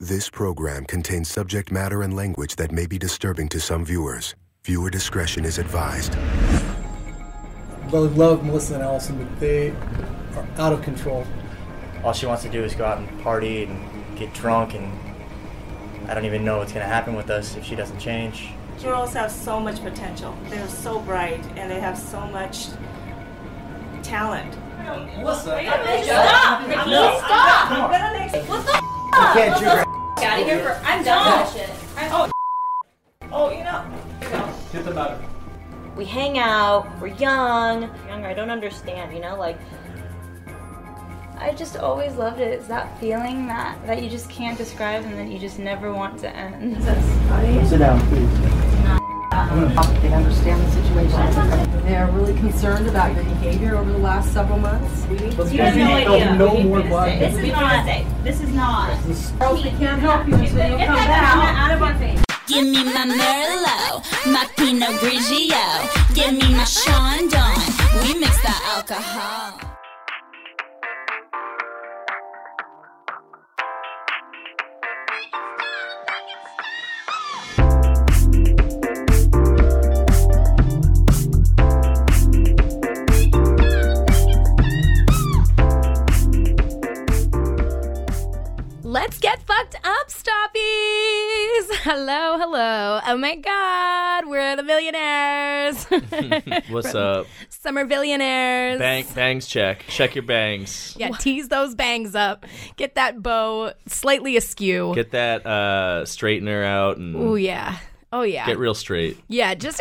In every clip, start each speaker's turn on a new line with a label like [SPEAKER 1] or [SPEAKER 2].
[SPEAKER 1] This program contains subject matter and language that may be disturbing to some viewers. Viewer discretion is advised.
[SPEAKER 2] I love Melissa and Allison, but they are out of control.
[SPEAKER 3] all she wants to do is go out and party and get drunk and I don't even know what's gonna happen with us if she doesn't change.
[SPEAKER 4] Girls have so much potential. They're so bright and they have so much talent.
[SPEAKER 5] Stop! Ricky, stop! What the f? What
[SPEAKER 2] can't
[SPEAKER 5] the f? Out of here for I'm done with that shit. I'm-
[SPEAKER 4] Oh, you know.
[SPEAKER 5] We hang out. We're young. Younger. I don't understand. You know, like I just always loved it. It's that feeling that that you just can't describe and that you just never want to end.
[SPEAKER 6] Sit down, please. They understand the situation. They are really concerned about your behavior over the last several months.
[SPEAKER 5] You have no
[SPEAKER 2] There's
[SPEAKER 5] idea.
[SPEAKER 2] No more black
[SPEAKER 5] This is not. This is not.
[SPEAKER 6] Girls, we can't help you until you
[SPEAKER 5] Get
[SPEAKER 6] come
[SPEAKER 5] that
[SPEAKER 6] back.
[SPEAKER 5] out of my face.
[SPEAKER 7] Give me my Merlot, my Pinot Grigio. Give me my Sean Don. We mix the alcohol.
[SPEAKER 8] Let's get fucked up, stoppies! Hello, hello. Oh my God, we're the millionaires.
[SPEAKER 9] What's up?
[SPEAKER 8] Summer billionaires.
[SPEAKER 9] Bang bangs check. Check your bangs.
[SPEAKER 8] Yeah, tease those bangs up. Get that bow slightly askew.
[SPEAKER 9] Get that uh straightener out and
[SPEAKER 8] oh yeah. Oh yeah.
[SPEAKER 9] get real straight.
[SPEAKER 8] yeah, just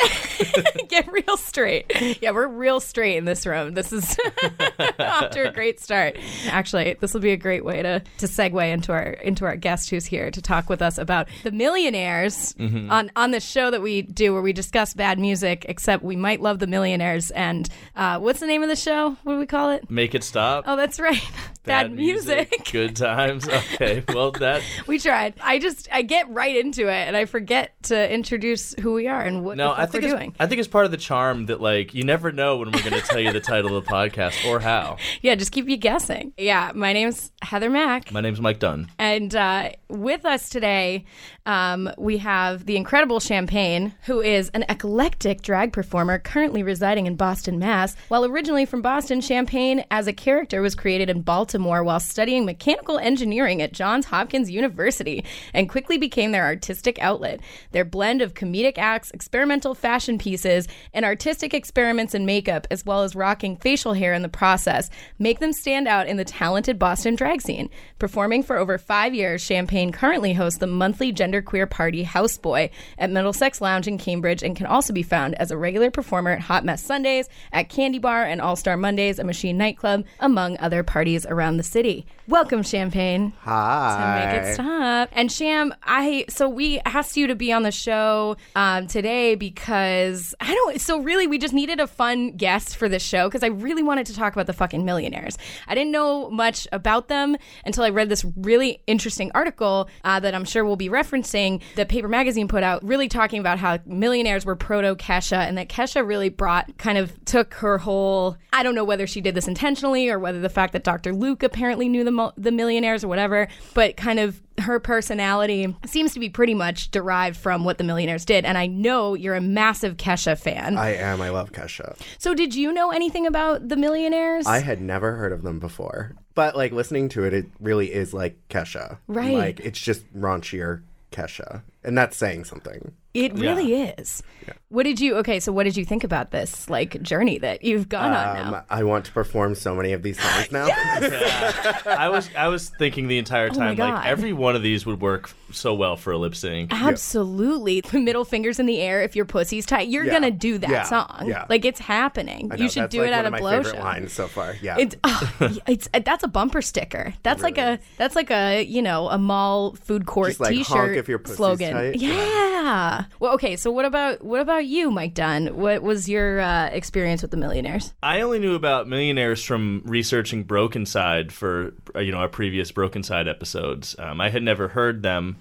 [SPEAKER 8] get real straight. Yeah, we're real straight in this room. This is off to a great start. Actually, this will be a great way to to segue into our into our guest who's here to talk with us about the millionaires
[SPEAKER 9] Mm-hmm.
[SPEAKER 8] on on the show that we do where we discuss bad music. Except we might love the millionaires and uh, what's the name of the show? What do we call it?
[SPEAKER 9] Make it stop.
[SPEAKER 8] Oh, that's right. Bad, music.
[SPEAKER 9] Good times. Okay. Well that
[SPEAKER 8] We tried. I just I get right into it and I forget to introduce who we are and what
[SPEAKER 9] no,
[SPEAKER 8] the fuck
[SPEAKER 9] I think
[SPEAKER 8] we're
[SPEAKER 9] it's,
[SPEAKER 8] doing.
[SPEAKER 9] I think it's part of the charm that like you never know when we're gonna tell you the title of the podcast or how.
[SPEAKER 8] Yeah, just keep you guessing. Yeah, my name's Heather Mack.
[SPEAKER 9] My name's Mike Dunn.
[SPEAKER 8] and uh, with us today, um, we have the incredible Champagne, who is an eclectic drag performer currently residing in Boston, Mass. While originally from Boston, Champagne, as a character, was created in Baltimore while studying mechanical engineering at Johns Hopkins University and quickly became their artistic outlet. Their blend of comedic acts, experimental fashion pieces, and artistic experiments in makeup, as well as rocking facial hair in the process, make them stand out in the talented Boston drag scene. Performing for over five years, Champagne currently hosts the monthly genderqueer party Houseboy at Middlesex Lounge in Cambridge and can also be found as a regular performer at Hot Mess Sundays, at Candy Bar and All Star Mondays, a Machine Nightclub, among other parties around the city. Welcome, Champagne to make it stop. And Sham, I so we asked you to be on the show um, today because I don't. So really, we just needed a fun guest for this show because I really wanted to talk about the fucking millionaires. I didn't know much about them until I read this really interesting article uh, that I'm sure we'll be referencing that Paper Magazine put out, really talking about how millionaires were proto Kesha and that Kesha really brought kind of took her whole. I don't know whether she did this intentionally or whether the fact that Dr. Luke apparently knew the mo- the millionaires or whatever, but kind of her personality seems to be pretty much derived from what the millionaires did. And I know you're a massive Kesha fan.
[SPEAKER 10] I am. I love Kesha.
[SPEAKER 8] so did you know anything about the millionaires?
[SPEAKER 10] I had never heard of them before. But like listening to it, it really is like Kesha.
[SPEAKER 8] Right.
[SPEAKER 10] Like it's just raunchier Kesha. And that's saying something.
[SPEAKER 8] It really is. What did you okay, so what did you think about this like journey that you've gone on now? Oh
[SPEAKER 10] Um, I want to perform so many of these songs now.
[SPEAKER 9] I was I was thinking the entire
[SPEAKER 8] Oh my
[SPEAKER 9] time
[SPEAKER 8] God.
[SPEAKER 9] like every one of these would work f- so well for a lip sync.
[SPEAKER 8] Absolutely. The middle fingers in the air if your pussy's tight. You're
[SPEAKER 9] Yeah.
[SPEAKER 8] going to do that
[SPEAKER 9] Yeah.
[SPEAKER 8] song.
[SPEAKER 9] Yeah.
[SPEAKER 8] Like it's happening.
[SPEAKER 10] I know,
[SPEAKER 8] you should
[SPEAKER 10] that's,
[SPEAKER 8] do
[SPEAKER 10] like,
[SPEAKER 8] it
[SPEAKER 10] one
[SPEAKER 8] at a
[SPEAKER 10] of my
[SPEAKER 8] blow
[SPEAKER 10] favorite
[SPEAKER 8] show.
[SPEAKER 10] lines so far. Yeah.
[SPEAKER 8] It's, oh, it's that's a bumper sticker. That's like a that's like a you know a mall food court
[SPEAKER 10] Just like,
[SPEAKER 8] T-shirt
[SPEAKER 10] honk if your pussy's
[SPEAKER 8] slogan.
[SPEAKER 10] tight.
[SPEAKER 8] Yeah. Well, okay. So what about what about you, Mike Dunn? What was your uh, experience with the Millionaires?
[SPEAKER 9] I only knew about millionaires from researching Broken Side for uh, you know our previous Broken Side episodes. Um, I had never heard them,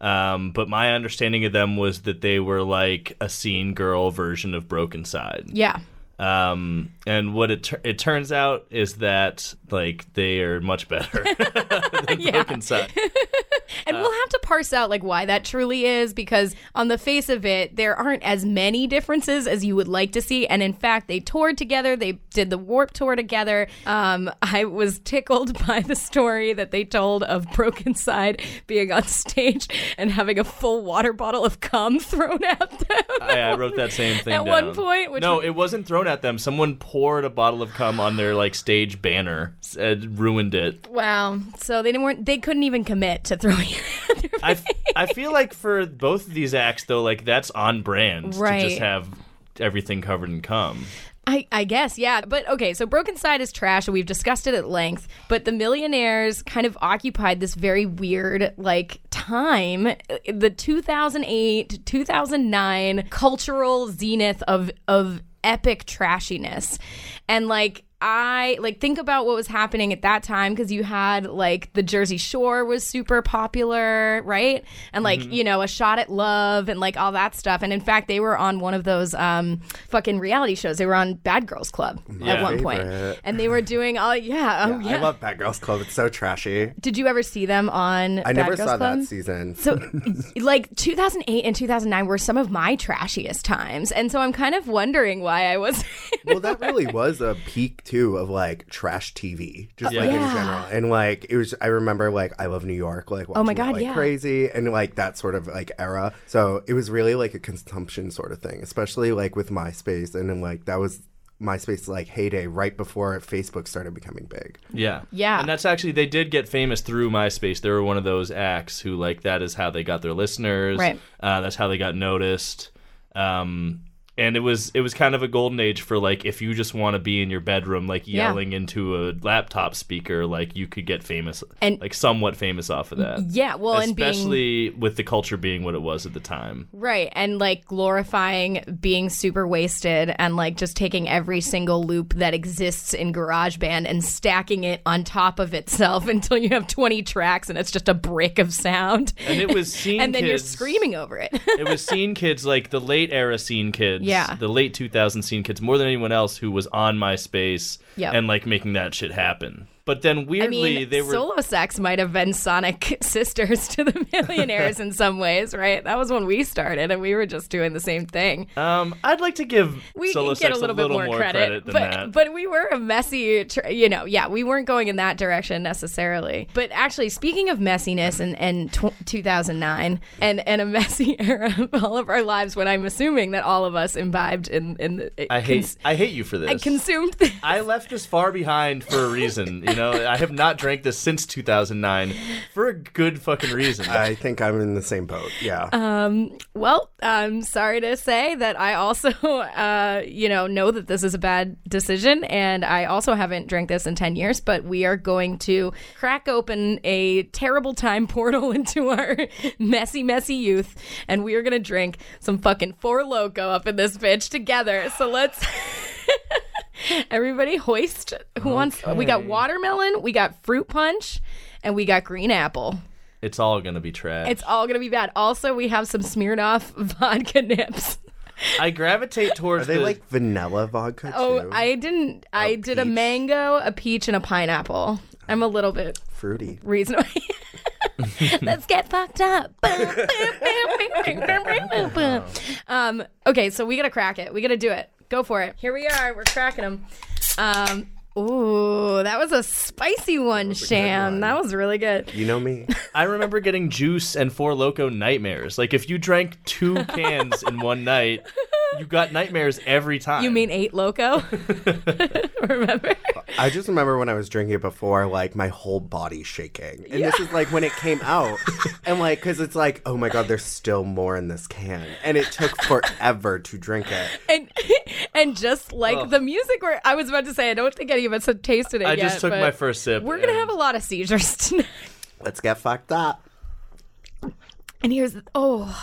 [SPEAKER 9] um, but my understanding of them was that they were like a scene girl version of Broken Side.
[SPEAKER 8] Yeah.
[SPEAKER 9] Um, and what it tur- it turns out is that like they are much better than Broken Side.
[SPEAKER 8] And
[SPEAKER 9] Uh,
[SPEAKER 8] we'll have to parse out like why that truly is because on the face of it, there aren't as many differences as you would like to see. And in fact, they toured together. They did the Warp tour together. Um, I was tickled by the story that they told of Broken Side being on stage and having a full water bottle of cum thrown at them.
[SPEAKER 9] I, I wrote that same thing
[SPEAKER 8] At
[SPEAKER 9] down.
[SPEAKER 8] one point, which
[SPEAKER 9] no,
[SPEAKER 8] was-
[SPEAKER 9] it wasn't thrown at them. Someone poured a bottle of cum on their like stage banner and ruined it.
[SPEAKER 8] Wow. So they didn't weren't they couldn't even commit to throwing it.
[SPEAKER 9] I, f- I feel like for both of these acts though, like that's on brand to
[SPEAKER 8] Right.
[SPEAKER 9] just have everything covered in cum.
[SPEAKER 8] I, I guess, yeah. But okay, so Broken Side is trash, and we've discussed it at length. But the millionaires kind of occupied this very weird, like, time uh, the 2008, 2009 cultural zenith of, of epic trashiness. And, like, I like think about what was happening at that time because you had like the Jersey Shore was super popular, right? And like
[SPEAKER 11] Mhm.
[SPEAKER 8] you know a shot at love and like all that stuff. And in fact, they were on one of those um, fucking reality shows. They were on Bad Girls Club at one point,
[SPEAKER 10] Favorite.
[SPEAKER 8] and they were doing all yeah, oh yeah.
[SPEAKER 10] I love Bad Girls Club. It's so trashy.
[SPEAKER 8] Did you ever see them on?
[SPEAKER 10] I
[SPEAKER 8] Bad
[SPEAKER 10] never
[SPEAKER 8] Girls
[SPEAKER 10] saw
[SPEAKER 8] Club?
[SPEAKER 10] that season.
[SPEAKER 8] So, like 2008 and 2009 were some of my trashiest times, and so I'm kind of wondering why I was.
[SPEAKER 10] well, that really was a peak too of like trash TV, just
[SPEAKER 8] Yeah.
[SPEAKER 10] like
[SPEAKER 8] Yeah.
[SPEAKER 10] in general. And like it was, I remember like I love New York, like watching
[SPEAKER 8] Oh my
[SPEAKER 10] it,
[SPEAKER 8] God,
[SPEAKER 10] like,
[SPEAKER 8] yeah.
[SPEAKER 10] crazy, and like that sort of like era. So it was really like a consumption sort of thing, especially like with MySpace, and then like that was MySpace like heyday right before Facebook started becoming big.
[SPEAKER 9] Yeah.
[SPEAKER 8] Yeah.
[SPEAKER 9] And that's actually they did get famous through MySpace. They were one of those acts who like that is how they got their listeners.
[SPEAKER 8] Right.
[SPEAKER 9] Uh, that's how they got noticed. Um and it was it was kind of a golden age for like if you just want to be in your bedroom like
[SPEAKER 8] Yeah.
[SPEAKER 9] yelling into a laptop speaker like you could get famous
[SPEAKER 8] And-
[SPEAKER 9] like somewhat famous off of that.
[SPEAKER 8] yeah, well, and being-
[SPEAKER 9] especially with the culture being what it was at the time.
[SPEAKER 8] Right. And like glorifying being super wasted and like just taking every single loop that exists in GarageBand and stacking it on top of itself until you have 20 tracks and it's just a brick of sound.
[SPEAKER 9] And it was seen
[SPEAKER 8] and then
[SPEAKER 9] kids-
[SPEAKER 8] you're screaming over it.
[SPEAKER 9] it was scene kids like the late era scene kids
[SPEAKER 8] Yeah.
[SPEAKER 9] the late 2000 scene kids more than anyone else who was on myspace
[SPEAKER 8] Yep.
[SPEAKER 9] and like making that shit happen but then
[SPEAKER 8] I
[SPEAKER 9] weirdly
[SPEAKER 8] mean,
[SPEAKER 9] they were
[SPEAKER 8] solo sex might have been Sonic sisters to the millionaires in some ways, right? That was when we started, and we were just doing the same thing.
[SPEAKER 9] um i'd like to give
[SPEAKER 8] we
[SPEAKER 9] solo
[SPEAKER 8] can get
[SPEAKER 9] sex
[SPEAKER 8] a little bit more, credit,
[SPEAKER 9] than
[SPEAKER 8] but
[SPEAKER 9] that
[SPEAKER 8] but we were a messy, tr- you know, yeah, we weren't going in that direction necessarily. But actually, speaking of messiness and and tw- 2009 and and a messy era of all of our lives, when I'm assuming that all of us imbibed in in the,
[SPEAKER 9] i hate
[SPEAKER 8] cons-
[SPEAKER 9] i hate you for this
[SPEAKER 8] and consumed
[SPEAKER 9] I left this far behind for a reason. You know, I have not drank this since 2009 for a good fucking reason.
[SPEAKER 10] I think I'm in the same boat. Yeah.
[SPEAKER 8] Um, well, I'm sorry to say that I also, uh, you know, know that this is a bad decision, and I also haven't drank this in 10 years, but we are going to crack open a terrible time portal into our messy, messy youth, and we are going to drink some fucking Four Loco up in this bitch together. So let's. Everybody hoist who wants we got
[SPEAKER 9] Okay.
[SPEAKER 8] watermelon, we got fruit punch, and we got green apple.
[SPEAKER 9] It's all gonna be trash.
[SPEAKER 8] It's all gonna be bad. Also, we have some Smirnoff vodka nips.
[SPEAKER 9] I gravitate towards.
[SPEAKER 10] Are they
[SPEAKER 9] the-
[SPEAKER 10] like vanilla vodka?
[SPEAKER 8] Oh, I didn't. I did a mango, a peach, and a pineapple. I'm a little bit
[SPEAKER 10] Fruity.
[SPEAKER 8] reasonable. Let's get fucked up. um, okay, so we gotta crack it. We gotta do it. Go for it. Here we are. We're cracking them. Um, Ooh, that was a spicy one, Sham. That was really good.
[SPEAKER 9] You know me. I remember getting juice and four loco nightmares. Like if you drank two cans in one night, you got nightmares every time.
[SPEAKER 8] You mean eight loco?
[SPEAKER 10] I just remember when I was drinking it before, like my whole body shaking. And this is like when it came out. and like, because it's like, oh my God, there's still more in this can. And it took forever to drink it.
[SPEAKER 8] and and just like
[SPEAKER 10] Ugh.
[SPEAKER 8] the music, where I was about to say, I don't think any of us had tasted it
[SPEAKER 9] I
[SPEAKER 8] yet.
[SPEAKER 9] just took
[SPEAKER 8] but
[SPEAKER 9] my first sip.
[SPEAKER 8] We're gonna have a lot of seizures tonight.
[SPEAKER 10] Let's get fucked up.
[SPEAKER 8] And here's the, oh.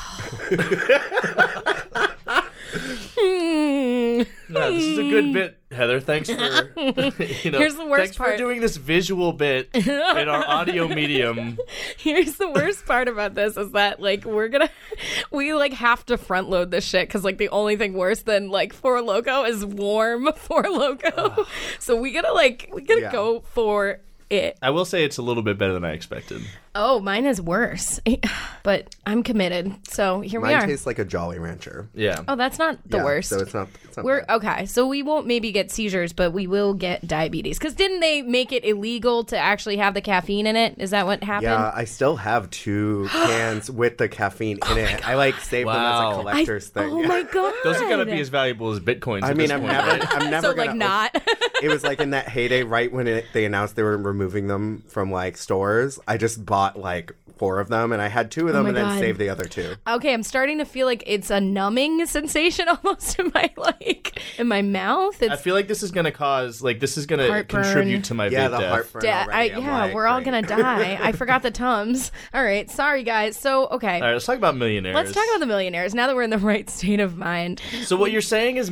[SPEAKER 8] Hmm.
[SPEAKER 9] Yeah, this is a good bit, Heather. Thanks for you know.
[SPEAKER 8] Here's the worst
[SPEAKER 9] thanks
[SPEAKER 8] part.
[SPEAKER 9] for doing this visual bit in our audio medium.
[SPEAKER 8] Here's the worst part about this is that like we're gonna we like have to front load this shit because like the only thing worse than like four loco is warm four loco. so we gotta like we gotta
[SPEAKER 9] Yeah.
[SPEAKER 8] go for it.
[SPEAKER 9] I will say it's a little bit better than I expected.
[SPEAKER 8] Oh, mine is worse, but I'm committed. So here we
[SPEAKER 10] Mine
[SPEAKER 8] are.
[SPEAKER 10] tastes like a Jolly Rancher.
[SPEAKER 9] Yeah.
[SPEAKER 8] oh, that's not the worst.
[SPEAKER 10] So it's not. It's not
[SPEAKER 8] We're okay, so we won't maybe get seizures, but we will get diabetes. Because didn't they make it illegal to actually have the caffeine in it? Is that what happened?
[SPEAKER 10] Yeah, I still have two cans with the caffeine in it. I like save them as
[SPEAKER 9] Wow.
[SPEAKER 10] a collector's thing.
[SPEAKER 8] oh my god!
[SPEAKER 9] Those are gonna be as valuable as bitcoins.
[SPEAKER 10] I
[SPEAKER 9] at
[SPEAKER 10] mean,
[SPEAKER 9] this
[SPEAKER 10] I'm
[SPEAKER 9] point,
[SPEAKER 10] never-
[SPEAKER 9] right?
[SPEAKER 10] I'm never
[SPEAKER 8] so like
[SPEAKER 10] gonna-
[SPEAKER 8] not.
[SPEAKER 10] it was like in that heyday, right when it, they announced they were removing them from like stores. I just bought like four of them, and I had two of them,
[SPEAKER 8] Oh my
[SPEAKER 10] and
[SPEAKER 8] God.
[SPEAKER 10] then saved the other two.
[SPEAKER 8] Okay, I'm starting to feel like it's a numbing sensation almost in my like in my mouth.
[SPEAKER 9] I
[SPEAKER 8] It's
[SPEAKER 9] feel like this is gonna cause like this is gonna
[SPEAKER 8] Heartburn.
[SPEAKER 9] contribute to my
[SPEAKER 10] Yeah,
[SPEAKER 9] vape
[SPEAKER 10] the
[SPEAKER 9] death.
[SPEAKER 10] heartburn
[SPEAKER 8] da- I, yeah, we're all gonna die. I forgot the tums. All right, sorry guys. So okay,
[SPEAKER 9] All right, let's talk about millionaires.
[SPEAKER 8] let's talk about the millionaires now that we're in the right state of mind.
[SPEAKER 9] So what you're saying is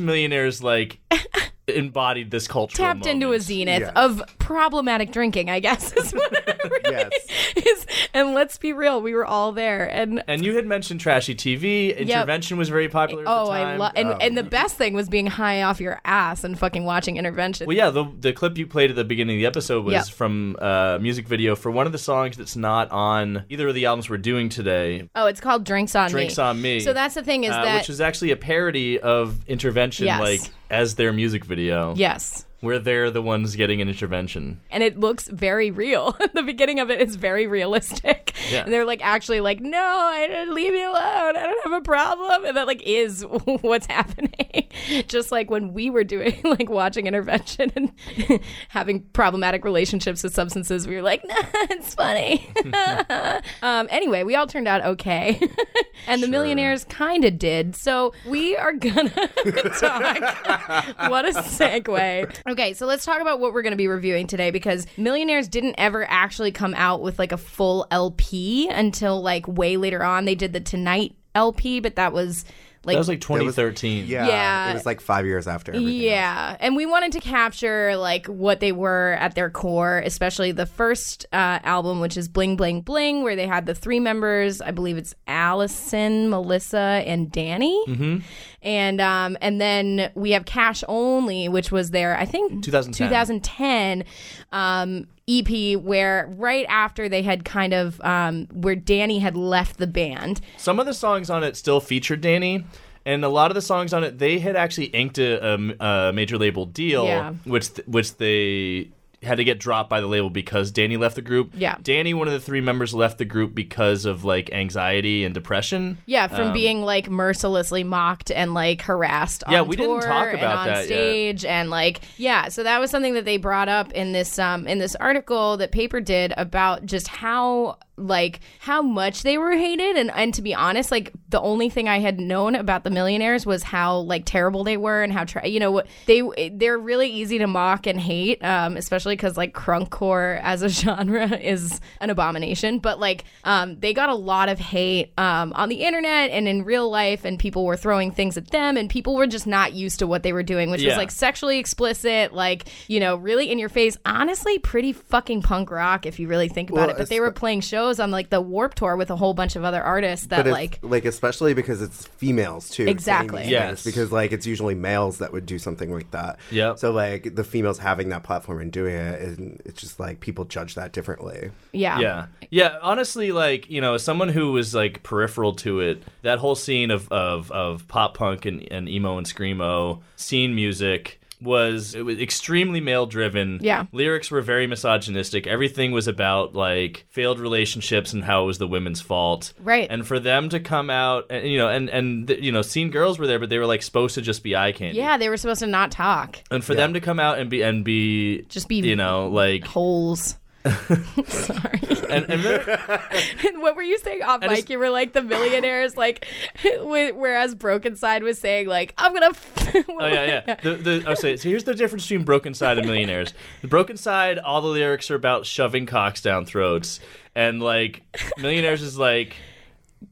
[SPEAKER 9] millionaires like embodied this culture.
[SPEAKER 8] Tapped into a zenith
[SPEAKER 9] Yes.
[SPEAKER 8] of problematic drinking, I guess is what it really is. And let's be real, we were all there. And
[SPEAKER 9] And you had mentioned trashy TV. Intervention was very popular. at
[SPEAKER 8] oh,
[SPEAKER 9] the
[SPEAKER 8] I
[SPEAKER 9] time.
[SPEAKER 8] love and, and the best thing was being high off your ass and fucking watching intervention.
[SPEAKER 9] Well, yeah, the, the clip you played at the beginning of the episode was
[SPEAKER 8] Yeah.
[SPEAKER 9] from a music video for one of the songs that's not on either of the albums we're doing today.
[SPEAKER 8] Oh, it's called Drinks on Me.
[SPEAKER 9] Drinks on Me.
[SPEAKER 8] So that's the thing is
[SPEAKER 9] uh,
[SPEAKER 8] that
[SPEAKER 9] which is actually a parody of Intervention,
[SPEAKER 8] Yes.
[SPEAKER 9] like as their music video.
[SPEAKER 8] Yes.
[SPEAKER 9] where they're the ones getting an intervention.
[SPEAKER 8] and it looks very real. the beginning of it is very realistic.
[SPEAKER 9] Yeah.
[SPEAKER 8] And they're like actually like, "No, I didn't leave you alone. I don't have a problem." And that like is what's happening. Just like when we were doing like watching intervention and having problematic relationships with substances, we were like, "No, it's funny." um, anyway, we all turned out okay. and the millionaires kind of did. So, we are going to talk what a segue. Okay, so let's talk about what we're going to be reviewing today because Millionaires didn't ever actually come out with like a full LP until like way later on. They did the Tonight LP, but that was like
[SPEAKER 9] that was like 2013.
[SPEAKER 8] yeah, Yeah. it was
[SPEAKER 10] like five years after.
[SPEAKER 8] yeah, and we wanted to capture like what they were at their core, especially the first uh, album, which is Bling Bling Bling, where they had the three members. I believe it's Allison, Melissa, and Danny.
[SPEAKER 9] Mm-hmm.
[SPEAKER 8] And um, and then we have Cash Only, which was their I think
[SPEAKER 9] 2010.
[SPEAKER 8] 2010 um, EP, where right after they had kind of um, where Danny had left the band.
[SPEAKER 9] Some of the songs on it still featured Danny, and a lot of the songs on it they had actually inked a, a m- a major label deal,
[SPEAKER 8] Yeah.
[SPEAKER 9] which th- which they had to get dropped by the label because Danny left the group.
[SPEAKER 8] Yeah.
[SPEAKER 9] Danny, one of the three members, left the group because of like anxiety and depression.
[SPEAKER 8] Yeah, from
[SPEAKER 9] Um,
[SPEAKER 8] being like mercilessly mocked and like harassed on
[SPEAKER 9] Yeah, we didn't
[SPEAKER 8] tour
[SPEAKER 9] talk
[SPEAKER 8] and
[SPEAKER 9] about
[SPEAKER 8] on
[SPEAKER 9] that yet.
[SPEAKER 8] stage and like yeah, so that was something that they brought up in this um in this article that Paper did about just how like how much they were hated and and to be honest, like the only thing I had known about the millionaires was how like terrible they were and how tra- you know what they they're really easy to mock and hate um especially cuz like crunkcore as a genre is an abomination, but like um they got a lot of hate um on the internet and in real life and people were throwing things at them and people were just not used to what they were doing, which was
[SPEAKER 11] Yeah.
[SPEAKER 8] like sexually explicit, like, you know, really in your face. Honestly, pretty fucking punk rock if you really think about
[SPEAKER 10] Well,
[SPEAKER 8] it. But they were playing shows on like the Warp Tour with a whole bunch of other artists that
[SPEAKER 10] but it's,
[SPEAKER 8] like
[SPEAKER 10] like especially because it's females too. saying these
[SPEAKER 8] Exactly.
[SPEAKER 10] things,
[SPEAKER 9] Yes.
[SPEAKER 10] because like it's usually males that would do something like that.
[SPEAKER 9] Yep.
[SPEAKER 10] So like the females having that platform and doing it, and it's just like people judge that differently.
[SPEAKER 8] Yeah.
[SPEAKER 9] Yeah. Yeah. Honestly, like, you know, as someone who was like peripheral to it, that whole scene of, of, of pop punk and, and emo and screamo scene music was it was extremely male driven.
[SPEAKER 8] Yeah.
[SPEAKER 9] Lyrics were very misogynistic. Everything was about like failed relationships and how it was the women's fault.
[SPEAKER 8] Right.
[SPEAKER 9] And for them to come out and you know and and th- you know, seen girls were there but they were like supposed to just be eye candy.
[SPEAKER 8] Yeah, they were supposed to not talk.
[SPEAKER 9] And for them to come out and be and be
[SPEAKER 8] Just be
[SPEAKER 9] you know like
[SPEAKER 8] holes.
[SPEAKER 9] and, and there-
[SPEAKER 8] and what were you saying off
[SPEAKER 9] I
[SPEAKER 8] mic?
[SPEAKER 9] just-
[SPEAKER 8] you were like the millionaires, like wh- whereas Broken Side was saying like I'm gonna. F-
[SPEAKER 9] oh yeah, yeah. The, the, oh, so, so here's the difference between Broken Side and Millionaires. The Broken Side, all the lyrics are about shoving cocks down throats, and like Millionaires is like,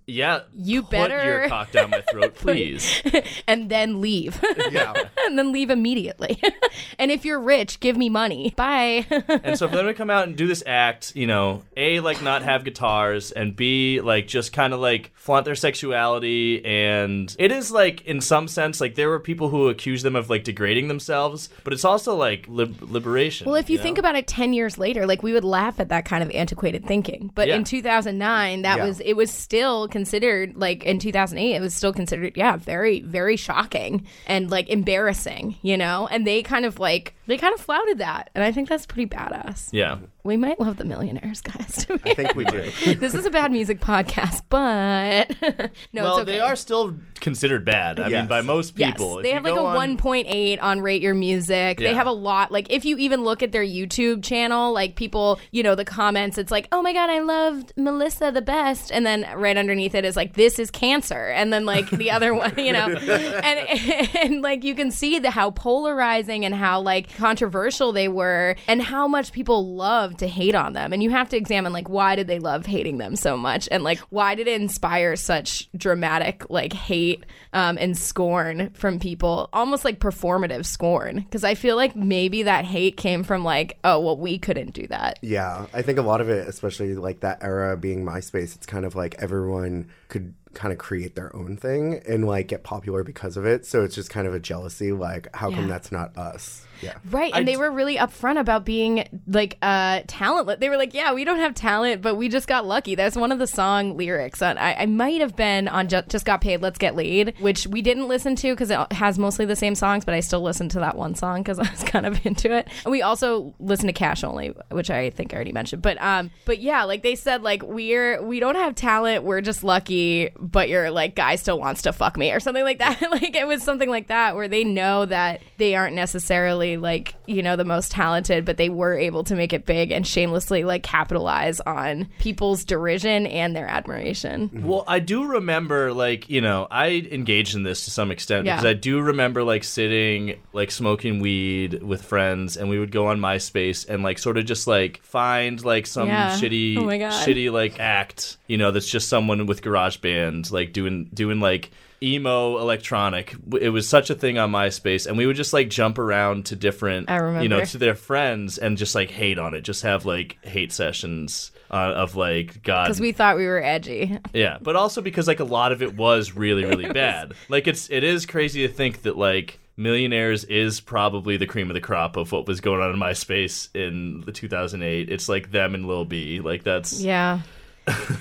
[SPEAKER 9] yeah,
[SPEAKER 8] You
[SPEAKER 9] put
[SPEAKER 8] better-
[SPEAKER 9] your cock down my throat, please.
[SPEAKER 8] and then leave.
[SPEAKER 9] Yeah.
[SPEAKER 8] and then leave immediately. and if you're rich, give me money. Bye.
[SPEAKER 9] and so for them to come out and do this act, you know, a like not have guitars, and b like just kind of like flaunt their sexuality, and it is like in some sense like there were people who accused them of like degrading themselves, but it's also like lib- liberation.
[SPEAKER 8] Well, if you,
[SPEAKER 9] know?
[SPEAKER 8] think about it 10 years later, like we would laugh at that kind of antiquated thinking. But in
[SPEAKER 9] Yeah.
[SPEAKER 8] 2009, that
[SPEAKER 9] Yeah.
[SPEAKER 8] was, it was still considered, like in 2008, it was still considered, yeah, very, very shocking and like embarrassing, you know? And they kind of like, they kind of flouted that. And I think that's pretty badass.
[SPEAKER 9] yeah.
[SPEAKER 8] We might love the millionaires, guys.
[SPEAKER 10] I think we do.
[SPEAKER 8] this is a bad music podcast, but no,
[SPEAKER 9] well,
[SPEAKER 8] it's okay.
[SPEAKER 9] they are still considered bad. I mean, by most
[SPEAKER 8] Yes,
[SPEAKER 9] people. If
[SPEAKER 8] they
[SPEAKER 9] you
[SPEAKER 8] have like a
[SPEAKER 9] go on-
[SPEAKER 8] 1.8 on Rate Your Music. They
[SPEAKER 9] Yeah.
[SPEAKER 8] have a lot. Like if you even look at their YouTube channel, like people, you know, the comments, it's like, oh my god, I loved Melissa the best, and then right underneath it is like, this is cancer, and then like the other one, you know, and and like you can see the how polarizing and how like controversial they were, and how much people love to hate on them, and you have to examine like why did they love hating them so much, and like why did it inspire such dramatic like hate um, and scorn from people, almost like performative scorn. Because I feel like maybe that hate came from like, oh, well, we couldn't do that.
[SPEAKER 10] Yeah, I think a lot of it, especially like that era being MySpace, it's kind of like everyone could kind of create their own thing and like get popular because of it. So it's just kind of a jealousy, like, how
[SPEAKER 8] Yeah.
[SPEAKER 10] come that's not us? Yeah.
[SPEAKER 8] Right, and they were really upfront about being like uh talentless. They were like, "Yeah, we don't have talent, but we just got lucky." That's one of the song lyrics. On, I, I might have been on Ju- "Just Got Paid, Let's Get Laid," which we didn't listen to because it has mostly the same songs, but I still listened to that one song because I was kind of into it. And we also listened to Cash Only, which I think I already mentioned. But um, but yeah, like they said, like we're we don't have talent, we're just lucky. But your like guy still wants to fuck me or something like that. like it was something like that where they know that they aren't necessarily like you know the most talented, but they were able to make it big and shamelessly like capitalize on people's derision and their admiration.
[SPEAKER 9] Well, I do remember, like, you know, I engaged in this to some extent
[SPEAKER 8] Yeah.
[SPEAKER 9] because I do remember, like, sitting, like, smoking weed with friends, and we would go on MySpace and, like, sort of just, like, find, like, some
[SPEAKER 8] Yeah.
[SPEAKER 9] shitty,
[SPEAKER 8] Oh my God.
[SPEAKER 9] shitty, like, act, you know, that's just someone with GarageBand, like, doing, doing, like, emo electronic. It was such a thing on MySpace, and we would just, like, jump around to different,
[SPEAKER 8] I
[SPEAKER 9] you know,
[SPEAKER 8] remember.
[SPEAKER 9] to their friends and just, like, hate on it, just have, like, hate sessions. Uh, of like God,
[SPEAKER 8] Because we thought we were edgy.
[SPEAKER 9] yeah, but also because like a lot of it was really
[SPEAKER 8] It
[SPEAKER 9] really
[SPEAKER 8] was-
[SPEAKER 9] bad. Like it's it is crazy to think that like Millionaires is probably the cream of the crop of what was going on in MySpace in the 2008. It's like them and Lil B. Like that's
[SPEAKER 8] Yeah.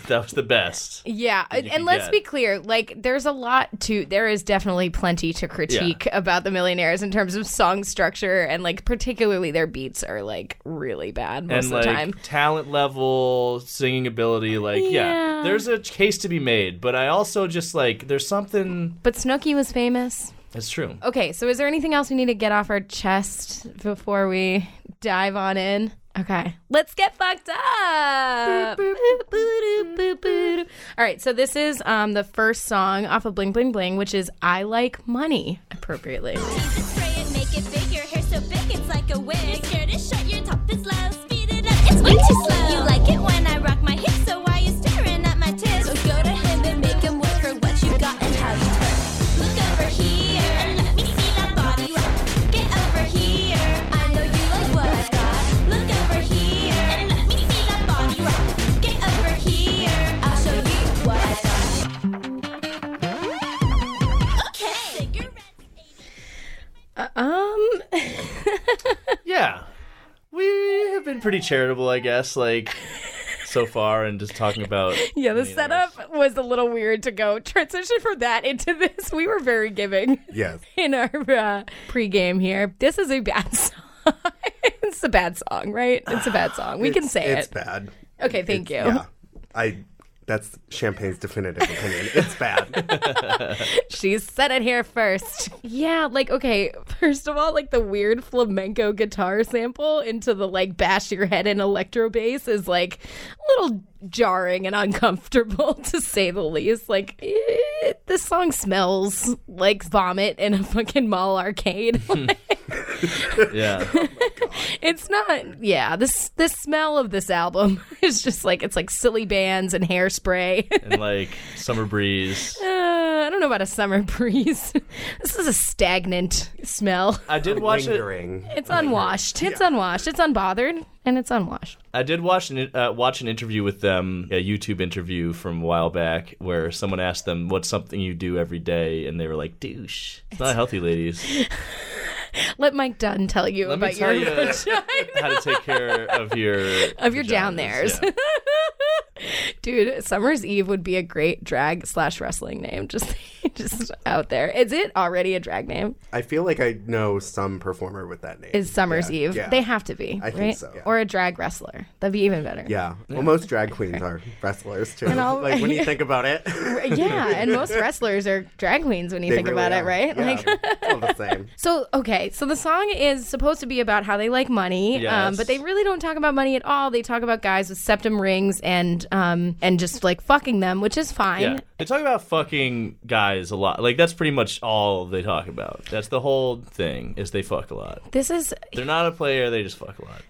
[SPEAKER 9] that was the best.
[SPEAKER 8] Yeah,
[SPEAKER 9] that
[SPEAKER 8] and,
[SPEAKER 9] you
[SPEAKER 8] and
[SPEAKER 9] could
[SPEAKER 8] let's
[SPEAKER 9] get.
[SPEAKER 8] be clear. Like, there's a lot to. There is definitely plenty to critique about the Millionaires in terms of song structure and like particularly their beats are like really bad most
[SPEAKER 9] and
[SPEAKER 8] of
[SPEAKER 9] like
[SPEAKER 8] the time.
[SPEAKER 9] talent level, singing ability, like yeah.
[SPEAKER 8] Yeah.
[SPEAKER 9] there's a case to be made. But I also just like there's something
[SPEAKER 8] But Snooki was famous.
[SPEAKER 9] that's true.
[SPEAKER 8] Okay, so is there anything else we need to get off our chest before we dive on in? Okay, let's get fucked up. All right, so this is um, the first song off of Bling Bling Bling, which is "I Like Money" appropriately.
[SPEAKER 7] Spray it, make it big. Your hair so big, it's like a wig. Your skirt is short, your top is low. Speed it up, it's way too slow. You like it when I rock my hips, so why you staring at my tits? So go to him and make him work for what you got and how you twerk. Look over here, and let me see that body work. Get over here, I know you like what I've got. Look over here, and let me see that body work. Get over here, I'll show you what I've got. Okay.
[SPEAKER 8] Uh, um,
[SPEAKER 9] yeah, we have been pretty charitable, I guess. Like so far and just talking about
[SPEAKER 8] Yeah, the setup was a little weird to go transition from that into this. We were very giving
[SPEAKER 10] Yes.
[SPEAKER 8] in our uh, pregame here. This is a bad song. it's a bad song, right? It's a bad song. We can
[SPEAKER 10] It's-
[SPEAKER 8] say
[SPEAKER 10] it's
[SPEAKER 8] it.
[SPEAKER 10] bad.
[SPEAKER 8] Okay, thank you.
[SPEAKER 10] Yeah. I that's Champagne's definitive opinion. It's bad.
[SPEAKER 8] She said it here first. Yeah, like okay, first of all, like the weird flamenco guitar sample into the like bash your head in electro bass is like a little jarring and uncomfortable to say the least. Like eh, this song smells like vomit in a fucking mall arcade.
[SPEAKER 9] yeah.
[SPEAKER 8] it's not yeah, this this smell of this album is just like it's like silly bands and hairspray.
[SPEAKER 9] and like summer breeze.
[SPEAKER 8] Uh, I don't know about a summer breeze. this is a stagnant smell.
[SPEAKER 9] I did watch
[SPEAKER 10] it.
[SPEAKER 8] It's unwashed. It's unwashed. It's unbothered, and it's unwashed.
[SPEAKER 9] I did watch an uh, watch an interview with them, a YouTube interview from a while back, where someone asked them what's something you do every day, and they were like, "Douche." It's not healthy, ladies.
[SPEAKER 8] Let Mike Dunn tell you
[SPEAKER 9] Let
[SPEAKER 8] about
[SPEAKER 9] me tell
[SPEAKER 8] your
[SPEAKER 9] you how to take care of your
[SPEAKER 8] of your down there's. Dude, Summer's Eve would be a great drag slash wrestling name. Just, just out there. Is it already a drag name?
[SPEAKER 10] I feel like I know some performer with that name.
[SPEAKER 8] Is Summer's
[SPEAKER 10] Yeah,
[SPEAKER 8] Eve?
[SPEAKER 10] yeah.
[SPEAKER 8] They have to be,
[SPEAKER 10] I think
[SPEAKER 8] right?
[SPEAKER 10] so.
[SPEAKER 8] Or a drag wrestler. That'd be even better.
[SPEAKER 10] Yeah. Well, most drag queens are wrestlers too.
[SPEAKER 8] And all-
[SPEAKER 10] like when you think about it,
[SPEAKER 8] yeah, and most wrestlers are drag queens when you
[SPEAKER 10] They
[SPEAKER 8] think
[SPEAKER 10] really
[SPEAKER 8] about
[SPEAKER 10] are.
[SPEAKER 8] it, right?
[SPEAKER 10] Yeah.
[SPEAKER 8] Like
[SPEAKER 10] it's all the same.
[SPEAKER 8] So okay, so the song is supposed to be about how they like money, um,
[SPEAKER 10] Yes.
[SPEAKER 8] but they really don't talk about money at all. They talk about guys with septum rings and um, and just like fucking them, which is fine.
[SPEAKER 9] Yeah. They talk about fucking guys a lot. Like that's pretty much all they talk about. That's the whole thing is they fuck a lot.
[SPEAKER 8] This is
[SPEAKER 9] They're not a player, they just fuck a lot.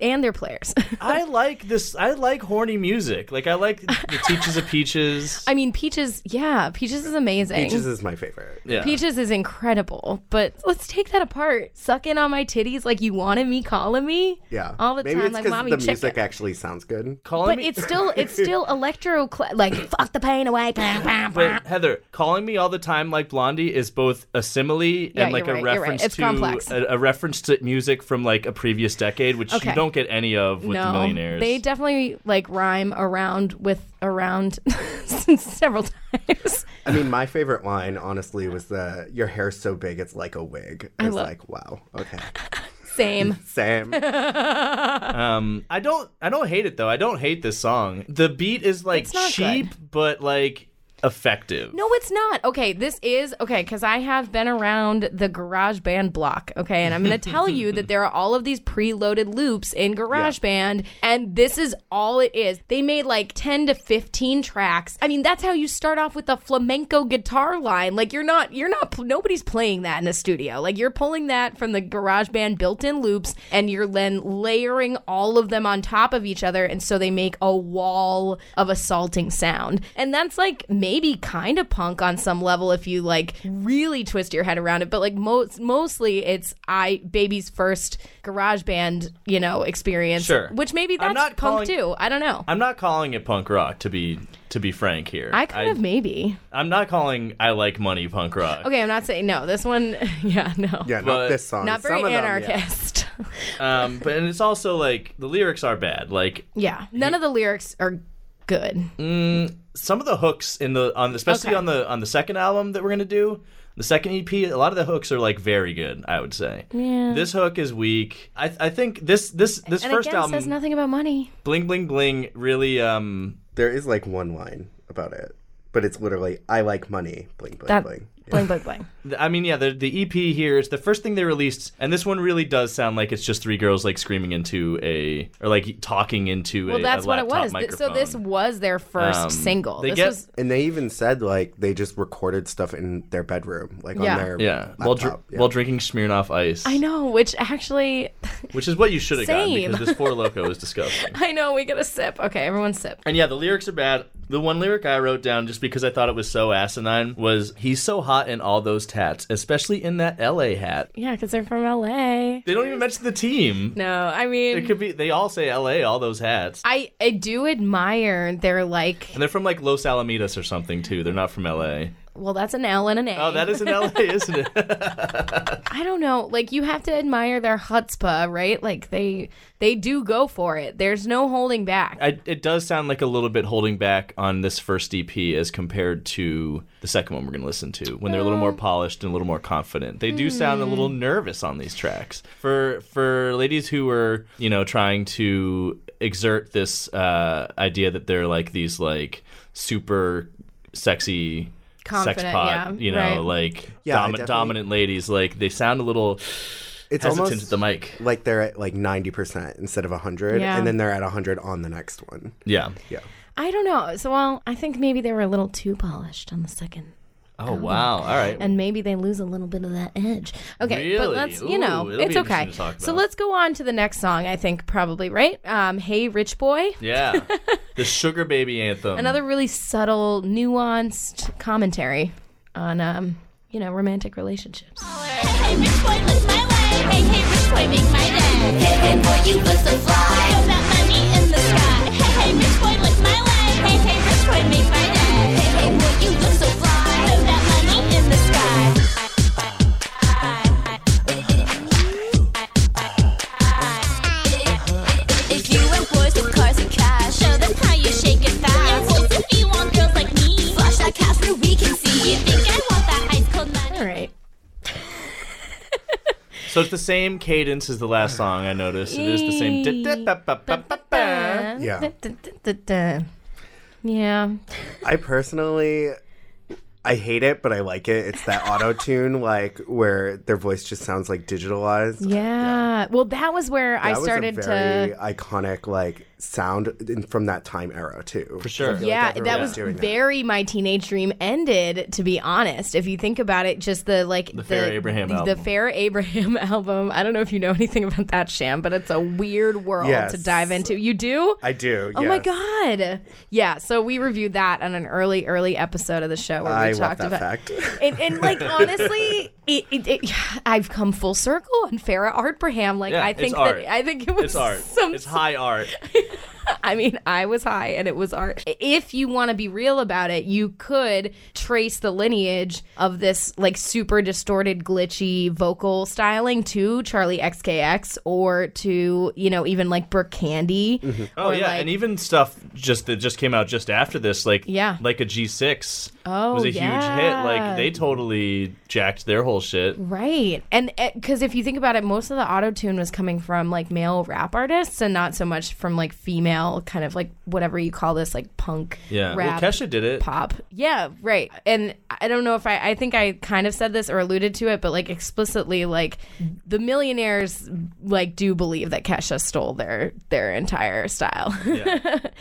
[SPEAKER 8] and their players.
[SPEAKER 9] I like this I like horny music. Like I like the Teaches of Peaches.
[SPEAKER 8] I mean, Peaches, yeah, Peaches is amazing.
[SPEAKER 9] Peaches
[SPEAKER 10] This is my favorite.
[SPEAKER 9] Yeah.
[SPEAKER 8] Peaches is incredible, but let's take that apart. Suck in on my titties like you wanted me calling me.
[SPEAKER 10] Yeah.
[SPEAKER 8] All the
[SPEAKER 10] Maybe
[SPEAKER 8] time,
[SPEAKER 10] it's
[SPEAKER 8] like,
[SPEAKER 10] 'cause
[SPEAKER 8] "Mommy,
[SPEAKER 10] the
[SPEAKER 8] check
[SPEAKER 10] music actually sounds good.
[SPEAKER 8] but it's still it's still electro like fuck the pain away. blah, blah, blah.
[SPEAKER 9] But Heather, calling me all the time like Blondie is both a simile
[SPEAKER 8] Yeah,
[SPEAKER 9] and like
[SPEAKER 8] you're
[SPEAKER 9] a
[SPEAKER 8] right, you're right.
[SPEAKER 9] reference
[SPEAKER 8] It's
[SPEAKER 9] to
[SPEAKER 8] complex.
[SPEAKER 9] A, a reference to music from like a previous decade, which
[SPEAKER 8] Okay.
[SPEAKER 9] you don't get any of with the millionaires.
[SPEAKER 8] They definitely like rhyme around with around several times.
[SPEAKER 10] I mean, my favorite line, honestly, was the "Your hair's so big, it's like a wig."
[SPEAKER 8] I
[SPEAKER 10] I was
[SPEAKER 8] love-
[SPEAKER 10] like, "Wow, okay,
[SPEAKER 8] Same.
[SPEAKER 10] Sam."
[SPEAKER 9] um, I don't I don't hate it though. I don't hate this song. The beat is like
[SPEAKER 8] not
[SPEAKER 9] cheap but like effective.
[SPEAKER 8] No, it's not. Okay, this is okay because I have been around the Garage Band block. Okay, and I'm going to tell you that there are all of these preloaded loops in Garage Band, and this is all it is. They made like 10 to 15 tracks. I mean, that's how you start off with a flamenco guitar line. Like you're not, you're not, nobody's playing that in the studio. Like you're pulling that from the Garage Band built-in loops, and you're then layering all of them on top of each other, and so they make a wall of assaulting sound. And that's like maybe kind of punk on some level if you like really twist your head around it. But like most mostly it's I baby's first garage band, you know, experience.
[SPEAKER 9] Sure.
[SPEAKER 8] Which maybe that's
[SPEAKER 9] I'm not
[SPEAKER 8] punk
[SPEAKER 9] calling-
[SPEAKER 8] too. I don't know.
[SPEAKER 9] I'm not calling it punk rock to be to be frank here.
[SPEAKER 8] I kind of maybe.
[SPEAKER 9] I'm not calling I like money punk rock.
[SPEAKER 8] Okay, I'm not saying no. This one yeah, no.
[SPEAKER 9] Yeah, not But- this song.
[SPEAKER 8] Not very
[SPEAKER 9] Some of them, yeah.
[SPEAKER 8] anarchist.
[SPEAKER 9] Um, but and it's also like the lyrics are bad. Like
[SPEAKER 8] yeah. None of the lyrics are good.
[SPEAKER 9] mm, some of the hooks in the on the, especially
[SPEAKER 8] Okay.
[SPEAKER 9] on the on the second album that we're gonna do, the second EP, a lot of the hooks are like very good. I would say.
[SPEAKER 8] Yeah.
[SPEAKER 9] This hook is weak. I I think this this this
[SPEAKER 8] and
[SPEAKER 9] first
[SPEAKER 8] again
[SPEAKER 9] album,
[SPEAKER 8] says nothing about money.
[SPEAKER 9] bling bling bling, really um.
[SPEAKER 10] There is like one line about it, but it's literally "I like money." Bling bling
[SPEAKER 8] That-
[SPEAKER 10] bling.
[SPEAKER 8] Bling bling bling.
[SPEAKER 9] Th- I mean, yeah, the, the EP here is the first thing they released, and this one really does sound like it's just three girls like screaming into a or like talking into
[SPEAKER 8] Well,
[SPEAKER 9] a,
[SPEAKER 8] that's
[SPEAKER 9] a
[SPEAKER 8] what it
[SPEAKER 9] laptop
[SPEAKER 8] was. Th-
[SPEAKER 9] microphone.
[SPEAKER 8] So this was their first
[SPEAKER 10] Um,
[SPEAKER 8] single. This was
[SPEAKER 10] and they even said like they just recorded stuff in their bedroom, like
[SPEAKER 8] Yeah.
[SPEAKER 10] on their
[SPEAKER 9] yeah, while, dr-
[SPEAKER 10] laptop, yeah.
[SPEAKER 9] while drinking Smirnoff Ice,
[SPEAKER 8] I know, which actually
[SPEAKER 9] which is what you should have gotten
[SPEAKER 8] Same.
[SPEAKER 9] because this Four Loco is disgusting.
[SPEAKER 8] I know we get a sip. Okay, everyone sip.
[SPEAKER 9] And yeah, the lyrics are bad. The one lyric I wrote down just because I thought it was so asinine was "He's so hot in all those tats, especially in that LA hat."
[SPEAKER 8] Yeah, because they're from LA.
[SPEAKER 9] They don't even mention the team.
[SPEAKER 8] No, I
[SPEAKER 9] It
[SPEAKER 8] mean,
[SPEAKER 9] could be they all say LA, all those hats.
[SPEAKER 8] I I do admire their like
[SPEAKER 9] And they're from like Los Alamitos or something too. They're not from LA.
[SPEAKER 8] Well, that's an L and an A.
[SPEAKER 9] Oh, that is in LA, isn't it?
[SPEAKER 8] I don't know. Like you have to admire their chutzpah, right? Like they they do go for it. There's no holding back.
[SPEAKER 9] I, it does sound like a little bit holding back on this first EP as compared to the second one we're going to listen to, when they're a little more polished and a little more confident. They do sound a
[SPEAKER 8] hmm.
[SPEAKER 9] little nervous on these tracks. For for ladies who are you know trying to exert this uh, idea that they're like these like super sexy.
[SPEAKER 8] Confident,
[SPEAKER 9] sex pot,
[SPEAKER 8] yeah,
[SPEAKER 9] you know,
[SPEAKER 8] right.
[SPEAKER 9] like
[SPEAKER 10] Yeah, I
[SPEAKER 9] domi-
[SPEAKER 10] definitely-
[SPEAKER 9] dominant ladies, like they sound a little
[SPEAKER 10] It's
[SPEAKER 9] hesitant
[SPEAKER 10] almost
[SPEAKER 9] at the mic.
[SPEAKER 10] like they're at like 90% instead of 100
[SPEAKER 8] Yeah.
[SPEAKER 10] and then they're at 100 on the next one.
[SPEAKER 9] Yeah.
[SPEAKER 10] Yeah.
[SPEAKER 8] I don't know. So well, I think maybe they were a little too polished on the second.
[SPEAKER 9] Oh wow! All right.
[SPEAKER 8] And maybe they lose a little bit of that edge. Okay, but
[SPEAKER 9] Really?
[SPEAKER 8] let's you know
[SPEAKER 9] Ooh, it'll
[SPEAKER 8] it's
[SPEAKER 9] be
[SPEAKER 8] okay.
[SPEAKER 9] interesting to talk
[SPEAKER 8] So
[SPEAKER 9] about.
[SPEAKER 8] let's go on to the next song. I think probably right. Um, hey, rich boy.
[SPEAKER 9] yeah, the sugar baby anthem.
[SPEAKER 8] Another really subtle, nuanced commentary on um, you know, romantic relationships.
[SPEAKER 7] Hey, rich boy, look my way. Hey, hey, rich boy, make my day. Hey, hey, boy, you look so fly. Throw that money in the sky. Hey, hey, rich boy, look my way. Hey, hey, rich boy, make my day. Hey, hey, boy, you look so fly. Throw that money in the sky. If you want boys with cars and cash, show them how you shake it fast. Boys, if you want girls like me, flash that cash so we can see. You think I want that ice cold money?
[SPEAKER 8] All right.
[SPEAKER 9] So it's the same cadence as the last song. I noticed it is the same.
[SPEAKER 10] Yeah.
[SPEAKER 8] Da-da. Yeah.
[SPEAKER 10] I personally I hate it, but I like it. It's that auto tune like where their voice just sounds like digitalized.
[SPEAKER 8] yeah. Well, that was where I
[SPEAKER 10] That was
[SPEAKER 8] started
[SPEAKER 10] a very
[SPEAKER 8] to.
[SPEAKER 10] iconic like sound in, from that time era too. For
[SPEAKER 9] sure.
[SPEAKER 8] Yeah, that was very my teenage dream ended. To be honest, if you think about it, just the like the,
[SPEAKER 9] Farrah Abraham
[SPEAKER 8] the,
[SPEAKER 9] album.
[SPEAKER 8] Farrah Abraham album. I don't know if you know anything about that, Sham, but it's a weird world to
[SPEAKER 10] Yes.
[SPEAKER 8] dive into. You do?
[SPEAKER 10] I do.
[SPEAKER 8] Oh my
[SPEAKER 10] yes.
[SPEAKER 8] god! Yeah, so we reviewed that on an early, early episode of the show where
[SPEAKER 10] I
[SPEAKER 8] we
[SPEAKER 10] love
[SPEAKER 8] talked
[SPEAKER 10] that
[SPEAKER 8] about
[SPEAKER 10] fact.
[SPEAKER 8] And, and like honestly, it, it, it, I've come full circle on Farah Artbraham. Like
[SPEAKER 9] Yeah,
[SPEAKER 8] I
[SPEAKER 9] it's
[SPEAKER 8] think
[SPEAKER 9] art.
[SPEAKER 8] that I think it was
[SPEAKER 9] It's art.
[SPEAKER 8] some
[SPEAKER 9] It's high art.
[SPEAKER 8] I mean, I was high and it was art. If you want to be real about it, you could trace the lineage of this like super distorted, glitchy vocal styling to Charlie XKX or to, you know, even like Brooke Candy.
[SPEAKER 9] Oh
[SPEAKER 8] or,
[SPEAKER 9] yeah,
[SPEAKER 8] like-
[SPEAKER 9] and even stuff just that just came out just after this, like
[SPEAKER 8] Yeah.
[SPEAKER 9] like a G6
[SPEAKER 8] Oh,
[SPEAKER 9] was a huge hit.
[SPEAKER 8] yeah.
[SPEAKER 9] Like they totally jacked their whole shit.
[SPEAKER 8] Right. And because if you think about it, most of the auto tune was coming from like male rap artists and not so much from like female kind of like whatever you call this, like punk
[SPEAKER 9] Yeah,
[SPEAKER 8] rap.
[SPEAKER 9] well, Kesha did it.
[SPEAKER 8] Pop. Yeah, right. And I don't know if I, I think I kind of said this or alluded to it, but like explicitly, like the millionaires like do believe that Kesha stole their their entire style.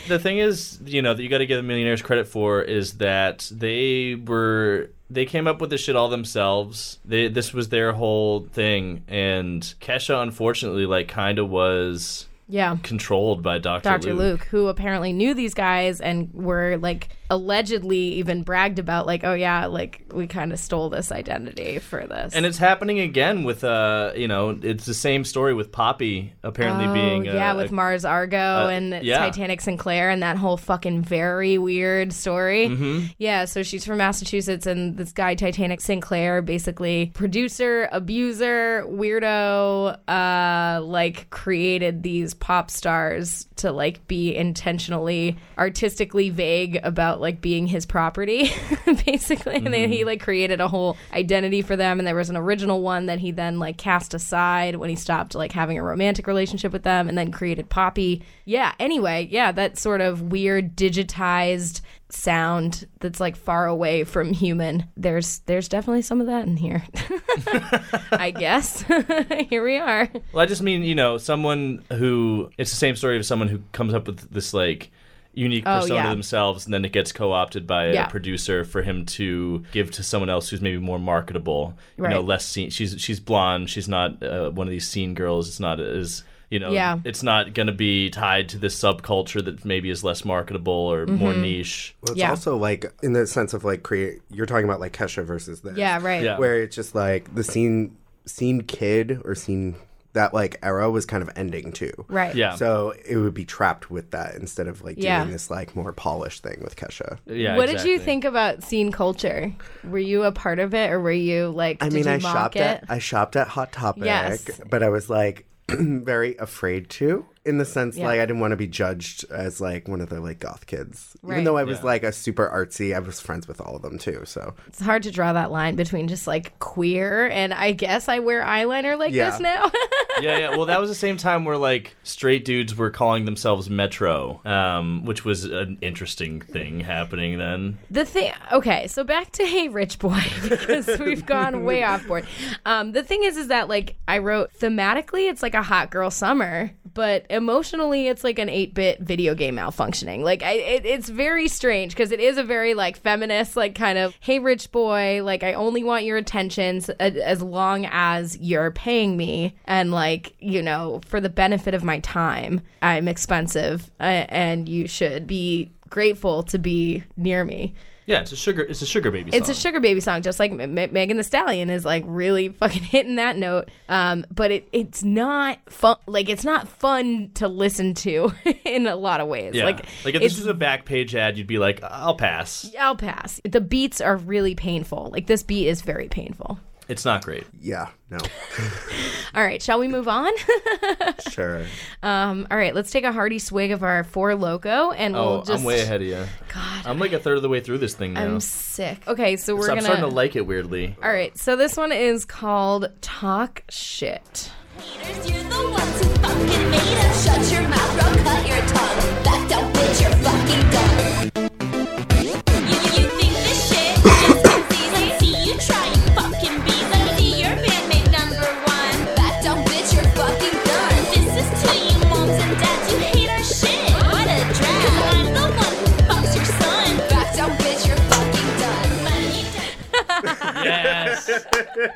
[SPEAKER 9] the thing is, you know, that you got to give the millionaires credit for is that they were they came up with this shit all themselves. They this was their whole thing, and Kesha unfortunately like kind of was
[SPEAKER 8] yeah.
[SPEAKER 9] controlled by Doctor
[SPEAKER 8] Dr. Luke. who apparently knew these guys and were like allegedly even bragged about, like, oh yeah, like we kind of stole this identity for this.
[SPEAKER 9] And it's happening again with uh, you know, it's the same story with Poppy apparently
[SPEAKER 8] Oh,
[SPEAKER 9] being a-
[SPEAKER 8] yeah, with
[SPEAKER 9] a-
[SPEAKER 8] Mars Argo
[SPEAKER 9] uh,
[SPEAKER 8] and
[SPEAKER 9] yeah.
[SPEAKER 8] Titanic Sinclair and that whole fucking very weird story.
[SPEAKER 9] Mhm.
[SPEAKER 8] Yeah, so she's from Massachusetts, and this guy Titanic Sinclair, basically producer, abuser, weirdo, uh, like created these pop stars to like be intentionally artistically vague about like being his property, basically. And then he like created a whole identity for them, and there was an original one that he then like cast aside when he stopped like having a romantic relationship with them, and then created Poppy. Yeah. Anyway, yeah, that sort of weird digitized sound that's like far away from human. There's there's definitely some of that in here. I guess. here we are.
[SPEAKER 9] Well, I just mean, you know, someone who it's the same story of someone who comes up with this like unique
[SPEAKER 8] Oh,
[SPEAKER 9] persona
[SPEAKER 8] yeah.
[SPEAKER 9] themselves and then it gets co-opted by
[SPEAKER 8] Yeah.
[SPEAKER 9] a producer for him to give to someone else who's maybe more marketable you know
[SPEAKER 8] Right.
[SPEAKER 9] less seen she's she's blonde she's not uh, one of these scene girls it's not as you know
[SPEAKER 8] Yeah.
[SPEAKER 9] it's not going to be tied to this subculture that maybe is less marketable or more
[SPEAKER 8] Mhm.
[SPEAKER 9] niche
[SPEAKER 10] Well, it's
[SPEAKER 8] Yeah.
[SPEAKER 10] also like in the sense of like create. You're talking about like Kesha versus this.
[SPEAKER 8] Yeah, right. Yeah.
[SPEAKER 10] Where it's just like the scene, scene kid or scene that like era was kind of ending too.
[SPEAKER 8] Right. Yeah.
[SPEAKER 10] So it would be trapped with that instead of like doing
[SPEAKER 8] Yeah.
[SPEAKER 10] this like more polished thing with Kesha.
[SPEAKER 9] Yeah.
[SPEAKER 8] what did you think about scene culture? Were you a part of it, or were you like?
[SPEAKER 10] I
[SPEAKER 8] did
[SPEAKER 10] mean,
[SPEAKER 8] you
[SPEAKER 10] I
[SPEAKER 8] mock
[SPEAKER 10] shopped
[SPEAKER 8] it?
[SPEAKER 10] at I shopped at Hot Topic,
[SPEAKER 8] Yes.
[SPEAKER 10] but I was like very afraid to, in the sense
[SPEAKER 8] Yeah.
[SPEAKER 10] like I didn't want to be judged as like one of the like goth kids,
[SPEAKER 8] Right.
[SPEAKER 10] even though I was
[SPEAKER 8] Yeah.
[SPEAKER 10] like a super artsy. I was friends with all of them too, so
[SPEAKER 8] It's hard to draw that line between just like queer and I guess I wear eyeliner like
[SPEAKER 9] Yeah.
[SPEAKER 8] this now.
[SPEAKER 9] yeah, yeah. Well, that was the same time where like straight dudes were calling themselves Metro, um, which was an interesting thing happening then.
[SPEAKER 8] The thing, okay, so back to Hey Rich Boy because we've gone way off board. Um, the thing is, is that like I wrote thematically, it's like a hot girl summer, but emotionally, it's like an eight-bit video game malfunctioning. Like I, it, it's very strange because it is a very like feminist, like kind of Hey Rich Boy, like I only want your attention s- a- as long as you're paying me and like you know for the benefit of my time, I'm expensive uh, and you should be grateful to be near me.
[SPEAKER 9] Yeah, it's a sugar. It's a sugar baby.
[SPEAKER 8] It's
[SPEAKER 9] song.
[SPEAKER 8] a sugar baby song, just like M- M- Megan the Stallion is like really fucking hitting that note. Um, but it it's not fun. Like it's not fun to listen to in a lot of ways.
[SPEAKER 9] Yeah.
[SPEAKER 8] Like,
[SPEAKER 9] Like, if
[SPEAKER 8] it's
[SPEAKER 9] this was a back page ad, you'd be like, I'll pass.
[SPEAKER 8] I'll pass. The beats are really painful. Like this beat is very painful.
[SPEAKER 9] It's not great.
[SPEAKER 10] Yeah. No.
[SPEAKER 8] All right, shall we move on?
[SPEAKER 10] sure.
[SPEAKER 8] um, all right, let's take a hearty swig of our four loco, and
[SPEAKER 9] oh,
[SPEAKER 8] we'll just.
[SPEAKER 9] I'm way ahead of you. God, I'm like a third of the way through this thing now.
[SPEAKER 8] I'm sick. Okay, so
[SPEAKER 9] So
[SPEAKER 8] we're
[SPEAKER 9] I'm
[SPEAKER 8] gonna.
[SPEAKER 9] starting to like it weirdly.
[SPEAKER 8] all right, so this one is called "Talk Shit."
[SPEAKER 7] Shut your mouth or I'll cut your tongue. Back down, bitch, you're fucking done. You, you think this shit just comes easy? See you trying fucking bees. I see your man made number one. Back down, bitch, you're fucking done. This is to you moms and dads. You hate our shit. What a drag. Cause I'm the one who fucks your son. Back down, bitch, you're fucking done. Money
[SPEAKER 9] yes.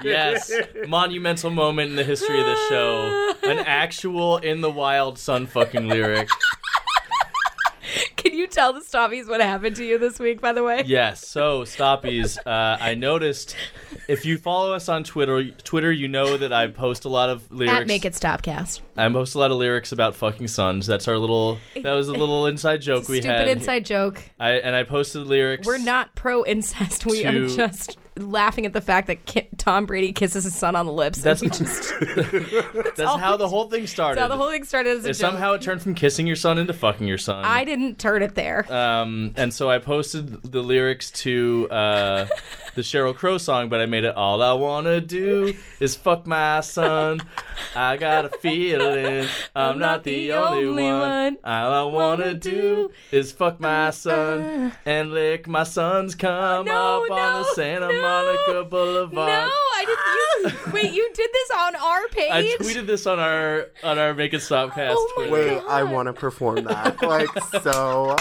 [SPEAKER 9] Yes. Monumental moment in the history of the show. An actual in the wild sun fucking lyric.
[SPEAKER 8] Can you tell the Stoppies what happened to you this week, by the way?
[SPEAKER 9] Yes. So, Stoppies, uh, I noticed if you follow us on Twitter, Twitter, you know that I post a lot of lyrics.
[SPEAKER 8] At Make It Stopcast.
[SPEAKER 9] I post a lot of lyrics about fucking sons. That's our little. That was a little inside joke we
[SPEAKER 8] Stupid
[SPEAKER 9] had.
[SPEAKER 8] inside joke.
[SPEAKER 9] I and I posted lyrics.
[SPEAKER 8] We're not pro incest. We are
[SPEAKER 9] To-
[SPEAKER 8] just laughing at the fact that Ki- Tom Brady kisses his son on the lips.
[SPEAKER 9] That's-
[SPEAKER 8] and we just,
[SPEAKER 9] That's how the whole thing started.
[SPEAKER 8] that's how the whole thing started as a
[SPEAKER 9] And
[SPEAKER 8] joke.
[SPEAKER 9] somehow it turned from kissing your son into fucking your son.
[SPEAKER 8] I didn't turn it there.
[SPEAKER 9] Um, and so I posted the lyrics to uh, the Cheryl Crow song, but I made it all I wanna do is fuck my son. I got a feeling I'm not the only one. All I wanna do uh, is fuck my son and lick my son's cum up on the Santa Monica Boulevard.
[SPEAKER 8] No, I didn't. You, wait, you did this on our page? Oh
[SPEAKER 9] I tweeted this on our on our Make It Stop cast. Twitter.
[SPEAKER 10] Wait, I want to perform that like so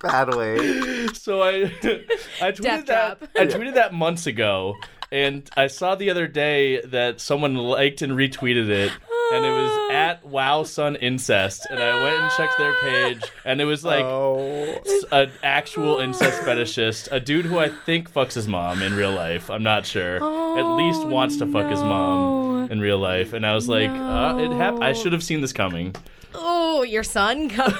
[SPEAKER 10] badly.
[SPEAKER 9] So I I tweeted that I tweeted that months ago, and I saw the other day that someone liked and retweeted it, and it was at Wow Son Incest, and I went and checked their page, and it was like s- an actual incest fetishist, a dude who I think fucks his mom in real life. I'm not sure. At least wants to fuck his mom in real life, and I was like, uh, it happened. I should have seen this coming.
[SPEAKER 8] Oh, your son comes.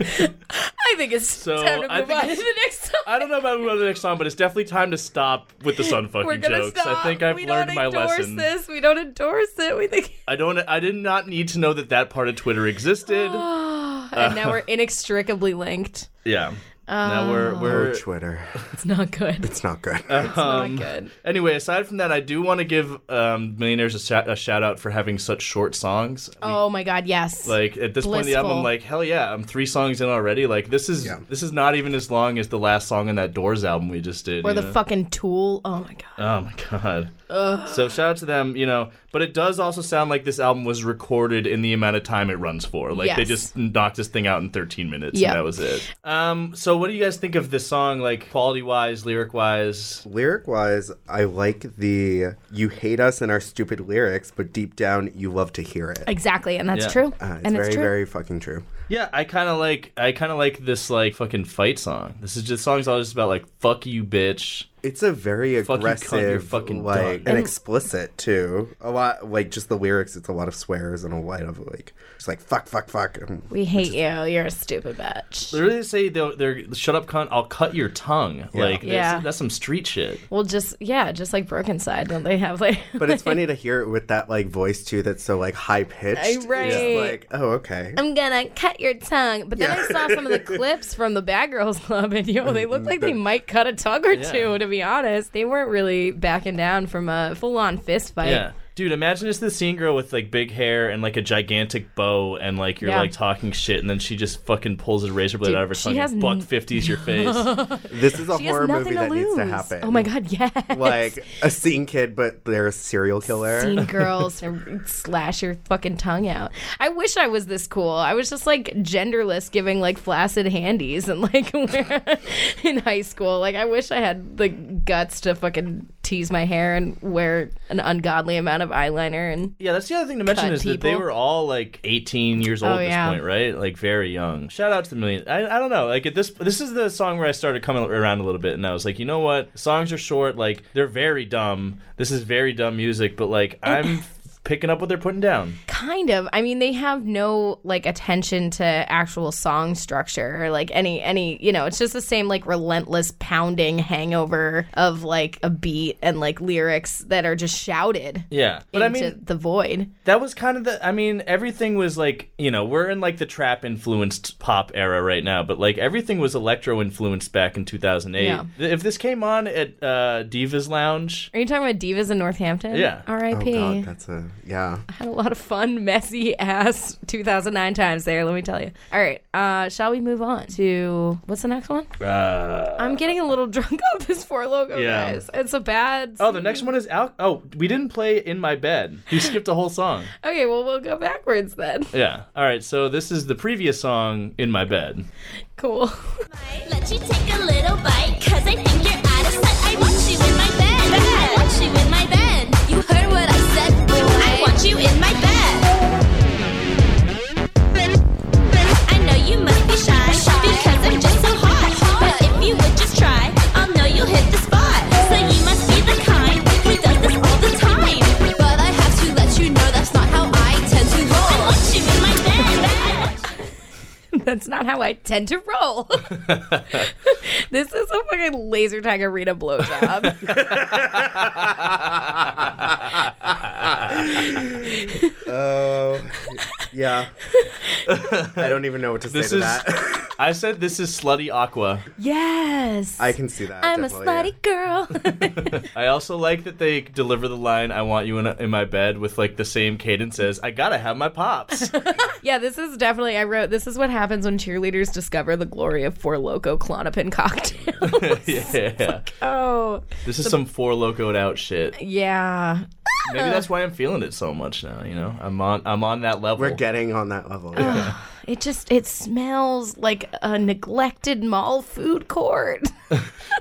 [SPEAKER 8] I think it's
[SPEAKER 9] So,
[SPEAKER 8] time to
[SPEAKER 9] I
[SPEAKER 8] move
[SPEAKER 9] think
[SPEAKER 8] on to
[SPEAKER 9] it's-
[SPEAKER 8] the next song.
[SPEAKER 9] I don't know about the next song, but it's definitely time to stop with the sun fucking
[SPEAKER 8] We're gonna
[SPEAKER 9] jokes.
[SPEAKER 8] stop.
[SPEAKER 9] I think I've
[SPEAKER 8] we
[SPEAKER 9] learned
[SPEAKER 8] don't
[SPEAKER 9] my
[SPEAKER 8] endorse
[SPEAKER 9] lesson.
[SPEAKER 8] this. We don't endorse it. We think.
[SPEAKER 9] I don't. I did not need to know that that part of Twitter existed.
[SPEAKER 8] and now we're inextricably linked.
[SPEAKER 9] yeah. now we're
[SPEAKER 8] Oh.
[SPEAKER 9] we're
[SPEAKER 8] Oh,
[SPEAKER 10] Twitter.
[SPEAKER 8] It's not good.
[SPEAKER 10] It's not good.
[SPEAKER 9] It's um, not good. Anyway, aside from that, I do want to give um, Millionaires a, shout a shout out for having such short songs.
[SPEAKER 8] Oh my god, yes.
[SPEAKER 9] Like at this point in the album,
[SPEAKER 8] Blissful.
[SPEAKER 9] I'm like, hell yeah, I'm three songs in already. Like this is this is not even as long as the last song in that Doors album we just did.
[SPEAKER 8] or
[SPEAKER 9] you
[SPEAKER 8] the
[SPEAKER 9] know?
[SPEAKER 8] fucking tool. Oh my god.
[SPEAKER 9] Oh my god.
[SPEAKER 8] Ugh.
[SPEAKER 9] So shout out to them, you know. But it does also sound like this album was recorded in the amount of time it runs for. Like they
[SPEAKER 8] Yes.
[SPEAKER 9] just knocked this thing out in 13 minutes,
[SPEAKER 8] Yep.
[SPEAKER 9] and that was it. Um, so So, what do you guys think of this song, like quality wise, lyric wise?
[SPEAKER 10] Lyric wise, I like the you hate us and our stupid lyrics, but deep down you love to hear it.
[SPEAKER 8] Exactly, and that's
[SPEAKER 9] Yeah.
[SPEAKER 8] true.
[SPEAKER 10] Uh, it's
[SPEAKER 8] and
[SPEAKER 10] very,
[SPEAKER 8] it's true.
[SPEAKER 10] very fucking true.
[SPEAKER 9] Yeah, I kind of like I kind of like this like fucking fight song. This is just songs all just about like fuck you, bitch.
[SPEAKER 10] It's a very
[SPEAKER 9] Fuck you, cunt,
[SPEAKER 10] aggressive,
[SPEAKER 9] you're fucking
[SPEAKER 10] like,
[SPEAKER 9] done.
[SPEAKER 10] and, explicit too. A lot, like just the lyrics. It's a lot of swears and a lot of like, just like fuck, fuck, fuck. And
[SPEAKER 8] we hate you. You're a stupid bitch.
[SPEAKER 9] Literally say they're, they're shut up, cunt. I'll cut your tongue. Like that's-
[SPEAKER 8] Yeah.
[SPEAKER 9] that's some street shit.
[SPEAKER 8] Well, just yeah, just like Broken Side, don't they have like?
[SPEAKER 10] But it's funny to hear it with that like voice too. That's so like high pitched.
[SPEAKER 8] Right.
[SPEAKER 10] like oh okay.
[SPEAKER 8] I'm gonna cut your tongue. But then I saw some of the clips from the Bad Girls Club, and yo, they looked like they
[SPEAKER 10] Mm-hmm.
[SPEAKER 8] might cut a tongue or
[SPEAKER 9] Yeah.
[SPEAKER 8] two. To be honest, they weren't really backing down from a full-on fist fight.
[SPEAKER 9] yeah. Dude, imagine it's this scene girl with like big hair and like a gigantic bow, and like you're
[SPEAKER 8] Yeah.
[SPEAKER 9] like talking shit, and then she just fucking pulls a razor blade
[SPEAKER 8] Dude,
[SPEAKER 9] out of her
[SPEAKER 8] she
[SPEAKER 9] tongue
[SPEAKER 8] has
[SPEAKER 9] and
[SPEAKER 8] n-
[SPEAKER 9] buck fifties your face.
[SPEAKER 10] This is a
[SPEAKER 8] She has
[SPEAKER 10] horror movie
[SPEAKER 8] nothing to
[SPEAKER 10] that needs to
[SPEAKER 8] lose.
[SPEAKER 10] happen.
[SPEAKER 8] Oh my god, yes.
[SPEAKER 10] Like a scene kid, but they're a serial killer.
[SPEAKER 8] Teen girls and slash your fucking tongue out. I wish I was this cool. I was just like genderless, giving like flaccid handies and like wear- in high school. Like I wish I had the guts to fucking tease my hair and wear an ungodly amount of eyeliner. And
[SPEAKER 9] yeah, that's the other thing to mention
[SPEAKER 8] cut
[SPEAKER 9] is that they
[SPEAKER 8] people.
[SPEAKER 9] were all like 18 years
[SPEAKER 8] Oh,
[SPEAKER 9] old at
[SPEAKER 8] yeah.
[SPEAKER 9] this point, right? Like very young. Shout out to the million. I, I don't know. Like at this, this is the song where I started coming around a little bit, and I was like, you know what? Songs are short. Like they're very dumb. This is very dumb music, but like I'm picking up what they're putting down.
[SPEAKER 8] Kind of. I mean, they have no like attention to actual song structure or like any any you know. It's just the same like relentless pounding hangover of like a beat and like lyrics that are just shouted.
[SPEAKER 9] Yeah, but I
[SPEAKER 8] into
[SPEAKER 9] mean,
[SPEAKER 8] the void.
[SPEAKER 9] That was kind of the. I mean, everything was like you know we're in like the trap influenced pop era right now, but like everything was electro influenced back in two thousand eight.
[SPEAKER 8] Yeah.
[SPEAKER 9] If this came on at uh, Divas Lounge,
[SPEAKER 8] Are you talking about divas in Northampton?
[SPEAKER 9] yeah,
[SPEAKER 8] R.I.P.
[SPEAKER 10] that's a yeah.
[SPEAKER 8] I had a lot of fun, messy ass 2009 times there. Let me tell you. All right, uh, shall we move on to what's the next one?
[SPEAKER 9] Uh,
[SPEAKER 8] I'm getting a little drunk off this four logo,
[SPEAKER 9] Yeah.
[SPEAKER 8] guys. It's a bad.
[SPEAKER 9] oh, the next one is out. Oh, we didn't play in my bed. You skipped a whole song.
[SPEAKER 8] Okay, well we'll go backwards then.
[SPEAKER 9] Yeah. All right. So this is the previous song in my bed.
[SPEAKER 8] Cool.
[SPEAKER 7] Let you take a little bite, cause I think you're out of sight. I want you in my bed. I want you in my bed. You heard what I said, boy. I want you in my bed. I know you must be shy, because I'm just so hot. But if you would just try, I'll know you'll hit the spot. So you must be the kind who does this all the time. But I have to let you know that's not how I tend to roll. I want you in my bed.
[SPEAKER 8] That's not how I tend to roll. this is a fucking laser tag arena blowjob.
[SPEAKER 10] Oh, yeah. I don't even know what to say
[SPEAKER 9] This
[SPEAKER 10] to
[SPEAKER 9] is.
[SPEAKER 10] that.
[SPEAKER 9] I said this is slutty aqua.
[SPEAKER 8] yes.
[SPEAKER 10] I can see that.
[SPEAKER 8] I'm a
[SPEAKER 9] definitely, yeah.
[SPEAKER 8] slutty girl.
[SPEAKER 9] I also like that they deliver the line "I want you in, in my bed" with like the same cadence as "I gotta have my pops."
[SPEAKER 8] yeah, this is definitely. I wrote this is what happens when cheerleaders discover the glory of Four Loco Clonopin cocktail.
[SPEAKER 9] yeah,
[SPEAKER 8] oh,
[SPEAKER 9] this is some four locoed out shit.
[SPEAKER 8] yeah.
[SPEAKER 9] Maybe that's why I'm feeling it so much now. You know, I'm on I'm on that level. We're
[SPEAKER 10] getting on that level.
[SPEAKER 8] Uh-huh. It just it smells like a neglected mall food court.
[SPEAKER 9] you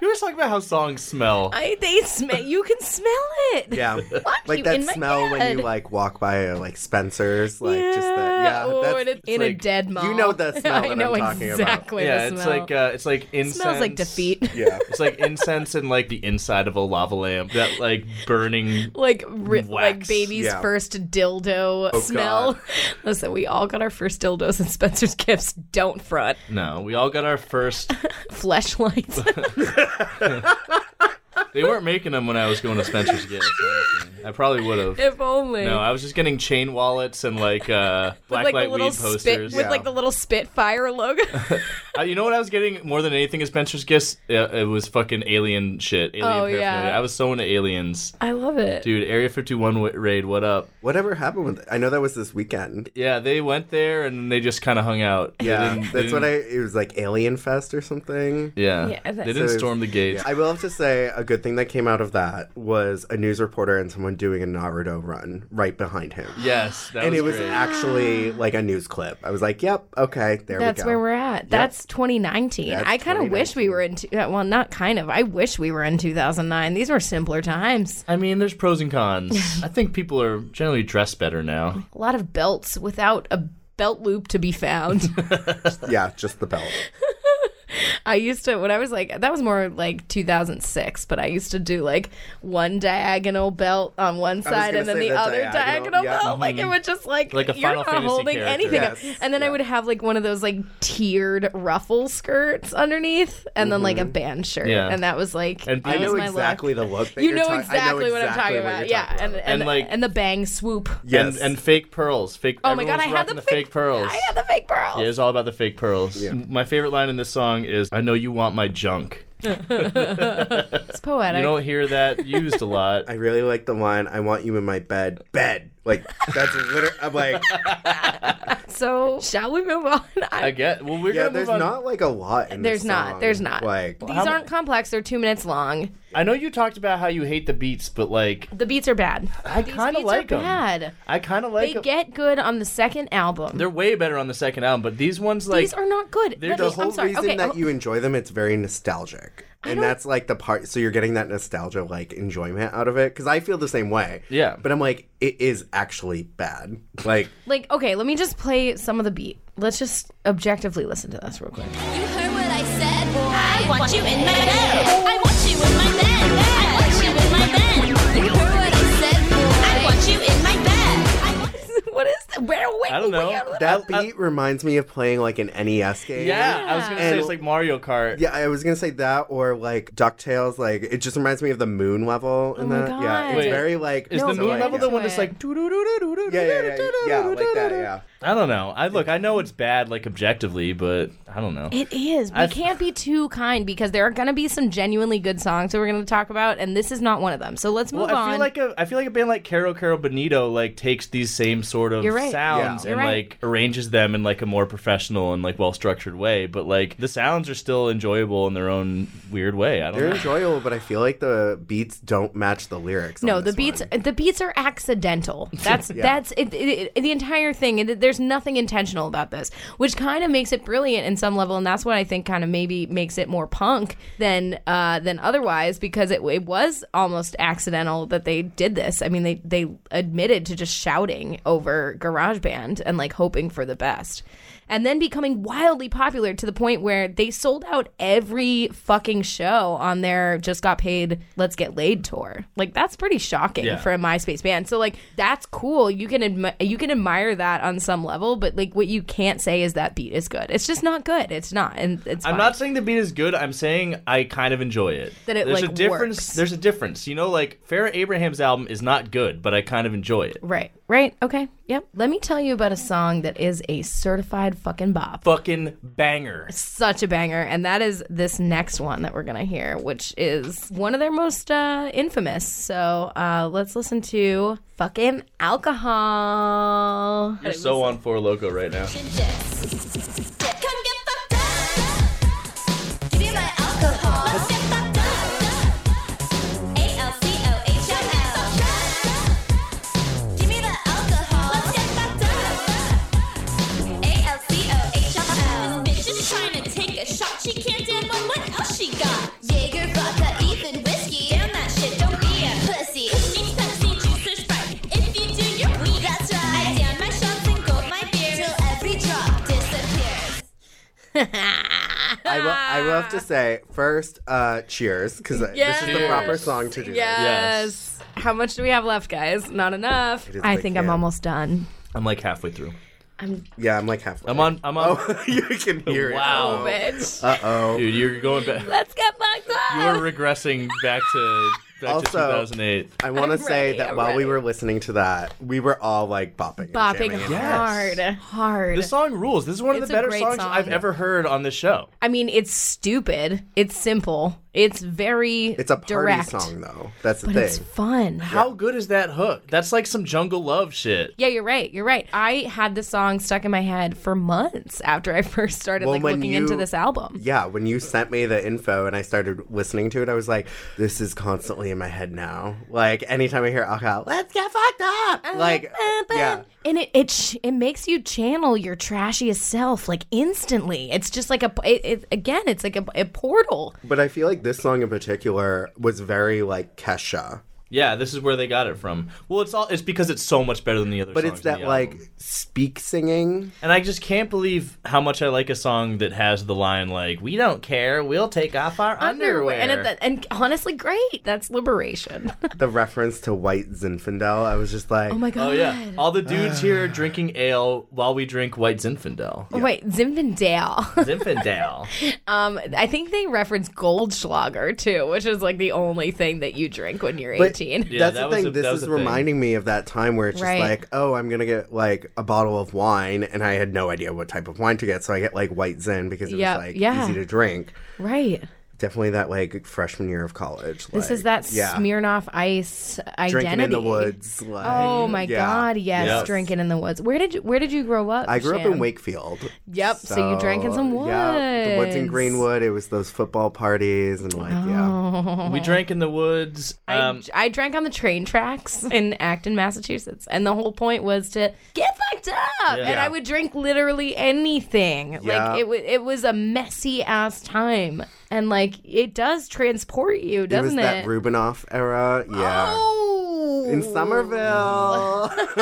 [SPEAKER 9] were talking about how songs smell.
[SPEAKER 8] I they smell. You can smell it.
[SPEAKER 10] Yeah,
[SPEAKER 8] you
[SPEAKER 10] like that
[SPEAKER 8] in my
[SPEAKER 10] smell when
[SPEAKER 8] bed.
[SPEAKER 10] you like walk by uh, like Spencer's, like just the yeah.
[SPEAKER 8] Oh,
[SPEAKER 10] that's-
[SPEAKER 8] and it's in a
[SPEAKER 10] like-
[SPEAKER 8] dead mall.
[SPEAKER 10] You know that smell
[SPEAKER 8] I
[SPEAKER 10] that
[SPEAKER 8] know
[SPEAKER 10] I'm talking
[SPEAKER 8] exactly
[SPEAKER 10] about.
[SPEAKER 9] yeah,
[SPEAKER 8] the
[SPEAKER 9] it's
[SPEAKER 8] smell.
[SPEAKER 9] like uh, it's like incense.
[SPEAKER 8] smells like defeat.
[SPEAKER 9] Yeah, it's like incense and like the inside of a lava lamp. That like burning.
[SPEAKER 8] like ri- like
[SPEAKER 9] Wax,
[SPEAKER 8] baby's
[SPEAKER 9] yeah.
[SPEAKER 8] first dildo
[SPEAKER 9] Oh,
[SPEAKER 8] smell.
[SPEAKER 9] God.
[SPEAKER 8] Listen, we all got our first dildos in Spencer's gifts. Don't front.
[SPEAKER 9] No, we all got our first.
[SPEAKER 8] Fleshlights.
[SPEAKER 9] They weren't making them when I was going to Spencer's Gifts. honestly. I probably would have.
[SPEAKER 8] if only.
[SPEAKER 9] No, I was just getting chain wallets and like uh,
[SPEAKER 8] with
[SPEAKER 9] blacklight
[SPEAKER 8] like the
[SPEAKER 9] weed
[SPEAKER 8] little
[SPEAKER 9] posters.
[SPEAKER 8] spit with like the little Spitfire logo.
[SPEAKER 9] Uh, you know what I was getting more than anything at Spencer's Gifts? Yeah, it was fucking alien shit. Alien
[SPEAKER 8] Oh, yeah.
[SPEAKER 9] paraphernalia. I was so into aliens.
[SPEAKER 8] I love it.
[SPEAKER 9] Dude, Area 51 w- raid, what up?
[SPEAKER 10] Whatever happened with? I know that was this weekend.
[SPEAKER 9] Yeah, they went there and they just kind of hung out. They
[SPEAKER 10] Yeah,
[SPEAKER 9] didn't- they
[SPEAKER 10] that's what I.
[SPEAKER 9] didn't-
[SPEAKER 10] It was like Alien Fest or something.
[SPEAKER 9] Yeah. Yeah, that's- They didn't storm the gates.
[SPEAKER 10] I will have to say, a good thing that came out of that was a news reporter and someone someone doing a Naruto run right behind him.
[SPEAKER 9] Yes, that
[SPEAKER 10] and
[SPEAKER 9] was
[SPEAKER 10] it was
[SPEAKER 9] great.
[SPEAKER 10] actually like a news clip. I was like, "Yep, okay, there
[SPEAKER 8] That's
[SPEAKER 10] we go."
[SPEAKER 8] where we're at.
[SPEAKER 10] Yep.
[SPEAKER 8] That's 2019.
[SPEAKER 10] That's
[SPEAKER 8] I kind of wish we were in. Two, uh, well, not kind of. I wish we were in 2009. These were simpler times.
[SPEAKER 9] I mean, there's pros and cons. I think people are generally dressed better now.
[SPEAKER 8] A lot of belts without a belt loop to be found.
[SPEAKER 10] yeah, just the belt.
[SPEAKER 8] I used to when I was like that was more like 2006, but I used to do like one diagonal belt on one
[SPEAKER 5] was
[SPEAKER 8] side
[SPEAKER 5] gonna
[SPEAKER 8] and then
[SPEAKER 5] say
[SPEAKER 8] the
[SPEAKER 5] the
[SPEAKER 8] other
[SPEAKER 5] diagonal,
[SPEAKER 8] diagonal
[SPEAKER 5] yeah.
[SPEAKER 8] belt. Like it
[SPEAKER 5] Mhm.
[SPEAKER 8] would just like,
[SPEAKER 5] Like a
[SPEAKER 8] you're
[SPEAKER 5] Final
[SPEAKER 8] not
[SPEAKER 5] Fantasy
[SPEAKER 8] holding
[SPEAKER 5] character.
[SPEAKER 8] anything up.
[SPEAKER 5] Yes,
[SPEAKER 8] And then I would have like one of those like tiered ruffle skirts underneath, and then like a band shirt,
[SPEAKER 9] Yeah.
[SPEAKER 8] and that was like
[SPEAKER 9] And
[SPEAKER 8] that
[SPEAKER 9] I know
[SPEAKER 8] was my
[SPEAKER 9] exactly
[SPEAKER 10] the look.
[SPEAKER 8] Look. You know, exactly what I'm talking about. Yeah, and, and
[SPEAKER 9] And, like-
[SPEAKER 8] and the bang swoop.
[SPEAKER 9] and, and fake pearls. Fake.
[SPEAKER 8] Oh my God,
[SPEAKER 9] everyone's
[SPEAKER 8] I had
[SPEAKER 9] rocking
[SPEAKER 8] the
[SPEAKER 9] fake, pearls.
[SPEAKER 8] I had the fake pearl.
[SPEAKER 9] Yeah, it's all about the fake pearls. My favorite line in this song is, "I know you want my junk."
[SPEAKER 8] It's poetic.
[SPEAKER 9] You don't hear that used a lot.
[SPEAKER 10] I really like the line, I want you in my bed. Bed. Like, that's literally, I'm like,
[SPEAKER 8] so shall we move on?
[SPEAKER 9] I get, well, we're
[SPEAKER 10] yeah,
[SPEAKER 9] gonna move
[SPEAKER 10] there's
[SPEAKER 9] on.
[SPEAKER 10] not like a lot in
[SPEAKER 8] There's
[SPEAKER 10] this
[SPEAKER 8] not.
[SPEAKER 10] song.
[SPEAKER 8] There's not.
[SPEAKER 10] Like,
[SPEAKER 8] These aren't complex. They're two minutes long.
[SPEAKER 9] I know you talked about how you hate the beats, but like,
[SPEAKER 8] The beats are bad.
[SPEAKER 9] I
[SPEAKER 8] These
[SPEAKER 9] kinda
[SPEAKER 8] beats
[SPEAKER 9] like
[SPEAKER 8] are
[SPEAKER 9] 'em.
[SPEAKER 8] Bad.
[SPEAKER 9] I kind of like
[SPEAKER 8] they
[SPEAKER 9] 'em.
[SPEAKER 8] get good on the second album.
[SPEAKER 9] They're way better on the second album, but these ones like
[SPEAKER 8] These are not good.
[SPEAKER 9] they're
[SPEAKER 8] Let
[SPEAKER 9] the
[SPEAKER 8] me-
[SPEAKER 9] whole
[SPEAKER 8] I'm sorry.
[SPEAKER 10] reason
[SPEAKER 8] okay,
[SPEAKER 10] that
[SPEAKER 8] oh,
[SPEAKER 10] you enjoy them, it's very nostalgic. And that's like the part, so you're getting that nostalgia, like, enjoyment out of it. Cause I feel the same way. Yeah. But I'm like, it is actually bad. Like,
[SPEAKER 8] like okay, let me just play some of the beat. Let's just objectively listen to this real quick.
[SPEAKER 7] What I said, I want you in my bed. I want you in my bed. I want you in my bed. You heard what I said, I want you in my bed.
[SPEAKER 8] what is that? Where? Wait, Oh
[SPEAKER 9] I don't know.
[SPEAKER 10] that beat reminds me of playing like an E NES game.
[SPEAKER 9] Yeah, I was gonna say
[SPEAKER 10] And-
[SPEAKER 9] it's like Mario Kart.
[SPEAKER 10] Yeah, I was gonna say that or like Ducktales. Like it just reminds me of the moon level and
[SPEAKER 9] my
[SPEAKER 10] that. Yeah, it's
[SPEAKER 9] God.
[SPEAKER 10] very like.
[SPEAKER 9] Is
[SPEAKER 10] so,
[SPEAKER 9] the moon
[SPEAKER 10] like,
[SPEAKER 9] level
[SPEAKER 10] yeah.
[SPEAKER 9] the one that's like?
[SPEAKER 10] Yeah, yeah, yeah, yeah, yeah, like that. Yeah.
[SPEAKER 9] I don't know. I look. I know it's bad, like objectively, but I don't know.
[SPEAKER 8] It is. We
[SPEAKER 9] I've-
[SPEAKER 8] can't be too kind because there are going to be some genuinely good songs that we're going to talk about, and this is not one of them. So let's move
[SPEAKER 9] well, I
[SPEAKER 8] on.
[SPEAKER 9] feel like a I feel like a band like Caro Caro Bonito like takes these same sort of
[SPEAKER 8] You're right.
[SPEAKER 9] sounds
[SPEAKER 8] Yeah.
[SPEAKER 9] and
[SPEAKER 8] You're right.
[SPEAKER 9] like arranges them in like a more professional and like well structured way, but like the sounds are still enjoyable in their own weird way. I don't
[SPEAKER 10] They're
[SPEAKER 9] know.
[SPEAKER 10] enjoyable, but I feel like the beats don't match the lyrics.
[SPEAKER 8] no, the beats the beats are accidental. That's
[SPEAKER 10] Yeah.
[SPEAKER 8] that's it, it, it- the entire thing. It, there's nothing intentional about this, which kind of makes it brilliant in some level, and that's what I think kind of maybe makes it more punk than uh, than otherwise because it, it was almost accidental that they did this. I mean, they they admitted to just shouting over GarageBand and like hoping for the best. And then becoming wildly popular to the point where they sold out every fucking show on their just got paid, let's get laid tour. Like that's pretty shocking
[SPEAKER 5] Yeah.
[SPEAKER 8] for a MySpace band. So like that's cool. You can admi- you can admire that on some level, but like what you can't say is that beat is good. It's just not good. It's not, and it's.
[SPEAKER 9] I'm
[SPEAKER 8] fine.
[SPEAKER 9] not saying the beat is good. I'm saying I kind of enjoy it.
[SPEAKER 8] That it,
[SPEAKER 9] there's
[SPEAKER 8] like,
[SPEAKER 9] a difference.
[SPEAKER 8] works.
[SPEAKER 9] There's a difference. You know, like Farrah Abraham's album is not good, but I kind of enjoy it.
[SPEAKER 8] right. Right. Okay. Yep. Let me tell you about a song that is a certified fucking bop.
[SPEAKER 9] Fucking banger.
[SPEAKER 8] such a banger and that is this next one that we're gonna hear which is one of their most uh, infamous so uh, let's listen to fucking alcohol
[SPEAKER 9] You're so on Four Loco right now.
[SPEAKER 7] She can't stand one. What else she got? Jaeger, vodka, even whiskey. Down that shit. Don't be a pussy. Cushing's Pepsi, juice or Sprite. If you do, you're weak. That's right. I down my shots and go my beer till every drop disappears.
[SPEAKER 10] I will. I will have to say first, uh, cheers, because this is the
[SPEAKER 8] Yes.
[SPEAKER 10] proper song to do.
[SPEAKER 8] yes.
[SPEAKER 10] this.
[SPEAKER 8] how much do we have left guys not enough
[SPEAKER 10] It is
[SPEAKER 8] i
[SPEAKER 10] like
[SPEAKER 8] think i'm almost done
[SPEAKER 9] I'm like halfway through.
[SPEAKER 8] i'm
[SPEAKER 10] Yeah, I'm like halfway. Oh,
[SPEAKER 9] I'm on. I'm on.
[SPEAKER 10] you can hear
[SPEAKER 9] wow.
[SPEAKER 8] Oh, bitch.
[SPEAKER 10] Uh oh,
[SPEAKER 9] dude, you're going back.
[SPEAKER 8] let's get fucked up
[SPEAKER 9] You are regressing back to back
[SPEAKER 10] Also,
[SPEAKER 9] to 2008.
[SPEAKER 10] I want to say that while we were listening to that, we were all like bopping, and
[SPEAKER 8] bopping
[SPEAKER 10] jamming and
[SPEAKER 8] hard hard
[SPEAKER 9] This song rules. This is one of
[SPEAKER 8] It's
[SPEAKER 9] the
[SPEAKER 8] a
[SPEAKER 9] better
[SPEAKER 8] great
[SPEAKER 9] songs
[SPEAKER 8] song.
[SPEAKER 9] I've ever heard on this show.
[SPEAKER 8] I mean, it's stupid. It's simple. It's very
[SPEAKER 10] It's a party
[SPEAKER 8] direct.
[SPEAKER 10] song though. That's the
[SPEAKER 8] But
[SPEAKER 10] thing.
[SPEAKER 8] it's fun.
[SPEAKER 9] How good is that hook? That's like some jungle love shit.
[SPEAKER 8] Yeah, you're right. You're right. I had this song stuck in my head for months after I first started
[SPEAKER 10] Well,
[SPEAKER 8] like
[SPEAKER 10] when
[SPEAKER 8] looking
[SPEAKER 10] you-
[SPEAKER 8] into this album.
[SPEAKER 10] Yeah, when you sent me the info and I started listening to it, I was like, this is constantly in my head now. Like anytime I hear Aka, let's get fucked up. Like yeah.
[SPEAKER 8] Uh, And it it sh- it makes you channel your trashiest self like instantly. It's just like a it, it, again, it's like a, a portal.
[SPEAKER 10] But I feel like this song in particular was very like Kesha.
[SPEAKER 9] Yeah, this is where they got it from. Well, it's all it's because it's so much better than the other.
[SPEAKER 10] But
[SPEAKER 9] songs
[SPEAKER 10] it's
[SPEAKER 9] in
[SPEAKER 10] that
[SPEAKER 9] the
[SPEAKER 10] like speak singing.
[SPEAKER 9] And I just can't believe how much I like a song that has the line like "We don't care, we'll take off our underwear."
[SPEAKER 8] And it, and honestly, great. That's liberation.
[SPEAKER 10] the reference to White Zinfandel, I was just like,
[SPEAKER 8] Oh my
[SPEAKER 9] oh yeah,
[SPEAKER 8] God.
[SPEAKER 9] all the dudes here are
[SPEAKER 10] Ah.
[SPEAKER 9] drinking ale while we drink White Zinfandel.
[SPEAKER 8] Oh, Wait, Zinfandel.
[SPEAKER 9] Zinfandel.
[SPEAKER 8] um, I think they reference Goldschlager too, which is like the only thing that you drink when you're 18.
[SPEAKER 10] that's the thing. this is reminding me of that time where it's just
[SPEAKER 8] Right.
[SPEAKER 10] like, oh, I'm gonna get like a bottle of wine, and I had no idea what type of wine to get, so I get like white zin because it
[SPEAKER 8] Yeah,
[SPEAKER 10] was like
[SPEAKER 8] yeah.
[SPEAKER 10] easy to drink.
[SPEAKER 8] Right.
[SPEAKER 10] Definitely that like freshman year of college.
[SPEAKER 8] This is
[SPEAKER 10] like,
[SPEAKER 8] that
[SPEAKER 10] yeah.
[SPEAKER 8] Smirnoff Ice identity.
[SPEAKER 10] Drinking in the woods. Like,
[SPEAKER 8] oh my
[SPEAKER 10] yeah.
[SPEAKER 8] God! Yes, drinking in the woods. Where did you, where did you grow up?
[SPEAKER 10] I grew up
[SPEAKER 8] Shan?
[SPEAKER 10] in Wakefield.
[SPEAKER 8] Yep. So, you drank in some woods.
[SPEAKER 10] Yeah, the woods in Greenwood. It was those football parties and like,
[SPEAKER 8] Oh.
[SPEAKER 10] yeah.
[SPEAKER 8] We
[SPEAKER 9] drank in the woods. Um,
[SPEAKER 10] Um,
[SPEAKER 8] I, I drank on the train tracks in Acton, Massachusetts, and the whole point was to get fucked up,
[SPEAKER 9] Yeah.
[SPEAKER 8] and I would drink literally anything.
[SPEAKER 9] Yeah.
[SPEAKER 8] Like it was it was a messy ass time, and like it does transport you, doesn't
[SPEAKER 10] it was that Rubinoff era. Yeah.
[SPEAKER 8] Oh.
[SPEAKER 10] In Somerville.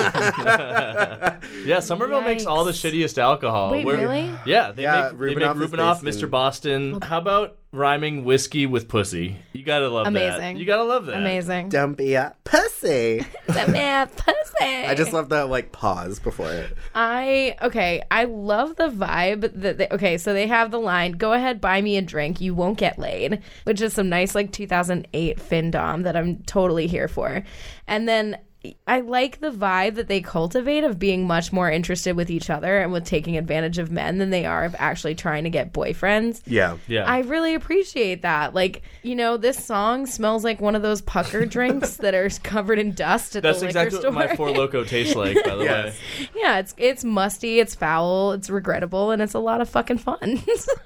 [SPEAKER 9] yeah, Somerville makes all the shittiest alcohol.
[SPEAKER 8] Wait, really?
[SPEAKER 9] Yeah, they
[SPEAKER 10] Yeah,
[SPEAKER 9] make they make
[SPEAKER 10] Rubinoff is
[SPEAKER 9] Rubinoff,
[SPEAKER 10] based in-
[SPEAKER 9] Mr. Boston. How about rhyming whiskey with pussy? You gotta love that.
[SPEAKER 8] Amazing.
[SPEAKER 9] You gotta love that.
[SPEAKER 8] Amazing.
[SPEAKER 10] Don't be a pussy.
[SPEAKER 8] That man pussy.
[SPEAKER 10] I just love that like pause before it.
[SPEAKER 8] I okay, I love the vibe that they, okay, so they have the line, "Go ahead, buy me a drink, you won't get laid," which is some nice like 2008 fin dom that I'm totally here for. And then I like the vibe that they cultivate of being much more interested with each other and with taking advantage of men than they are of actually trying to get boyfriends.
[SPEAKER 10] Yeah.
[SPEAKER 8] I really appreciate that. Like, you know, this song smells like one of those pucker drinks that are covered in dust at
[SPEAKER 9] That's
[SPEAKER 8] the liquor
[SPEAKER 9] exactly
[SPEAKER 8] store.
[SPEAKER 9] what my four loco tastes like, by the way.
[SPEAKER 8] Yeah, it's it's musty, it's foul, it's regrettable, and it's a lot of fucking fun.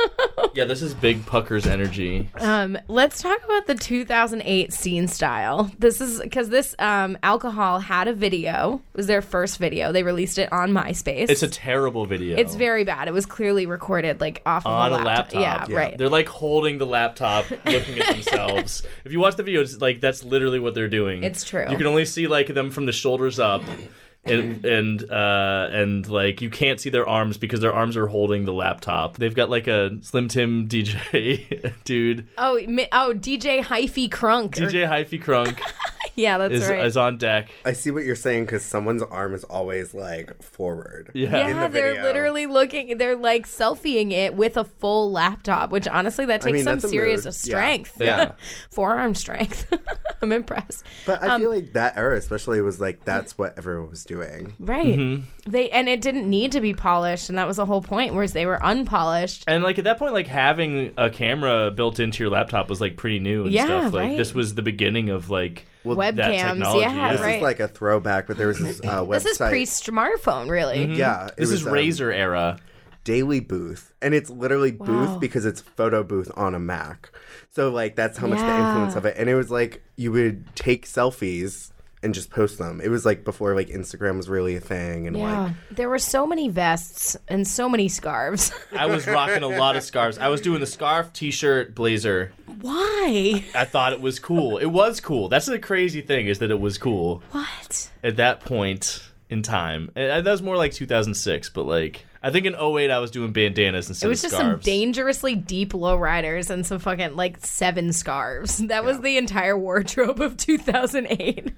[SPEAKER 9] Yeah, this is big puckers energy.
[SPEAKER 8] um, let's talk about the 2008 scene style. This is because this um, alcohol had a video. It was their first video. They released it on MySpace.
[SPEAKER 9] It's a terrible video.
[SPEAKER 8] It's very bad. It was clearly recorded like off of
[SPEAKER 9] on
[SPEAKER 8] a laptop. Yeah, right.
[SPEAKER 9] They're like holding the laptop, looking at themselves. if you watch the video, it's like that's literally what they're doing.
[SPEAKER 8] It's true.
[SPEAKER 9] You can only see like them from the shoulders up. And and uh, and like you can't see their arms because their arms are holding the laptop. They've got like a Slim Tim DJ dude,
[SPEAKER 8] Oh, mi- oh, DJ Hyphy Crunk. or-
[SPEAKER 9] DJ Hyphy Crunk
[SPEAKER 8] yeah, that's
[SPEAKER 9] is,
[SPEAKER 8] right.
[SPEAKER 9] is on deck.
[SPEAKER 10] I see what you're saying because someone's arm is always like forward.
[SPEAKER 8] Yeah, they're literally looking. They're like selfieing it with a full laptop, which honestly that
[SPEAKER 10] I
[SPEAKER 8] takes
[SPEAKER 10] mean,
[SPEAKER 8] some
[SPEAKER 10] that's a
[SPEAKER 8] serious
[SPEAKER 10] mood.
[SPEAKER 8] strength.
[SPEAKER 10] Yeah. Yeah.
[SPEAKER 8] forearm strength. I'm impressed. Um,
[SPEAKER 10] But I feel like that era especially was like that's what everyone was doing.
[SPEAKER 8] Right.
[SPEAKER 9] Mm-hmm.
[SPEAKER 8] They and it didn't need to be polished, and that was the whole point. Whereas they were unpolished.
[SPEAKER 9] And like at that point, like having a camera built into your laptop was like pretty new and
[SPEAKER 8] Yeah,
[SPEAKER 9] stuff. Like
[SPEAKER 8] right.
[SPEAKER 9] this was the beginning of like that
[SPEAKER 8] Webcams, yeah,
[SPEAKER 9] technology.
[SPEAKER 8] This is, right. like,
[SPEAKER 10] A throwback, but there was this uh, website.
[SPEAKER 8] This is pre-smartphone, really.
[SPEAKER 10] Yeah,
[SPEAKER 9] Mm-hmm. This is Razor era.
[SPEAKER 10] Daily Booth, and it's literally
[SPEAKER 8] Wow.
[SPEAKER 10] Booth because it's photo booth on a Mac. So like that's how much the
[SPEAKER 8] Yeah.
[SPEAKER 10] influence of it. And it was like you would take selfies and just post them. It was like before like Instagram was really a thing, and
[SPEAKER 8] Yeah,
[SPEAKER 10] like
[SPEAKER 8] there were so many vests and so many scarves.
[SPEAKER 9] I was rocking a lot of scarves. I was doing the scarf, t-shirt, blazer.
[SPEAKER 8] Why?
[SPEAKER 9] I thought it was cool. It was cool. That's the crazy thing is that it was cool
[SPEAKER 8] What?
[SPEAKER 9] at that point in time. And that was more like 2006, but like I think in 08 I was doing bandanas instead
[SPEAKER 8] it was
[SPEAKER 9] of
[SPEAKER 8] just some
[SPEAKER 9] scarves.
[SPEAKER 8] dangerously deep lowriders and some fucking like seven scarves. That was the entire wardrobe of 2008.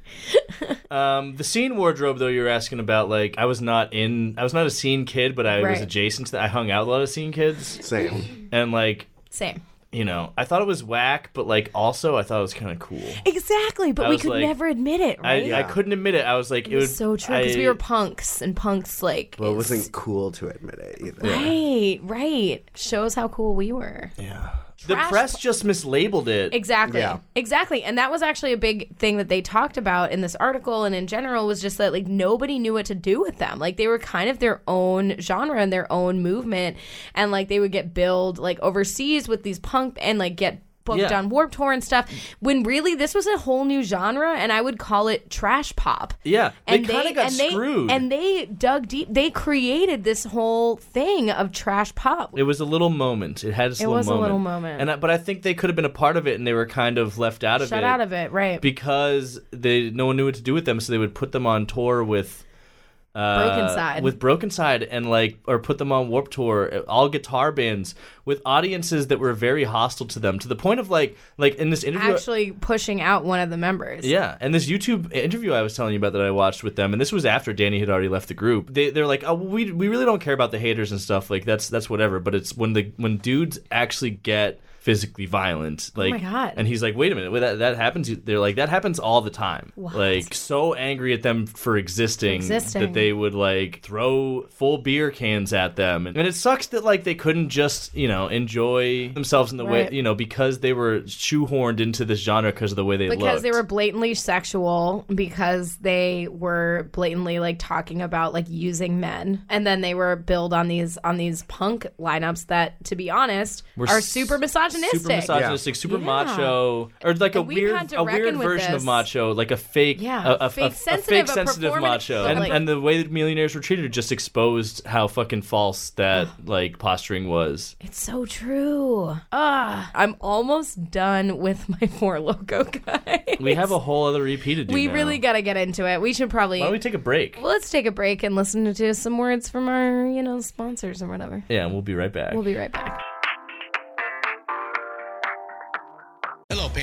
[SPEAKER 9] um, the scene wardrobe though you were asking about like I was not in I was not a scene kid, but I was
[SPEAKER 8] Right.
[SPEAKER 9] adjacent to that. I hung out with a lot of scene kids.
[SPEAKER 10] Same.
[SPEAKER 9] And like
[SPEAKER 8] Same.
[SPEAKER 9] you know, I thought it was whack, but like also I thought it was kind of cool.
[SPEAKER 8] Exactly, but
[SPEAKER 9] I
[SPEAKER 8] we
[SPEAKER 9] was
[SPEAKER 8] could
[SPEAKER 9] like-
[SPEAKER 8] never admit it,
[SPEAKER 9] I,
[SPEAKER 8] right?
[SPEAKER 9] I couldn't admit it. I was like,
[SPEAKER 8] It was so true because
[SPEAKER 9] I-
[SPEAKER 8] we were punks and punks like
[SPEAKER 10] well, it
[SPEAKER 8] it's-
[SPEAKER 10] wasn't cool to admit it either.
[SPEAKER 8] right, right. Shows how cool we were.
[SPEAKER 9] Yeah. The
[SPEAKER 8] trash
[SPEAKER 9] press just mislabeled it.
[SPEAKER 8] Exactly. Exactly. And that was actually a big thing that they talked about in this article and in general was just that like nobody knew what to do with them. Like they were kind of their own genre and their own movement and like they would get billed like overseas with these punk and like get booked
[SPEAKER 11] Yeah.
[SPEAKER 8] on Warped Tour and stuff when really this was a whole new genre and I would call it trash pop.
[SPEAKER 9] Yeah,
[SPEAKER 8] And
[SPEAKER 9] they kind of got
[SPEAKER 8] and
[SPEAKER 9] screwed.
[SPEAKER 8] They, and they dug deep. They created this whole thing of trash pop.
[SPEAKER 9] It was a little moment. It had its
[SPEAKER 8] It
[SPEAKER 9] little
[SPEAKER 8] was a
[SPEAKER 9] moment.
[SPEAKER 8] little moment.
[SPEAKER 9] And I, but I think they could have been a part of it, and they were kind of left out of
[SPEAKER 8] Shut
[SPEAKER 9] it.
[SPEAKER 8] out of it, right.
[SPEAKER 9] Because they no one knew what to do with them, so they would put them on tour with. Uh,
[SPEAKER 8] Broken Side.
[SPEAKER 9] with broken side and like or put them on warp tour all guitar bands with audiences that were very hostile to them to the point of like like in this interview
[SPEAKER 8] actually pushing out one of the members.
[SPEAKER 9] Yeah, and this YouTube interview I was telling you about that I watched with them, and this was after Danny had already left the group. They they're like, oh, we we really don't care about the haters and stuff. Like that's that's whatever. But it's when the when dudes actually get physically violent,
[SPEAKER 8] Oh my
[SPEAKER 9] like,
[SPEAKER 8] God.
[SPEAKER 9] and he's like, wait a minute, wait, that that happens. They're like, that happens all the time.
[SPEAKER 8] What?
[SPEAKER 9] Like so angry at them for existing,
[SPEAKER 8] Existing.
[SPEAKER 9] that they would like throw full beer cans at them, and, and it sucks that like they couldn't just you know enjoy themselves in the
[SPEAKER 8] Right.
[SPEAKER 9] way you know because they were shoehorned into this genre because of the way they
[SPEAKER 8] because
[SPEAKER 9] looked.
[SPEAKER 8] they were blatantly sexual because they were blatantly like talking about like using men and then they were billed on these on these punk lineups that to be honest
[SPEAKER 9] Were
[SPEAKER 8] are
[SPEAKER 9] s-
[SPEAKER 8] super misogynistic
[SPEAKER 9] super misogynistic, super
[SPEAKER 8] Yeah.
[SPEAKER 9] macho, or like a
[SPEAKER 8] And we've had
[SPEAKER 9] weird,
[SPEAKER 8] to
[SPEAKER 9] a
[SPEAKER 8] reckon
[SPEAKER 9] weird
[SPEAKER 8] with
[SPEAKER 9] version
[SPEAKER 8] this.
[SPEAKER 9] of macho, like a fake,
[SPEAKER 8] Yeah,
[SPEAKER 9] a, a-
[SPEAKER 8] fake
[SPEAKER 9] a- a
[SPEAKER 8] sensitive, a
[SPEAKER 9] fake sensitive
[SPEAKER 8] performative-
[SPEAKER 9] macho,
[SPEAKER 8] but,
[SPEAKER 9] and,
[SPEAKER 8] like-
[SPEAKER 9] and the way that millionaires were treated just exposed how fucking false that like posturing was.
[SPEAKER 8] it's so true ah i'm almost done with my four loco guy
[SPEAKER 9] We have a whole other EP to do.
[SPEAKER 8] we
[SPEAKER 9] now.
[SPEAKER 8] really gotta get into it we should probably
[SPEAKER 9] Why don't we take a break?
[SPEAKER 8] well, let's take a break and listen to some words from our you know sponsors or whatever
[SPEAKER 9] Yeah, and we'll be right back.
[SPEAKER 8] we'll be right back
[SPEAKER 12] Hello,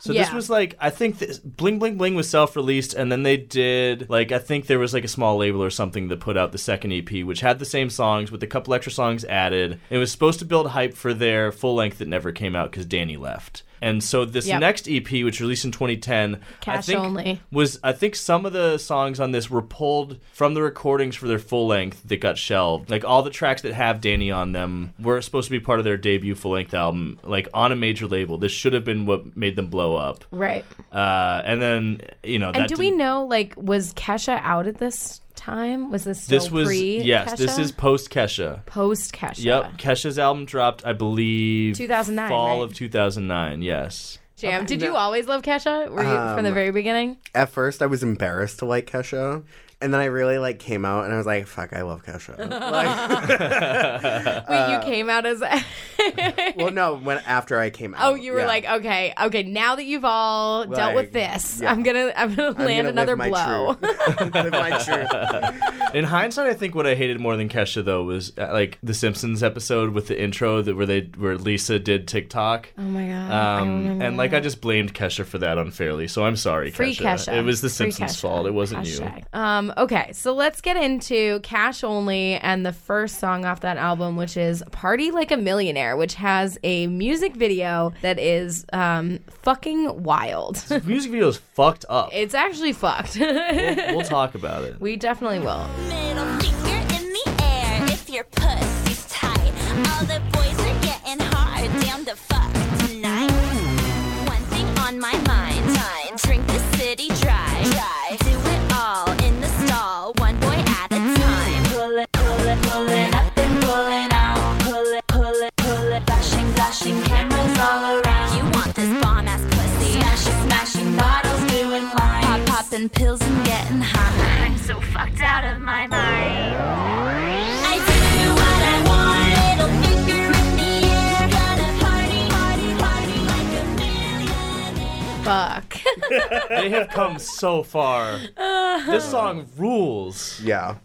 [SPEAKER 9] So this
[SPEAKER 8] Yeah.
[SPEAKER 9] was like I think this, Bling Bling Bling was self-released, and then they did like I think there was like a small label or something that put out the second EP, which had the same songs with a couple extra songs added. It was supposed to build hype for their full length that never came out because Danny left. And so this
[SPEAKER 8] Yep.
[SPEAKER 9] next EP, which released in 2010, I
[SPEAKER 8] Cash
[SPEAKER 9] think
[SPEAKER 8] only.
[SPEAKER 9] was I think some of the songs on this were pulled from the recordings for their full length that got shelved. Like all the tracks that have Danny on them were supposed to be part of their debut full length album, like on a major label. This should have been what made them blow up.
[SPEAKER 8] right
[SPEAKER 9] Uh, and then you know that
[SPEAKER 8] and do we know like was Kesha out at this time? Was this still
[SPEAKER 9] this was
[SPEAKER 8] pre?
[SPEAKER 9] yes, this
[SPEAKER 8] Kesha?
[SPEAKER 9] is post Kesha.
[SPEAKER 8] post Kesha.
[SPEAKER 9] Yep, Kesha's album dropped, I believe,
[SPEAKER 8] 2009,
[SPEAKER 9] fall
[SPEAKER 8] right?
[SPEAKER 9] of 2009. Yes.
[SPEAKER 8] Jam, did you
[SPEAKER 10] No.
[SPEAKER 8] always love Kesha? Were you from the
[SPEAKER 10] Um,
[SPEAKER 8] very beginning?
[SPEAKER 10] At first, I was embarrassed to like Kesha, and then I really like came out, and I was like, "Fuck, I love Kesha."
[SPEAKER 8] uh, Wait, you came out as
[SPEAKER 10] well, no, when after I came out.
[SPEAKER 8] Oh, you were
[SPEAKER 10] yeah.
[SPEAKER 8] like, okay, okay. Now that you've all dealt with
[SPEAKER 10] Like,
[SPEAKER 8] this,
[SPEAKER 10] yeah.
[SPEAKER 8] I'm gonna, I'm gonna
[SPEAKER 10] I'm
[SPEAKER 8] land
[SPEAKER 10] gonna
[SPEAKER 8] another
[SPEAKER 10] live my
[SPEAKER 8] blow.
[SPEAKER 9] In hindsight, I think what I hated more than Kesha though was uh, like the Simpsons episode with the intro that where they where Lisa did TikTok.
[SPEAKER 8] Oh my God, I
[SPEAKER 9] Um,
[SPEAKER 8] remember
[SPEAKER 9] and like I just blamed Kesha for that unfairly, so I'm sorry,
[SPEAKER 8] Free Kesha.
[SPEAKER 9] It was the
[SPEAKER 8] Free
[SPEAKER 9] Simpsons'
[SPEAKER 8] Kesha.
[SPEAKER 9] fault. It wasn't you.
[SPEAKER 8] Hashtag. Um, okay, so let's get into Cash Only and the first song off that album, which is Party Like a Millionaire, which has a music video that is um, fucking wild.
[SPEAKER 9] The music video is fucked up.
[SPEAKER 8] it's actually fucked.
[SPEAKER 9] We'll, we'll talk about it.
[SPEAKER 8] We definitely will.
[SPEAKER 7] air if your pussy's tight. All the boys are getting hard down the fuck tonight. One thing on my mind, drink the city dry. Do it all in the stall, one boy at a time. Pull it, pull it, pull it up and pull it out. Pull it, pull it, pull it, flashing, flashing cameras all around. You want this bomb ass pussy? Smashing, smashing bottles, doing lines. Pop, popping pills and getting high. I'm so fucked out of my mind. I do what I want. Little finger in the air, gonna party, party, party like a
[SPEAKER 8] Fuck.
[SPEAKER 9] they have come so far. This song rules.
[SPEAKER 10] Yeah.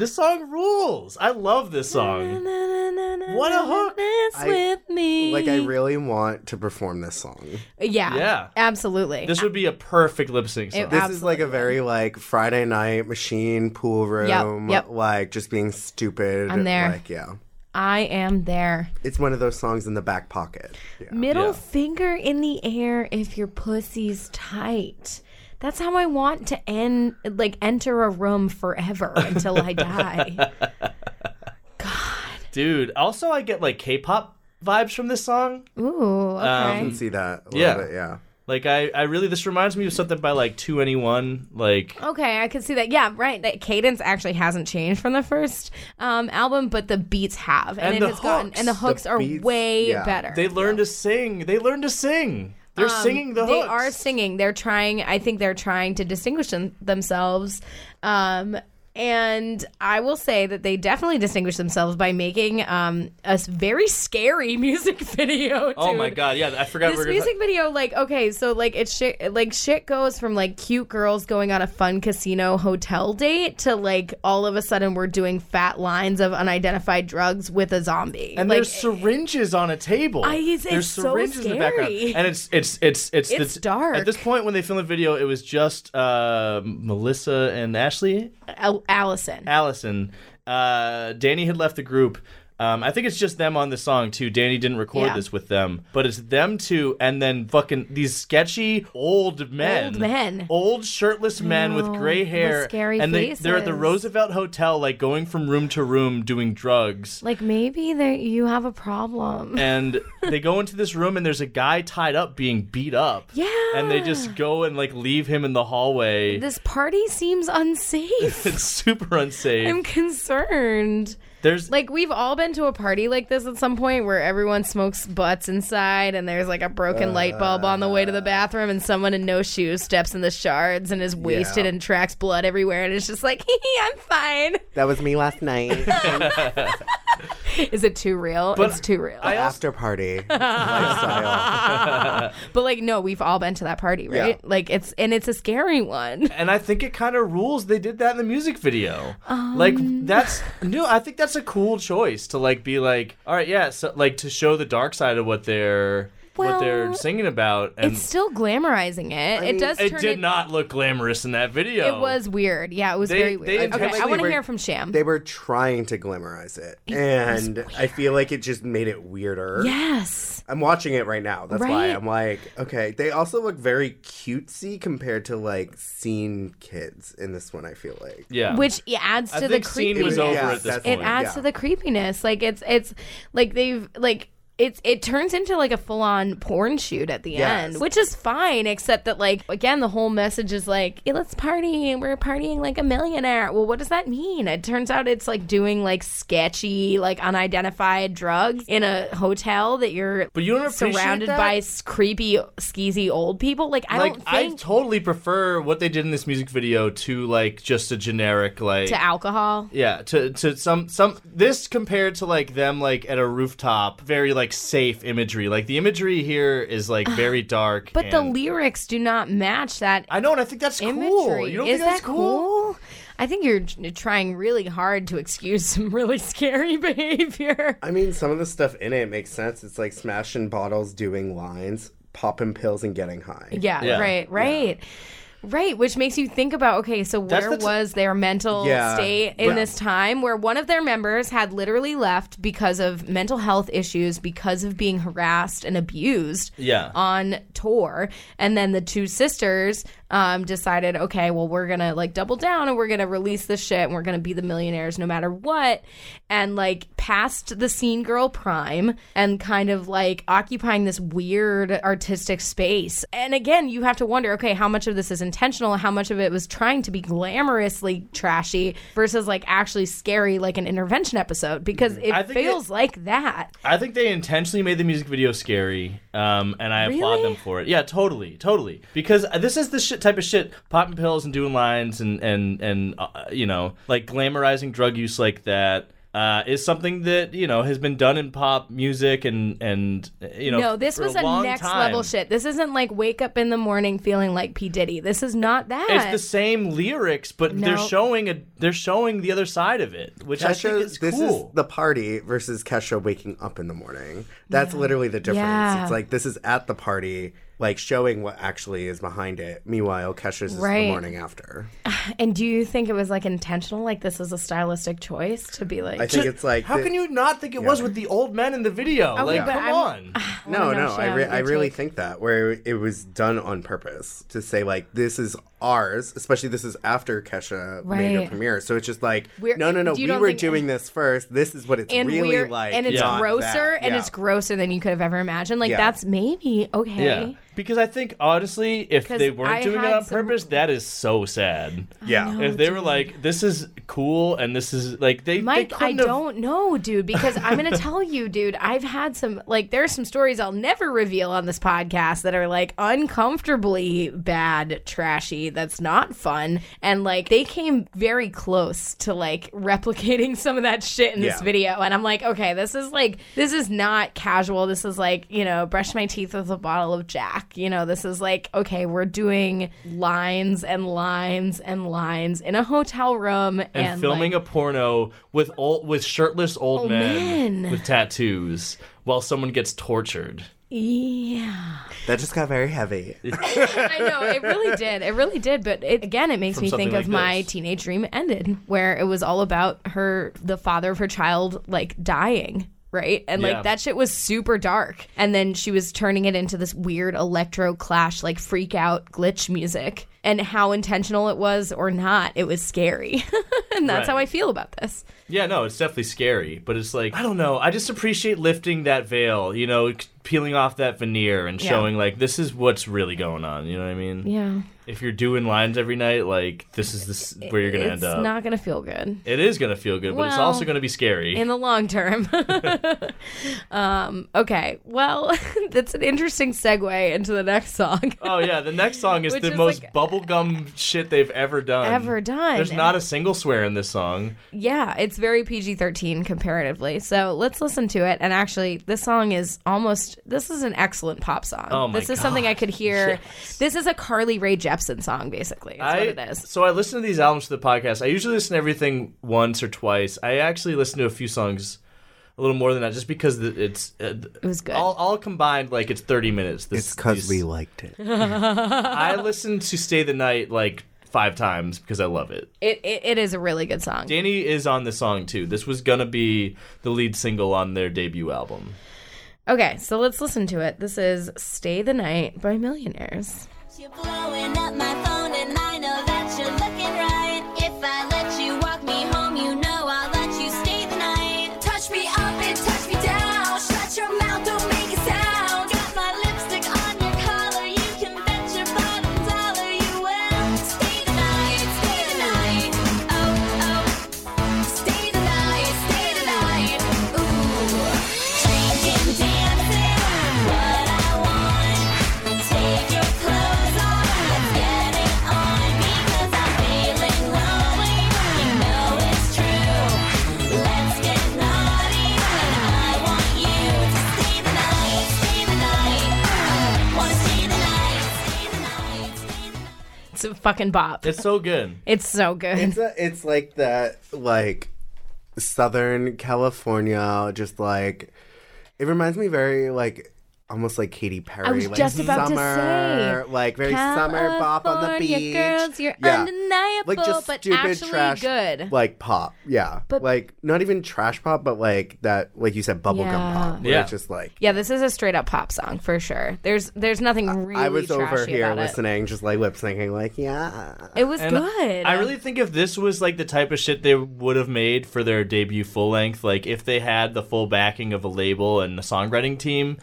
[SPEAKER 9] This song rules. I love this song. What a hook.
[SPEAKER 10] I- Like I really want to perform this song.
[SPEAKER 8] yeah.
[SPEAKER 9] Yeah.
[SPEAKER 8] Absolutely.
[SPEAKER 9] This would be a perfect lip sync
[SPEAKER 8] It
[SPEAKER 9] song.
[SPEAKER 10] This is like a very like Friday night machine pool room,
[SPEAKER 8] yep.
[SPEAKER 10] like just being stupid.
[SPEAKER 8] I'm there.
[SPEAKER 10] Like yeah,
[SPEAKER 8] I am there.
[SPEAKER 10] it's one of those songs in the back pocket. Yeah.
[SPEAKER 8] Middle finger in the air if your pussy's tight. That's how I want to end, like enter a room forever until I die.
[SPEAKER 9] Dude, also I get like K-pop vibes from this song.
[SPEAKER 8] Ooh, okay.
[SPEAKER 9] Um,
[SPEAKER 10] I can see that. A
[SPEAKER 9] yeah.
[SPEAKER 10] little bit, yeah.
[SPEAKER 9] Like I, I really this reminds me of something by like 2anyone like
[SPEAKER 8] okay, I can see that. Yeah, right. That cadence actually hasn't changed from the first um, album, but the beats have, and,
[SPEAKER 9] And
[SPEAKER 8] it
[SPEAKER 9] the
[SPEAKER 8] has gotten,
[SPEAKER 9] hooks.
[SPEAKER 8] and the hooks are way better.
[SPEAKER 9] They learn to sing. They learn to sing. They're
[SPEAKER 8] Um,
[SPEAKER 9] singing the
[SPEAKER 8] They
[SPEAKER 9] hook.
[SPEAKER 8] are singing. They're trying. I think they're trying to distinguish them- themselves. Um, and I will say that they definitely distinguish themselves by making um, a s- very scary music video.
[SPEAKER 9] Oh
[SPEAKER 8] dude.
[SPEAKER 9] my god, yeah, I forgot we
[SPEAKER 8] This
[SPEAKER 9] were
[SPEAKER 8] music
[SPEAKER 9] gonna
[SPEAKER 8] video, like, okay, so like it shit, like shit goes from like cute girls going on a fun casino hotel date to like all of a sudden we're doing fat lines of unidentified drugs with a zombie.
[SPEAKER 9] and
[SPEAKER 8] like,
[SPEAKER 9] there's syringes on a table.
[SPEAKER 8] I- it's-
[SPEAKER 9] there's
[SPEAKER 8] it's so
[SPEAKER 9] syringes in the background,
[SPEAKER 8] scary.
[SPEAKER 9] and it's it's it's it's,
[SPEAKER 8] It's dark.
[SPEAKER 9] At this point, when they filmed the video, it was just uh, Melissa and Ashley,
[SPEAKER 8] Al- Allison.
[SPEAKER 9] Allison. Uh, Danny had left the group. Um, I think it's just them on the song too. Danny didn't record
[SPEAKER 8] Yeah.
[SPEAKER 9] this with them, but it's them two, and then fucking these sketchy old men,
[SPEAKER 8] Old men.
[SPEAKER 9] old shirtless men with
[SPEAKER 8] know,
[SPEAKER 9] gray
[SPEAKER 8] with
[SPEAKER 9] hair,
[SPEAKER 8] scary
[SPEAKER 9] and they, they're at the
[SPEAKER 8] faces.
[SPEAKER 9] Roosevelt Hotel, like going from room to room doing drugs.
[SPEAKER 8] Like maybe there you have a problem.
[SPEAKER 9] and they go into this room and there's a guy tied up being beat up. Yeah. And they just go and like leave him in the hallway.
[SPEAKER 8] This party seems unsafe.
[SPEAKER 9] it's super unsafe.
[SPEAKER 8] I'm concerned.
[SPEAKER 9] There's
[SPEAKER 8] Like we've all been to a party like this at some point where everyone smokes butts inside and there's like a broken light bulb on the way to
[SPEAKER 9] Uh.
[SPEAKER 8] the bathroom and someone in no shoes steps in the shards and is wasted
[SPEAKER 10] Yeah.
[SPEAKER 8] and tracks blood everywhere and it's just like, hee hee, I'm fine.
[SPEAKER 10] That was me last night.
[SPEAKER 8] Is it too real?
[SPEAKER 10] But
[SPEAKER 8] it's too real.
[SPEAKER 10] The after party.
[SPEAKER 8] but like no, we've all been to that party,
[SPEAKER 9] Yeah.
[SPEAKER 8] right? Like it's and it's a scary one.
[SPEAKER 9] and I think it kind of rules they did that in the music video.
[SPEAKER 8] Um.
[SPEAKER 9] Like that's no, I think that's a cool choice to like be like, all right, yeah, so like to show the dark side of what they're what they're
[SPEAKER 8] Well,
[SPEAKER 9] singing about. And
[SPEAKER 8] It's still glamorizing it. it does
[SPEAKER 9] It
[SPEAKER 8] turn
[SPEAKER 9] did not look glamorous in that video.
[SPEAKER 8] It was weird. Yeah, it was very
[SPEAKER 9] They- they
[SPEAKER 8] weird. Okay, I
[SPEAKER 9] intentionally
[SPEAKER 8] want to
[SPEAKER 9] were-
[SPEAKER 8] hear from Sham.
[SPEAKER 10] They were trying to glamorize it, and I feel like it just made it weirder.
[SPEAKER 8] Yes.
[SPEAKER 10] I'm watching it right now. That's why
[SPEAKER 8] Right?
[SPEAKER 10] I'm like, okay. They also look very cutesy compared to like scene kids in this one. I feel like,
[SPEAKER 9] yeah,
[SPEAKER 8] Which yeah, adds
[SPEAKER 10] I
[SPEAKER 8] to the
[SPEAKER 10] think scene
[SPEAKER 8] creepiness.
[SPEAKER 10] was over at this
[SPEAKER 8] it
[SPEAKER 10] point,
[SPEAKER 8] adds
[SPEAKER 10] yeah.
[SPEAKER 8] to the creepiness. Like it's it's like they've like it's it turns into like a full on porn shoot at the
[SPEAKER 11] Yes.
[SPEAKER 8] end, which is fine, except that like again the whole message is like "Yeah, let's party and we're partying like a millionaire. Well, what does that mean? It turns out it's like doing like sketchy like unidentified drugs in a hotel that you're
[SPEAKER 9] But you don't appreciate
[SPEAKER 8] surrounded
[SPEAKER 9] that?
[SPEAKER 8] by s- creepy skeezy old people. Like I
[SPEAKER 9] like
[SPEAKER 8] don't
[SPEAKER 9] I
[SPEAKER 8] think
[SPEAKER 9] totally prefer what they did in this music video to like just a generic like
[SPEAKER 8] to alcohol.
[SPEAKER 9] Yeah, to to some some this compared to like them like at a rooftop, very like safe imagery. Like the imagery here is like very dark.
[SPEAKER 8] But the
[SPEAKER 9] and-
[SPEAKER 8] lyrics do not match that.
[SPEAKER 9] I know, and I think that's cool. You don't
[SPEAKER 8] Is
[SPEAKER 9] think that's
[SPEAKER 8] that cool? I think you're j- trying really hard to excuse some really scary behavior.
[SPEAKER 10] I mean, some of the stuff in it makes sense. It's like smashing bottles, doing lines, popping pills, and getting high.
[SPEAKER 8] Yeah, right, right. Right, which makes you think about okay, so
[SPEAKER 10] That's
[SPEAKER 8] where
[SPEAKER 10] the t-
[SPEAKER 8] was their mental
[SPEAKER 10] Yeah,
[SPEAKER 8] state in
[SPEAKER 10] but-
[SPEAKER 8] this time where one of their members had literally left because of mental health issues, because of being harassed and abused
[SPEAKER 9] Yeah.
[SPEAKER 8] on tour. And then the two sisters um, decided, okay, well, we're going to like double down and we're going to release this shit and we're going to be the millionaires no matter what. And like past the scene girl prime and kind of like occupying this weird artistic space. And again, you have to wonder, okay, how much of this is intentional? How much of it was trying to be glamorously trashy versus like actually scary, like an intervention episode? Because it
[SPEAKER 9] Mm-hmm. I think
[SPEAKER 8] feels like that.
[SPEAKER 9] I think they intentionally made the music video scary, um, and I applaud them for it. Yeah, totally, totally. Because this is the shit type of shit, popping pills and doing lines and and and uh, you know, like glamorizing drug use like that. Uh, is something that you know has been done in pop music and and you know
[SPEAKER 8] no, this
[SPEAKER 9] for
[SPEAKER 8] was
[SPEAKER 9] a,
[SPEAKER 8] a,
[SPEAKER 9] long
[SPEAKER 8] next
[SPEAKER 9] time.
[SPEAKER 8] level shit. This isn't like wake up in the morning feeling like P Diddy. This is not that.
[SPEAKER 9] It's the same lyrics, but they're
[SPEAKER 8] No.
[SPEAKER 9] showing a they're showing the other side of it, which I think is
[SPEAKER 10] this
[SPEAKER 9] cool.
[SPEAKER 10] is the party versus Kesha waking up in the morning. That's literally the difference.
[SPEAKER 8] Yeah.
[SPEAKER 10] It's like this is at the party, like showing what actually is behind it. Meanwhile, Kesha's is
[SPEAKER 8] Right.
[SPEAKER 10] the morning after.
[SPEAKER 8] and do you think it was like intentional? Like this is a stylistic choice to be like.
[SPEAKER 10] I think it's like
[SPEAKER 9] How
[SPEAKER 10] the-
[SPEAKER 9] can you not think it was with the old men in the video?
[SPEAKER 8] Okay,
[SPEAKER 9] like,
[SPEAKER 8] but
[SPEAKER 9] come
[SPEAKER 8] I'm-
[SPEAKER 9] on.
[SPEAKER 8] Oh,
[SPEAKER 10] No,
[SPEAKER 9] wanna know,
[SPEAKER 10] no, I,
[SPEAKER 9] Shan,
[SPEAKER 10] re-
[SPEAKER 9] your
[SPEAKER 10] I really
[SPEAKER 9] take.
[SPEAKER 10] think that where it was done on purpose to say like this is ours, especially this is after Kesha made her
[SPEAKER 8] Right.
[SPEAKER 10] premiere. So it's just like
[SPEAKER 8] We're-
[SPEAKER 10] no, no, no,
[SPEAKER 8] do you
[SPEAKER 10] we
[SPEAKER 8] don't
[SPEAKER 10] were
[SPEAKER 8] think-
[SPEAKER 10] doing this first. This is what it's
[SPEAKER 8] and
[SPEAKER 10] really
[SPEAKER 8] weird,
[SPEAKER 10] like,
[SPEAKER 8] and it's
[SPEAKER 10] not
[SPEAKER 8] grosser,
[SPEAKER 10] that.
[SPEAKER 8] and
[SPEAKER 10] Yeah.
[SPEAKER 8] it's grosser than you could have ever imagined. Like
[SPEAKER 9] Yeah.
[SPEAKER 8] that's maybe okay.
[SPEAKER 9] Yeah. Because I think honestly, if
[SPEAKER 8] 'Cause
[SPEAKER 9] they weren't
[SPEAKER 8] I
[SPEAKER 9] doing it
[SPEAKER 8] had
[SPEAKER 9] on
[SPEAKER 8] some-
[SPEAKER 9] purpose, that is so sad.
[SPEAKER 10] Yeah.
[SPEAKER 8] know,
[SPEAKER 9] if they were like, this is cool and this is like they,
[SPEAKER 8] Mike,
[SPEAKER 9] they
[SPEAKER 8] I
[SPEAKER 9] couldn't have-
[SPEAKER 8] don't know, dude, because I'm going to tell you, dude, I've had some, like, there are some stories I'll never reveal on this podcast that are, like, uncomfortably bad, trashy, that's not fun. And, like, they came very close to, like, replicating some of that shit in this
[SPEAKER 11] Yeah.
[SPEAKER 8] video. And I'm like, okay, this is, like, this is not casual. This is, like, you know, brush my teeth with a bottle of Jack. You know, this is, like, okay, we're doing lines and lines and lines in a hotel room and,
[SPEAKER 9] and, filming a porno with old with shirtless old
[SPEAKER 8] Old
[SPEAKER 9] men,
[SPEAKER 8] men.
[SPEAKER 9] with tattoos while someone gets tortured.
[SPEAKER 8] Yeah.
[SPEAKER 10] That just got very heavy.
[SPEAKER 8] I know, it really did. It really did. But it, again, it makes
[SPEAKER 9] From
[SPEAKER 8] me
[SPEAKER 9] something
[SPEAKER 8] think of
[SPEAKER 9] like
[SPEAKER 8] my teenage dream ended, where it was all about her, the father of her child, like dying. Right. And
[SPEAKER 11] Yeah.
[SPEAKER 8] like that shit was super dark. And then she was turning it into this weird electro clash, like freak out glitch music. And how intentional it was or not, it was scary. and that's
[SPEAKER 9] Right.
[SPEAKER 8] how I feel about this.
[SPEAKER 9] Yeah, no, it's definitely scary, but it's like I don't know. I just appreciate lifting that veil, you know, c- peeling off that veneer and
[SPEAKER 8] Yeah.
[SPEAKER 9] showing like this is what's really going on. You know what I mean?
[SPEAKER 8] Yeah.
[SPEAKER 9] If you're doing lines every night, like this is this where you're gonna
[SPEAKER 8] it's
[SPEAKER 9] end up.
[SPEAKER 8] not going to feel good.
[SPEAKER 9] it is gonna feel good, but it's
[SPEAKER 8] Well,
[SPEAKER 9] also gonna be scary.
[SPEAKER 8] in the long term. um, okay, well, that's an interesting segue into the next song.
[SPEAKER 9] oh yeah, the next song is
[SPEAKER 8] Which
[SPEAKER 9] the
[SPEAKER 8] is,
[SPEAKER 9] most bubblegum shit they've ever done.
[SPEAKER 8] Ever done.
[SPEAKER 9] There's not a single swear in this song.
[SPEAKER 8] Yeah, it's very PG 13 comparatively. So let's listen to it. And actually, this song is almost, this is an excellent pop song.
[SPEAKER 9] Oh my
[SPEAKER 8] this is something I could hear. This is a Carly Ray Jepsen song, basically. Is
[SPEAKER 9] I,
[SPEAKER 8] what it is.
[SPEAKER 9] So I listen to these albums for the podcast. I usually listen to everything once or twice. I actually listen to a few songs a little more than that just because the- it's uh, it
[SPEAKER 8] was good.
[SPEAKER 9] All, all combined like it's 30 minutes. This, it's cuz we
[SPEAKER 10] liked it.
[SPEAKER 9] I listened to Stay the Night like 5 times because I love it.
[SPEAKER 8] It, it, it is a really good song.
[SPEAKER 9] Danny is on this song too. This was going to be the lead single on their debut album.
[SPEAKER 8] Okay, so let's listen to it. This is Stay the Night by Millionaires.
[SPEAKER 7] You're blowing up my phone and I know that you're looking right. If I let you walk me home, you know I'll let you stay the night. Touch me up and touch me down. Shut your mouth, do Oh,
[SPEAKER 8] fucking bop.
[SPEAKER 9] It's so good.
[SPEAKER 8] It's so good.
[SPEAKER 10] It's a, it's like that like Southern California, just like it reminds me very like almost like Katy Perry.
[SPEAKER 8] I was
[SPEAKER 10] like
[SPEAKER 8] just about to
[SPEAKER 10] summer,
[SPEAKER 8] say,
[SPEAKER 10] like very summer bop on the
[SPEAKER 8] California
[SPEAKER 10] beach.
[SPEAKER 8] girls, you're undeniable,
[SPEAKER 10] like just
[SPEAKER 8] but
[SPEAKER 10] stupid
[SPEAKER 8] actually
[SPEAKER 10] trash,
[SPEAKER 8] good.
[SPEAKER 10] Like pop, yeah.
[SPEAKER 8] But-
[SPEAKER 10] like not even trash pop, but like that, like you said, bubblegum
[SPEAKER 8] Yeah.
[SPEAKER 10] pop. where
[SPEAKER 8] Yeah.
[SPEAKER 10] it's just like
[SPEAKER 8] Yeah, this is a straight up pop song for sure. There's there's nothing really
[SPEAKER 10] I was
[SPEAKER 8] trashy
[SPEAKER 10] over here
[SPEAKER 8] about it.
[SPEAKER 10] listening, just like lip syncing, like yeah.
[SPEAKER 8] It was
[SPEAKER 9] And
[SPEAKER 8] good.
[SPEAKER 9] I really think if this was like the type of shit they would have made for their debut full length, like if they had the full backing of a label and a songwriting team,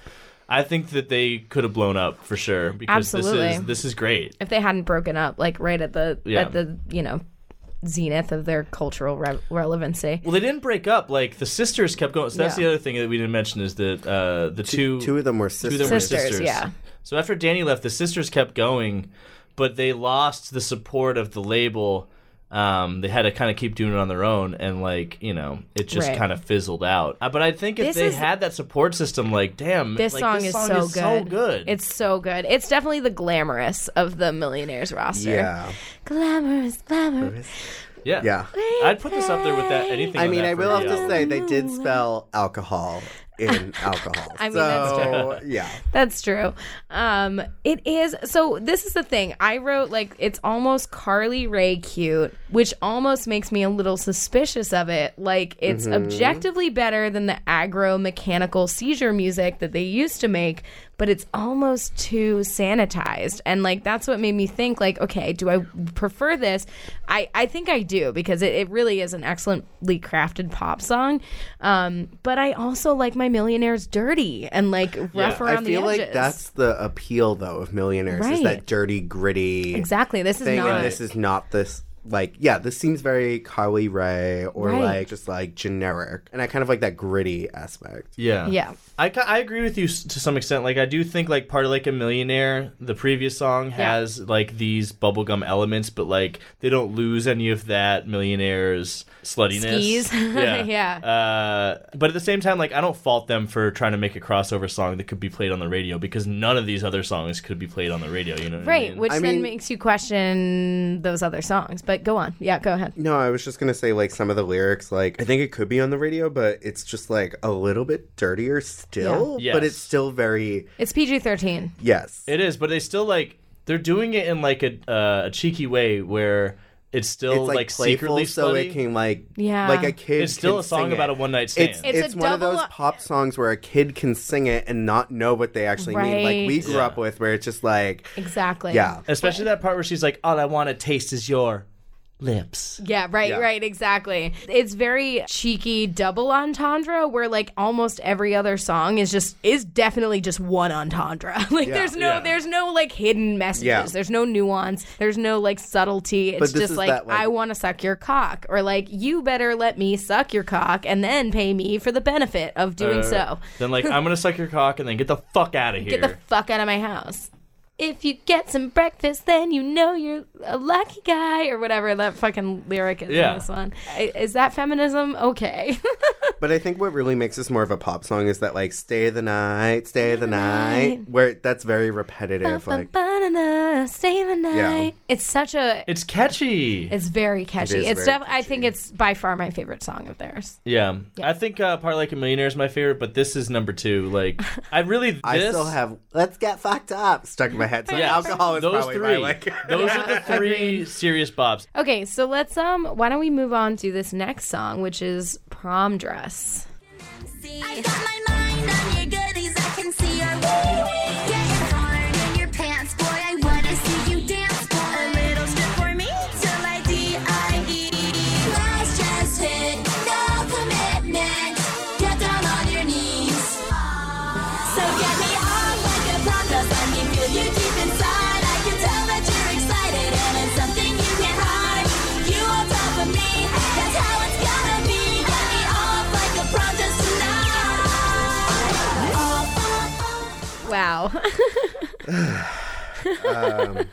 [SPEAKER 9] I think that they could have blown up for sure because this
[SPEAKER 8] Absolutely.
[SPEAKER 9] is this is great.
[SPEAKER 8] if they hadn't broken up like right at the
[SPEAKER 9] Yeah.
[SPEAKER 8] at the you know zenith of their cultural re- relevancy.
[SPEAKER 9] Well, they didn't break up. Like the sisters kept going. So that's
[SPEAKER 8] Yeah.
[SPEAKER 9] the other thing that we didn't mention is that uh, the two two
[SPEAKER 10] of them were
[SPEAKER 9] Two of them were
[SPEAKER 8] Sisters,
[SPEAKER 9] sisters.
[SPEAKER 8] yeah.
[SPEAKER 9] So after Danny left, the sisters kept going, but they lost the support of the label. Um, they had to kind of keep doing it on their own, and like you know, it just
[SPEAKER 8] Right.
[SPEAKER 9] kind of fizzled out. Uh, But I think if
[SPEAKER 8] This
[SPEAKER 9] they
[SPEAKER 8] is-
[SPEAKER 9] had that support system, like damn,
[SPEAKER 8] This,
[SPEAKER 9] like,
[SPEAKER 8] song,
[SPEAKER 9] this
[SPEAKER 8] is,
[SPEAKER 9] song
[SPEAKER 8] so,
[SPEAKER 9] is
[SPEAKER 8] good.
[SPEAKER 9] so good.
[SPEAKER 8] It's so good. It's definitely the glamorous of the millionaires roster.
[SPEAKER 9] Yeah.
[SPEAKER 8] Glamorous, glamorous.
[SPEAKER 9] Yeah,
[SPEAKER 10] yeah.
[SPEAKER 9] I'd put this up there with that anything.
[SPEAKER 10] I
[SPEAKER 9] on
[SPEAKER 10] mean,
[SPEAKER 9] that
[SPEAKER 10] I
[SPEAKER 9] for
[SPEAKER 10] will have
[SPEAKER 9] the
[SPEAKER 10] to
[SPEAKER 9] album.
[SPEAKER 10] say they did spell alcohol in alcohol.
[SPEAKER 8] I mean, that's
[SPEAKER 10] so, yeah.
[SPEAKER 8] That's true. Um, it is. So this is the thing. I wrote like it's almost Carly Ray cute, which almost makes me a little suspicious of it. Like it's
[SPEAKER 11] Mhm.
[SPEAKER 8] objectively better than the aggro mechanical seizure music that they used to make, but it's almost too sanitized. And like that's what made me think like, okay, do I prefer this? I I think I do because it, it really is an excellently crafted pop song. Um, but I also like my millionaires dirty and like rough
[SPEAKER 10] Yeah.
[SPEAKER 8] around
[SPEAKER 10] I feel
[SPEAKER 8] the edges.
[SPEAKER 10] like that's the appeal, though, of millionaires is
[SPEAKER 8] Right.
[SPEAKER 10] that dirty, gritty.
[SPEAKER 8] Exactly. This is
[SPEAKER 10] thing,
[SPEAKER 8] not.
[SPEAKER 10] And this is not this. Like, yeah, this seems very Carly Ray or
[SPEAKER 8] Right.
[SPEAKER 10] like just like generic, and I kind of like that gritty aspect.
[SPEAKER 9] Yeah. I, ca- I agree with you s- to some extent. Like, I do think, like, Party Like a Millionaire, the previous song, has, like, these bubblegum elements, but, like, they don't lose any of that millionaire's sluttiness.
[SPEAKER 8] Skis. Yeah.
[SPEAKER 9] Uh, but at the same time, like, I don't fault them for trying to make a crossover song that could be played on the radio because none of these other songs could be played on the radio, you know? what I
[SPEAKER 8] Right,
[SPEAKER 9] mean?
[SPEAKER 8] which then makes you question those other songs. But go on. Yeah, go ahead.
[SPEAKER 10] No, I was just gonna say like some of the lyrics, like I think it could be on the radio, but it's just like a little bit dirtier still,
[SPEAKER 9] Yeah.
[SPEAKER 10] but
[SPEAKER 9] Yes.
[SPEAKER 10] it's still very
[SPEAKER 8] It's PG 13.
[SPEAKER 10] yes.
[SPEAKER 9] It is, but they still, like, they're doing it in, like, a, uh, a cheeky way where. It's still
[SPEAKER 10] It's, like, playful,
[SPEAKER 9] secretly
[SPEAKER 10] so it
[SPEAKER 9] slutty.
[SPEAKER 10] can, like-
[SPEAKER 8] Yeah.
[SPEAKER 10] Like a kid,
[SPEAKER 9] It's still
[SPEAKER 10] can
[SPEAKER 9] a song
[SPEAKER 10] sing it.
[SPEAKER 9] about a one night stand.
[SPEAKER 10] It's,
[SPEAKER 8] It's a
[SPEAKER 10] it's, one of
[SPEAKER 8] double-
[SPEAKER 10] those pop songs where a kid can sing it and not know what they actually mean, like we
[SPEAKER 8] Right.
[SPEAKER 10] grew up with, where it's just like
[SPEAKER 8] Exactly.
[SPEAKER 10] yeah,
[SPEAKER 9] especially that part where she's like, "All I want to taste is your lips."
[SPEAKER 8] Yeah, right,
[SPEAKER 9] Yeah.
[SPEAKER 8] right, exactly. It's very cheeky double entendre where like almost every other song is just is definitely just one entendre. like
[SPEAKER 10] Yeah.
[SPEAKER 8] there's no
[SPEAKER 10] Yeah.
[SPEAKER 8] there's no like hidden messages.
[SPEAKER 10] Yeah.
[SPEAKER 8] There's no nuance. There's no like subtlety.
[SPEAKER 10] But
[SPEAKER 8] It's
[SPEAKER 10] this
[SPEAKER 8] just
[SPEAKER 10] is
[SPEAKER 8] like,
[SPEAKER 10] that, like-
[SPEAKER 8] I want to suck your cock or like you better let me suck your cock and then pay me for the benefit of doing
[SPEAKER 9] Uh,
[SPEAKER 8] so.
[SPEAKER 9] Then like, I'm gonna suck your cock and then get the fuck out of here.
[SPEAKER 8] Get the fuck out of my house. If you get some breakfast, then you know you're a lucky guy, or whatever that fucking lyric is
[SPEAKER 10] Yeah.
[SPEAKER 8] in this one. I- Is that feminism? Okay.
[SPEAKER 10] But I think what really makes this more of a pop song is that like "Stay the Night, Stay the Night," where that's very repetitive. Like
[SPEAKER 8] Banana, stay the night.
[SPEAKER 10] Yeah.
[SPEAKER 8] It's such a.
[SPEAKER 9] It's catchy.
[SPEAKER 8] It's very catchy.
[SPEAKER 9] is
[SPEAKER 8] it's
[SPEAKER 9] very
[SPEAKER 8] def- I think it's by far my favorite song of theirs.
[SPEAKER 9] yeah. I think uh, "Part Like a Millionaire" is my favorite, but this is number two. Like, I really this.
[SPEAKER 10] I still have "Let's Get Fucked Up" stuck in my head. So
[SPEAKER 9] Yeah,
[SPEAKER 10] alcohol is
[SPEAKER 9] those
[SPEAKER 10] probably my,
[SPEAKER 9] three.
[SPEAKER 10] like-
[SPEAKER 9] those are the three serious bops.
[SPEAKER 8] Okay, so let's um. Why don't we move on to this next song, which is Prom Dress.
[SPEAKER 7] I got my mind on your goodies, I can see your Getting hard in your pants, boy. I wanna see you dance, boy. A little strip for me till I D-I-E. Let's just hit no commitment. Get down on your knees. So get me on like a prom dress. Let me feel you deep inside. I can tell that you're excited and it's something you can't hide. You on top of me, that's how it's gonna be. Get me off like a prom dress tonight.
[SPEAKER 8] Wow.
[SPEAKER 10] um,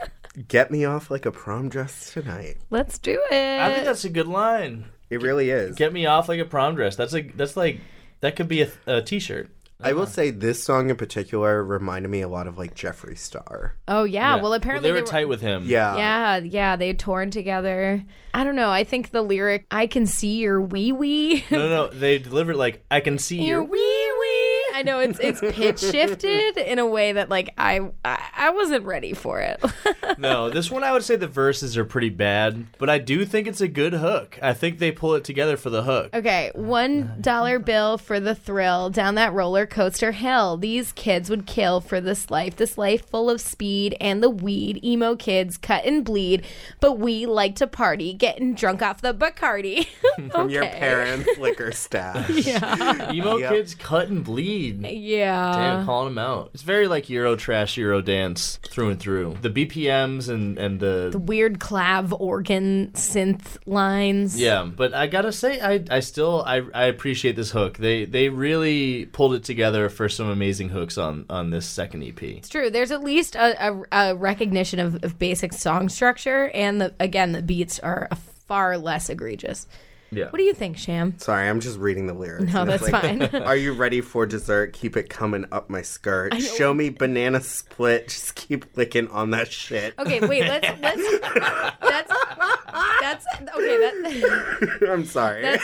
[SPEAKER 10] get me off like a prom dress tonight.
[SPEAKER 8] Let's do it.
[SPEAKER 9] I think that's a good line.
[SPEAKER 10] It really is.
[SPEAKER 9] Get me off like a prom dress. That's like that's like that could be a, a t-shirt.
[SPEAKER 10] I will say this song in particular reminded me a lot of like Jeffree Star.
[SPEAKER 8] Oh yeah. Well, apparently they were
[SPEAKER 9] with him.
[SPEAKER 10] Yeah.
[SPEAKER 8] Yeah, yeah, they had torn together. I don't know. I think the lyric "I can see your wee wee."
[SPEAKER 9] No, no, no. They delivered like I can see
[SPEAKER 8] Your
[SPEAKER 9] your
[SPEAKER 8] wee wee. I know it's it's pitch shifted in a way that like I I, I wasn't ready for it.
[SPEAKER 9] no, this one I would say the verses are pretty bad, but I do think it's a good hook. I think they pull it together for the hook.
[SPEAKER 8] Okay, one dollar bill for the thrill down that roller coaster hill. These kids would kill for this life, this life full of speed and the weed. Emo kids cut and bleed, but we like to party, getting drunk off the Bacardi.
[SPEAKER 10] From your
[SPEAKER 8] Okay.
[SPEAKER 10] parents' liquor stash.
[SPEAKER 8] Yeah.
[SPEAKER 9] Emo
[SPEAKER 10] Yep.
[SPEAKER 9] kids cut and bleed.
[SPEAKER 8] Yeah.
[SPEAKER 9] Damn, calling them out. It's very like Euro trash, Euro dance through and through. The BPMs and and the,
[SPEAKER 8] the weird clav organ synth lines.
[SPEAKER 9] yeah. But I gotta say, I I still I I appreciate this hook. They they really pulled it together for some amazing hooks on on this second E EP.
[SPEAKER 8] It's true. There's at least a, a, a recognition of, of basic song structure, and the, again, the beats are far less egregious.
[SPEAKER 10] Yeah.
[SPEAKER 8] What do you think, Sham?
[SPEAKER 10] Sorry, I'm just reading the lyrics.
[SPEAKER 8] No,
[SPEAKER 10] And it's
[SPEAKER 8] that's fine.
[SPEAKER 10] Are you ready for dessert? Keep it coming up my skirt.
[SPEAKER 8] I know.
[SPEAKER 10] Show me banana split. Just keep licking on that shit.
[SPEAKER 8] Okay, wait. Let's let's that's that's okay.
[SPEAKER 10] I'm sorry.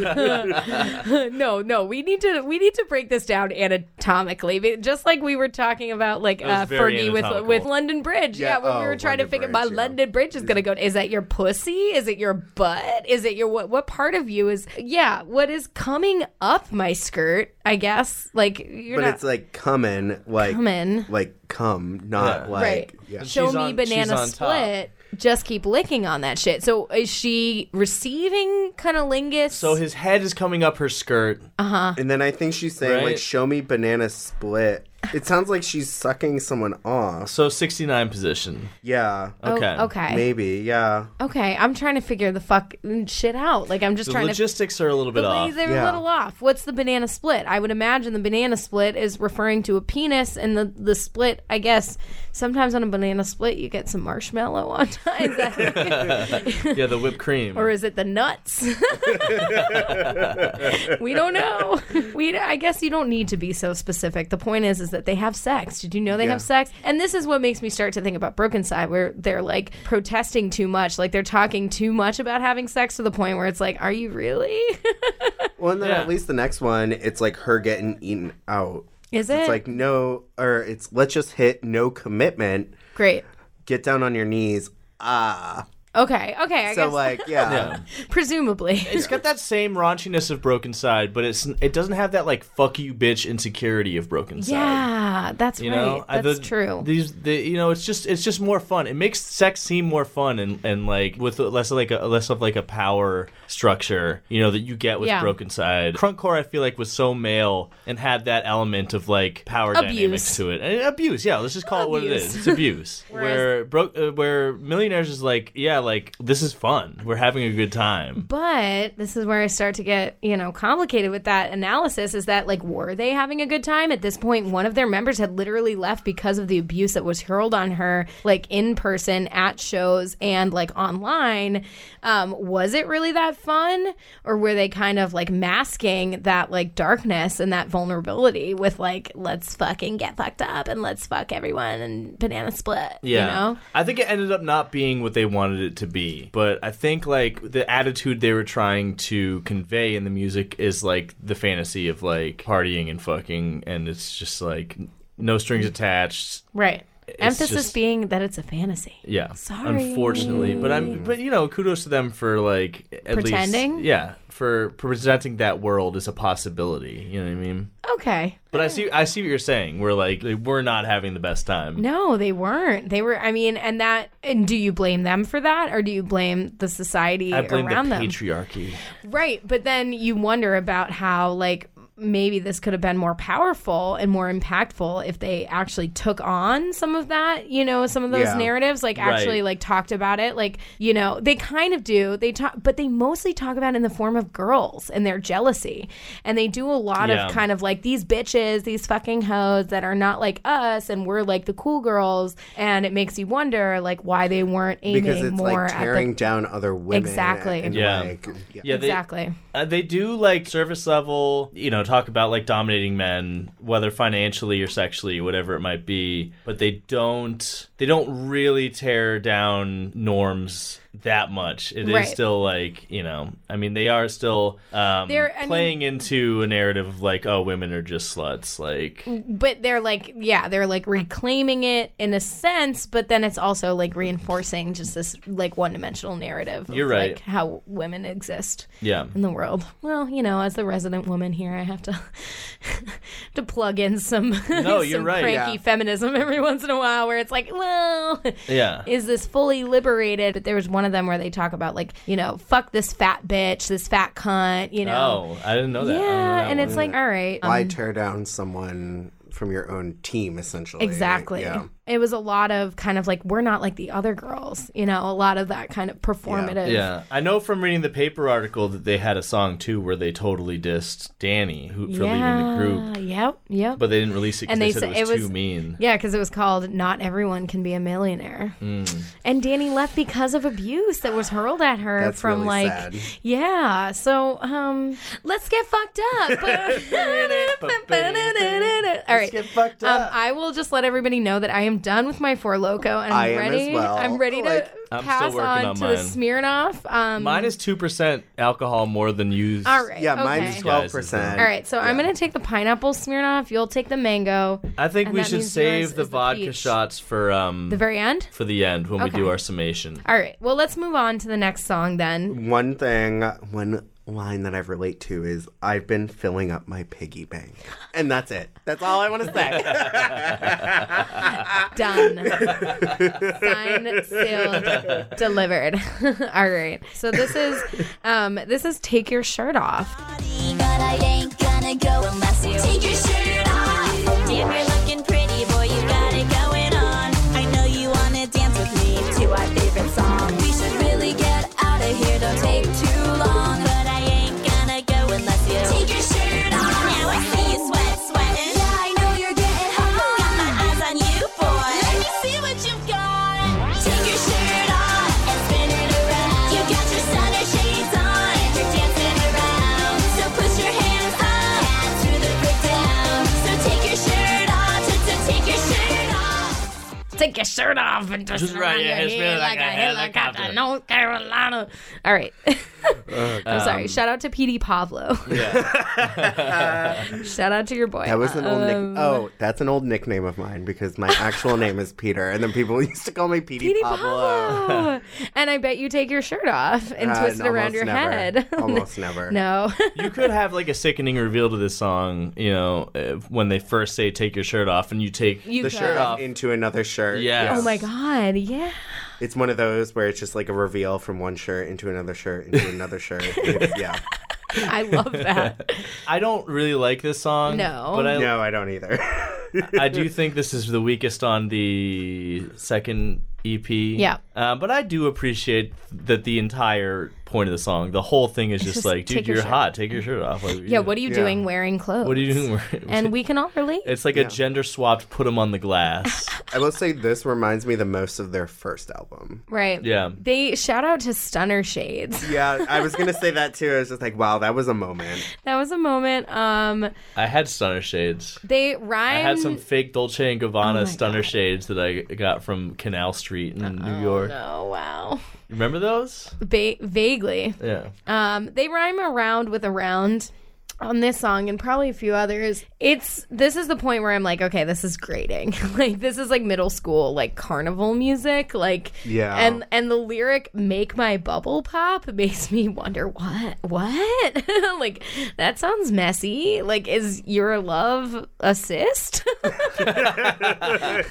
[SPEAKER 8] That no, no. We need to we need to break this down anatomically, but just like we were talking about, like
[SPEAKER 9] That
[SPEAKER 8] uh,
[SPEAKER 9] was very
[SPEAKER 8] Fergie with
[SPEAKER 9] anatomical.
[SPEAKER 8] with London Bridge. Yeah,
[SPEAKER 9] Yeah,
[SPEAKER 8] when we
[SPEAKER 9] oh,
[SPEAKER 8] were trying to
[SPEAKER 9] London
[SPEAKER 8] figure my
[SPEAKER 9] Bridge, yeah.
[SPEAKER 8] London Bridge is gonna go. Is that your pussy? Is it your butt? Is it your what? What part of you is? Yeah, what is coming up my skirt? I guess like you're
[SPEAKER 10] but
[SPEAKER 8] not.
[SPEAKER 10] it's like coming, like
[SPEAKER 8] Coming.
[SPEAKER 10] like come, not like
[SPEAKER 8] right.
[SPEAKER 10] yeah.
[SPEAKER 8] Show me banana split. Just keep licking on that shit. So is she receiving cunnilingus?
[SPEAKER 9] So his head is coming up her skirt.
[SPEAKER 8] uh huh.
[SPEAKER 10] And then I think she's saying like,
[SPEAKER 9] Right.
[SPEAKER 10] "Show me banana split." It sounds like she's sucking someone off.
[SPEAKER 9] So sixty nine position.
[SPEAKER 10] Yeah.
[SPEAKER 8] Oh, Okay. okay.
[SPEAKER 10] Maybe. Yeah.
[SPEAKER 8] Okay, I'm trying to figure the fuck shit out. Like I'm just
[SPEAKER 9] the
[SPEAKER 8] trying
[SPEAKER 9] logistics are a little
[SPEAKER 8] to.
[SPEAKER 9] bit
[SPEAKER 8] The
[SPEAKER 9] off.
[SPEAKER 8] ladies, They're a little off. What's the banana split? I would imagine the banana split is referring to a penis, and the, the split, I guess, sometimes on a banana split, you get some marshmallow on top.
[SPEAKER 9] yeah, the whipped cream.
[SPEAKER 8] Or is it the nuts? we don't know. We I guess you don't need to be so specific. The point is is that they have sex. Did you know they
[SPEAKER 11] Yeah.
[SPEAKER 8] have sex? And this is what makes me start to think about Broken Side where they're like protesting too much. Like they're talking too much about having sex to the point where it's like, are you really?
[SPEAKER 10] Well, and then
[SPEAKER 8] Yeah.
[SPEAKER 10] at least the next one, it's like her getting eaten out.
[SPEAKER 8] Is it?
[SPEAKER 10] It's like no, or it's let's just hit no commitment.
[SPEAKER 8] Great.
[SPEAKER 10] Get down on your knees. Ah.
[SPEAKER 8] Okay. Okay. I
[SPEAKER 10] so
[SPEAKER 8] guess.
[SPEAKER 10] like yeah.
[SPEAKER 8] Presumably.
[SPEAKER 9] It's got that same raunchiness of Broken Side, but it's it doesn't have that like fuck you bitch insecurity of Broken Side.
[SPEAKER 8] Yeah, that's
[SPEAKER 9] you
[SPEAKER 8] right.
[SPEAKER 9] know, I-
[SPEAKER 8] that's
[SPEAKER 9] the-
[SPEAKER 8] true.
[SPEAKER 9] These, the, you know, it's just it's just more fun. It makes sex seem more fun and and like with less of like a less of like a power structure, you know, that you get with
[SPEAKER 8] Yeah.
[SPEAKER 9] Broken Side. Crunkcore, I feel like, was so male and had that element of like power
[SPEAKER 8] Abuse.
[SPEAKER 9] dynamics to it and abuse. Yeah, let's just call it what it
[SPEAKER 8] Abuse.
[SPEAKER 9] is. It's abuse. where bro, uh, where millionaires is like, yeah, like this is fun. We're having a good time.
[SPEAKER 8] But this is where I start to get, you know, complicated with that analysis is that, like, were they having a good time? At this point, one of their members had literally left because of the abuse that was hurled on her, like, in person, at shows, and, like, online. Um, was it really that fun? Or were they kind of, like, masking that, like, darkness and that vulnerability with, like, let's fucking get fucked up and let's fuck everyone and banana split? You
[SPEAKER 9] Yeah.
[SPEAKER 8] know?
[SPEAKER 9] I think it ended up not being what they wanted it to be. But I think like the attitude they were trying to convey in the music is like the fantasy of like partying and fucking and it's just like no strings attached.
[SPEAKER 8] Right.
[SPEAKER 9] It's
[SPEAKER 8] Emphasis
[SPEAKER 9] just-
[SPEAKER 8] being that it's a fantasy.
[SPEAKER 9] Yeah.
[SPEAKER 8] Sorry.
[SPEAKER 9] Unfortunately, but I'm but you know, kudos to them for like at least-
[SPEAKER 8] Pretending?
[SPEAKER 9] yeah, for presenting that world as a possibility, you know what I mean?
[SPEAKER 8] Okay.
[SPEAKER 9] But I see I see what you're saying. We're like they were not having the best time.
[SPEAKER 8] No, they weren't. They were. I mean, and that. And do you blame them for that, or do you blame the society
[SPEAKER 9] I blame the
[SPEAKER 8] around them?
[SPEAKER 9] patriarchy.
[SPEAKER 8] Right, but then you wonder about how like maybe this could have been more powerful and more impactful if they actually took on some of that, you know, some of those
[SPEAKER 11] Yeah.
[SPEAKER 8] narratives like
[SPEAKER 11] Right.
[SPEAKER 8] actually like talked about it like, you know, they kind of do. They talk but they mostly talk about it in the form of girls and their jealousy. And they do a lot
[SPEAKER 11] Yeah.
[SPEAKER 8] of kind of like these bitches, these fucking hoes that are not like us and we're like the cool girls and it makes you wonder like why they weren't aiming
[SPEAKER 10] Because it's
[SPEAKER 8] more
[SPEAKER 10] like
[SPEAKER 8] at the
[SPEAKER 10] tearing down other women.
[SPEAKER 8] Exactly.
[SPEAKER 10] and,
[SPEAKER 9] Yeah.
[SPEAKER 10] like,
[SPEAKER 9] Yeah, they-
[SPEAKER 8] Exactly.
[SPEAKER 9] Uh, they do like surface level, you know, talk about like dominating men, whether financially or sexually, whatever it might be, but they don't they don't really tear down norms that much. It is
[SPEAKER 8] Right.
[SPEAKER 9] still like you know, I mean, they are still um,
[SPEAKER 8] They're- I mean-
[SPEAKER 9] playing into a narrative of like, oh, women are just sluts, like.
[SPEAKER 8] but they're like yeah they're like reclaiming it in a sense but then it's also like reinforcing just this like one-dimensional narrative of,
[SPEAKER 9] You're right.
[SPEAKER 8] like how women exist
[SPEAKER 9] Yeah.
[SPEAKER 8] in the world well you know as the resident woman here i have to to plug in some
[SPEAKER 9] No, you're
[SPEAKER 8] some
[SPEAKER 9] right.
[SPEAKER 8] cranky
[SPEAKER 9] Yeah.
[SPEAKER 8] feminism every once in a while where it's like well
[SPEAKER 9] Yeah.
[SPEAKER 8] is this fully liberated but there was one of them where they talk about like you know fuck this fat bitch this fat cunt you know
[SPEAKER 9] Oh, I didn't know that. I don't know
[SPEAKER 8] Yeah,
[SPEAKER 9] that
[SPEAKER 8] and
[SPEAKER 9] one.
[SPEAKER 8] it's like all right
[SPEAKER 10] Why
[SPEAKER 8] um,
[SPEAKER 10] tear down someone from your own team, essentially?
[SPEAKER 8] Exactly.
[SPEAKER 10] Yeah.
[SPEAKER 8] It was a lot of kind of like, we're not like the other girls, you know, a lot of that kind of performative.
[SPEAKER 9] Yeah, I know from reading the paper article that they had a song too where they totally dissed Danny who, for
[SPEAKER 8] Yeah,
[SPEAKER 9] leaving the group,
[SPEAKER 8] Yep. Yep.
[SPEAKER 9] but they didn't release it because
[SPEAKER 8] And
[SPEAKER 9] they,
[SPEAKER 8] they
[SPEAKER 9] said
[SPEAKER 8] sa-
[SPEAKER 9] it was,
[SPEAKER 8] it was-
[SPEAKER 9] too mean.
[SPEAKER 8] Yeah, because it was called Not Everyone Can Be a Millionaire.
[SPEAKER 9] Mm.
[SPEAKER 8] And Danny left because of abuse that was hurled at her
[SPEAKER 9] That's
[SPEAKER 8] from
[SPEAKER 9] really
[SPEAKER 8] like,
[SPEAKER 9] sad.
[SPEAKER 8] yeah. So um, let's get fucked up. All right,
[SPEAKER 10] get fucked
[SPEAKER 8] up. Um, I will just let everybody know that I am done with my four loco and I'm
[SPEAKER 9] I am as
[SPEAKER 8] ready.
[SPEAKER 9] well.
[SPEAKER 8] I'm ready to
[SPEAKER 9] I'm still
[SPEAKER 8] pass
[SPEAKER 9] working
[SPEAKER 8] on,
[SPEAKER 9] on
[SPEAKER 8] to the
[SPEAKER 9] mine.
[SPEAKER 8] Smirnoff. Um,
[SPEAKER 9] Mine is two percent alcohol more than you.
[SPEAKER 8] All right, Yeah, mine's okay.
[SPEAKER 10] 12%.
[SPEAKER 8] All right, so I'm gonna take the pineapple Smirnoff. You'll take the mango.
[SPEAKER 9] I think
[SPEAKER 8] and
[SPEAKER 9] we
[SPEAKER 8] that
[SPEAKER 9] should
[SPEAKER 8] means yours
[SPEAKER 9] save the
[SPEAKER 8] is
[SPEAKER 9] vodka
[SPEAKER 8] peach.
[SPEAKER 9] shots for um
[SPEAKER 8] The very end?
[SPEAKER 9] for the end when we do
[SPEAKER 8] Okay.
[SPEAKER 9] our summation.
[SPEAKER 8] All right. Well, let's move on to the next song then.
[SPEAKER 10] One thing, one line that I relate to is I've been filling up my piggy bank. And that's it. That's all I want to say.
[SPEAKER 8] Done. Signed, sealed, delivered. All right. So this is um this is take your shirt off.
[SPEAKER 7] But I ain't gonna go unless you take your shirt off. Damn, you're looking pretty, boy. You got it going on. I know you wanna dance with me to our favorite song. We should really get out of here. Don't take too long. But I ain't gonna go unless you take your shirt off. Now I see you sweat, sweating. Yeah, I know you're getting hot. Got my eyes on you, boy. Let me see what you've got. Take your shirt off and spin it around. You got your sunny shades on and you're dancing around. So push your hands up and to the breakdown. So take your shirt off, just to take your shirt off.
[SPEAKER 8] Take your shirt off and just,
[SPEAKER 7] Just
[SPEAKER 8] around
[SPEAKER 7] right, yeah,
[SPEAKER 8] your
[SPEAKER 7] it's
[SPEAKER 8] head
[SPEAKER 7] really
[SPEAKER 8] like,
[SPEAKER 7] like
[SPEAKER 8] a
[SPEAKER 7] a
[SPEAKER 8] helicopter.
[SPEAKER 7] helicopter.
[SPEAKER 8] North Carolina. All right.
[SPEAKER 10] Uh,
[SPEAKER 8] I'm
[SPEAKER 10] um,
[SPEAKER 8] sorry. Shout out to PD Pablo. Shout out to your boy.
[SPEAKER 10] That was an old
[SPEAKER 8] Um,
[SPEAKER 10] nick- oh, that's an old nickname of mine because my actual name is Peter, and then people used to call me Petey
[SPEAKER 8] PD
[SPEAKER 10] Pablo.
[SPEAKER 8] Pablo. and I bet you take your shirt off and
[SPEAKER 10] Uh,
[SPEAKER 8] twist it around
[SPEAKER 10] almost
[SPEAKER 8] your
[SPEAKER 10] never.
[SPEAKER 8] head.
[SPEAKER 10] Almost never.
[SPEAKER 8] no.
[SPEAKER 9] you could have like a sickening reveal to this song, you know, uh, when they first say take your shirt off and you take
[SPEAKER 8] You
[SPEAKER 9] the
[SPEAKER 8] could.
[SPEAKER 9] shirt off.
[SPEAKER 10] into another shirt.
[SPEAKER 9] Yes.
[SPEAKER 8] Oh my god. Yeah.
[SPEAKER 10] It's one of those where it's just like a reveal from one shirt into another shirt into another shirt. It's- yeah.
[SPEAKER 8] I love that.
[SPEAKER 9] I don't really like this song.
[SPEAKER 8] No.
[SPEAKER 9] But I,
[SPEAKER 10] no, I don't either.
[SPEAKER 9] I do think this is the weakest on the second EP.
[SPEAKER 8] Yeah.
[SPEAKER 9] Uh, but I do appreciate that the entire point of the song, the whole thing is just,
[SPEAKER 8] Just
[SPEAKER 9] like,
[SPEAKER 8] take
[SPEAKER 9] dude,
[SPEAKER 8] your
[SPEAKER 9] you're
[SPEAKER 8] shirt.
[SPEAKER 9] hot. Take your shirt off. Like,
[SPEAKER 8] Yeah, what are you doing wearing clothes?
[SPEAKER 9] What are you doing?
[SPEAKER 8] And we can all relate.
[SPEAKER 9] it's like a gender swapped put them on the glass.
[SPEAKER 10] I will say this reminds me the most of their first album.
[SPEAKER 8] Right.
[SPEAKER 10] Yeah.
[SPEAKER 8] They shout out to Stunner Shades.
[SPEAKER 10] Yeah, I was gonna say that too. I was just like, wow, that was a moment.
[SPEAKER 8] That was a moment. Um
[SPEAKER 9] I had stunner shades.
[SPEAKER 8] they
[SPEAKER 9] I
[SPEAKER 8] rhyme
[SPEAKER 9] had some fake Dolce and
[SPEAKER 8] Oh
[SPEAKER 9] Gabbana stunner shades that I got from Canal Street in New York.
[SPEAKER 8] Oh wow.
[SPEAKER 9] Remember those?
[SPEAKER 8] Va- vaguely.
[SPEAKER 9] Yeah.
[SPEAKER 8] Um, they rhyme around with around on this song and probably a few others. It's this is the point where I'm like, okay, this is grading. like this is like middle school like carnival music. Like
[SPEAKER 7] Yeah.
[SPEAKER 8] And and the lyric "Make my bubble pop" makes me wonder what what like that sounds messy. Like is your love assist? I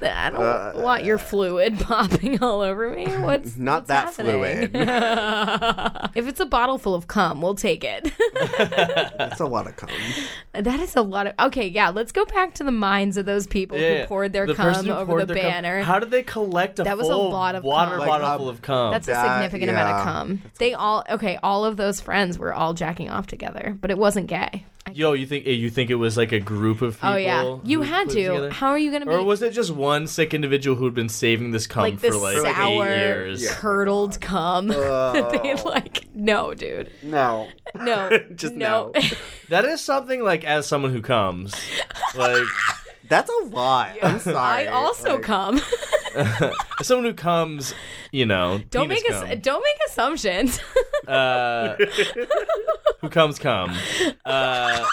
[SPEAKER 8] don't
[SPEAKER 10] Uh,
[SPEAKER 8] want your fluid popping all over me. What's
[SPEAKER 10] Not that
[SPEAKER 8] happening?
[SPEAKER 10] fluid.
[SPEAKER 8] if it's a bottle full of cum, we'll take it.
[SPEAKER 10] That's a lot of cum.
[SPEAKER 8] that is a lot of. Okay, yeah, let's go back to the minds of those people who poured their
[SPEAKER 9] The person
[SPEAKER 8] cum
[SPEAKER 9] who
[SPEAKER 8] over
[SPEAKER 9] poured
[SPEAKER 8] the
[SPEAKER 9] their cum-
[SPEAKER 8] banner.
[SPEAKER 9] How did they collect a
[SPEAKER 8] that was a
[SPEAKER 9] full
[SPEAKER 8] lot of
[SPEAKER 9] water
[SPEAKER 8] cum.
[SPEAKER 9] bottle full of cum?
[SPEAKER 8] That's a significant amount of cum. They all okay. All of those friends were all jacking off together, but it wasn't gay.
[SPEAKER 9] Yo, you think you think it was like a group of people?
[SPEAKER 8] oh yeah, you
[SPEAKER 9] who
[SPEAKER 8] had
[SPEAKER 9] put
[SPEAKER 8] to.
[SPEAKER 9] it together?
[SPEAKER 8] How are you gonna
[SPEAKER 9] Or
[SPEAKER 8] make
[SPEAKER 9] was it just one sick individual who'd been saving this cum
[SPEAKER 8] like
[SPEAKER 9] for
[SPEAKER 8] this
[SPEAKER 9] like
[SPEAKER 8] sour
[SPEAKER 9] eight years?
[SPEAKER 8] curdled cum? that they like no, dude,
[SPEAKER 9] No.
[SPEAKER 8] no,
[SPEAKER 9] Just
[SPEAKER 8] no.
[SPEAKER 9] That is something like as someone who comes, like
[SPEAKER 10] that's a lot. I'm
[SPEAKER 8] I also cum.
[SPEAKER 9] as someone who comes, you know,
[SPEAKER 8] Don't
[SPEAKER 9] penis
[SPEAKER 8] make us. Don't make assumptions.
[SPEAKER 9] cum, uh, who comes come. Uh,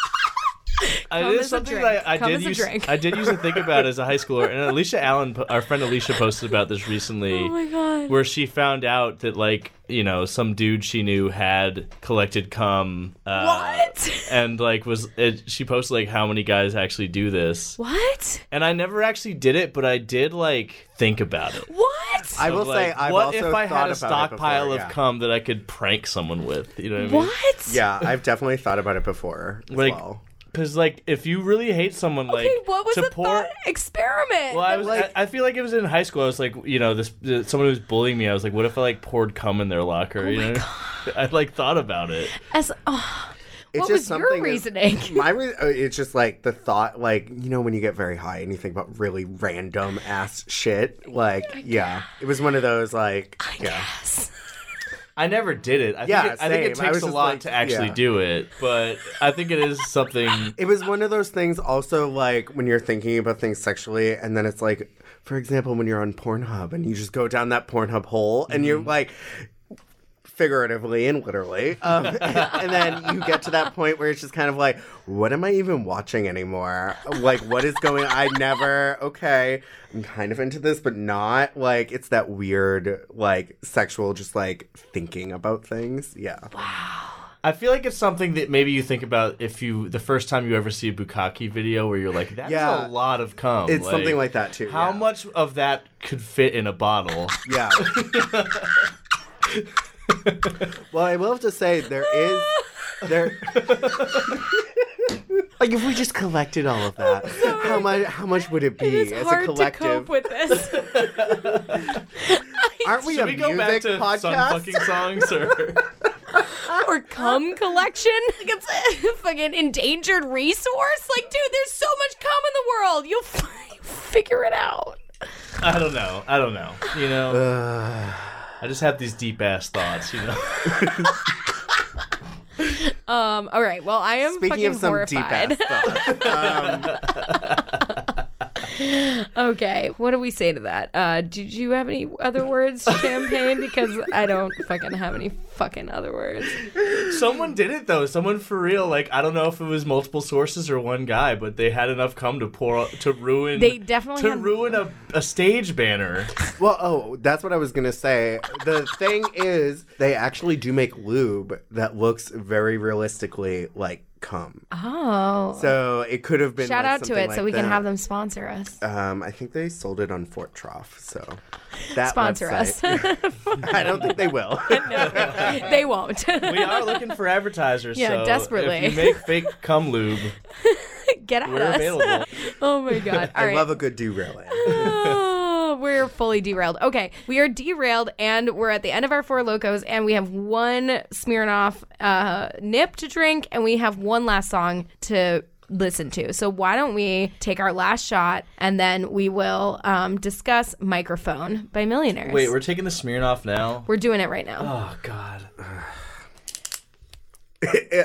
[SPEAKER 8] Cum
[SPEAKER 9] it
[SPEAKER 8] is
[SPEAKER 9] is
[SPEAKER 8] a
[SPEAKER 9] something
[SPEAKER 8] drink.
[SPEAKER 9] that I, I
[SPEAKER 8] Cum
[SPEAKER 9] did
[SPEAKER 8] is a
[SPEAKER 9] use.
[SPEAKER 8] drink.
[SPEAKER 9] I did used to think about as a high schooler, and Alicia Allen, po- our friend Alicia, posted about this recently.
[SPEAKER 8] Oh my God.
[SPEAKER 9] Where she found out that like you know some dude she knew had collected cum. Uh,
[SPEAKER 8] What?
[SPEAKER 9] And like was it, she posted like how many guys actually do this?
[SPEAKER 8] what?
[SPEAKER 9] And I never actually did it, but I did like think about it.
[SPEAKER 8] What?
[SPEAKER 10] I will
[SPEAKER 9] Of, like,
[SPEAKER 10] say, I've
[SPEAKER 9] what
[SPEAKER 10] also
[SPEAKER 9] if I
[SPEAKER 10] thought
[SPEAKER 9] had a
[SPEAKER 10] about it before,
[SPEAKER 9] stockpile
[SPEAKER 10] yeah.
[SPEAKER 9] of cum that I could prank someone with? You know what I mean?
[SPEAKER 8] What?
[SPEAKER 10] Yeah, I've definitely thought about it before. As
[SPEAKER 9] Like,
[SPEAKER 10] well.
[SPEAKER 9] Because like, if you really hate someone, like,
[SPEAKER 8] Okay, what was
[SPEAKER 9] to
[SPEAKER 8] the
[SPEAKER 9] pour.
[SPEAKER 8] thought experiment?
[SPEAKER 9] well, I was. uh, I, I feel like it was in high school. I was like, you know, this someone who's bullying me. I was like, what if I like poured cum in their locker?
[SPEAKER 8] Oh
[SPEAKER 9] you know, I like thought about it.
[SPEAKER 8] As, oh,
[SPEAKER 10] It's
[SPEAKER 8] what
[SPEAKER 10] just
[SPEAKER 8] was your
[SPEAKER 10] something that-
[SPEAKER 8] reasoning?
[SPEAKER 10] My re- uh, it's just like the thought, like you know, when you get very high and you think about really random ass shit. Like, yeah, it was one of those. Like, yeah,
[SPEAKER 9] I never did it. I
[SPEAKER 10] Yeah,
[SPEAKER 9] think it, I think it
[SPEAKER 10] same. I
[SPEAKER 9] takes
[SPEAKER 10] was
[SPEAKER 9] a
[SPEAKER 10] just
[SPEAKER 9] lot
[SPEAKER 10] like-
[SPEAKER 9] to actually
[SPEAKER 10] yeah.
[SPEAKER 9] do it, but I think it is something.
[SPEAKER 10] it was one of those things. Also, like when you're thinking about things sexually, and then it's like, for example, when you're on Pornhub and you just go down that Pornhub hole, and you're like. Figuratively and literally, um, and, and then you get to that point where it's just kind of like, what am I even watching anymore? Like, what is going? I never. Okay, I'm kind of into this, but not like it's that weird, like sexual, just like thinking about things. Yeah.
[SPEAKER 9] I feel like it's something that maybe you think about if you the first time you ever see a bukkake video where you're like, that's
[SPEAKER 10] Yeah.
[SPEAKER 9] a lot of cum.
[SPEAKER 10] It's something like that, too,
[SPEAKER 9] How much of that could fit in a bottle?
[SPEAKER 10] Yeah. well, I will have to say there is there. like if we just collected all of that, how much how much would it be as a
[SPEAKER 8] Hard to
[SPEAKER 10] collective?
[SPEAKER 8] cope with this.
[SPEAKER 10] Aren't we
[SPEAKER 9] Should
[SPEAKER 10] a
[SPEAKER 9] we go
[SPEAKER 10] music
[SPEAKER 9] back to
[SPEAKER 10] podcast?
[SPEAKER 9] some fucking songs or
[SPEAKER 8] or cum collection? Like it's a fucking endangered resource. Like, dude, there's so much cum in the world. You'll f- you'll figure it out.
[SPEAKER 9] I don't know. I don't know. You know,
[SPEAKER 10] Uh.
[SPEAKER 9] I just have these deep ass thoughts. You know,
[SPEAKER 8] Um. All right. Well, I am
[SPEAKER 10] Speaking
[SPEAKER 8] fucking
[SPEAKER 10] of some
[SPEAKER 8] horrified.
[SPEAKER 10] deep ass thoughts, um,
[SPEAKER 8] Um, okay. What do we say to that? Uh, did you have any other words, champagne? Because I don't fucking have any fucking other words.
[SPEAKER 9] someone did it though. Someone for real. Like I don't know if it was multiple sources or one guy, but they had enough cum to pour to ruin.
[SPEAKER 8] They definitely
[SPEAKER 9] to
[SPEAKER 8] had-
[SPEAKER 9] ruin a, a stage banner.
[SPEAKER 10] well, oh, that's what I was gonna say. The thing is, they actually do make lube that looks very realistically like cum.
[SPEAKER 8] Oh.
[SPEAKER 10] So it could have been
[SPEAKER 8] shout
[SPEAKER 10] like,
[SPEAKER 8] out to
[SPEAKER 10] something
[SPEAKER 8] it so
[SPEAKER 10] like
[SPEAKER 8] we can
[SPEAKER 10] that.
[SPEAKER 8] have them sponsor us.
[SPEAKER 10] Um, I think they sold it on Fort Trough, so that
[SPEAKER 8] sponsor
[SPEAKER 10] website-
[SPEAKER 8] us.
[SPEAKER 10] I don't think they will.
[SPEAKER 8] they won't.
[SPEAKER 9] We are looking for advertisers.
[SPEAKER 8] Yeah,
[SPEAKER 9] so
[SPEAKER 8] desperately.
[SPEAKER 9] If you make fake cum lube,
[SPEAKER 8] Get at
[SPEAKER 9] We're
[SPEAKER 8] us.
[SPEAKER 9] available.
[SPEAKER 8] oh my god. All
[SPEAKER 10] I
[SPEAKER 8] right.
[SPEAKER 10] love a good derailing.
[SPEAKER 8] Oh, we're fully derailed. Okay, we are derailed, and we're at the end of our four locos, and we have one Smirnoff uh, nip to drink, and we have one last song to listen to. So why don't we take our last shot, and then we will um, discuss "Microphone" by Millionaires.
[SPEAKER 9] wait, we're taking the Smirnoff now.
[SPEAKER 8] We're doing it right now.
[SPEAKER 9] Oh God.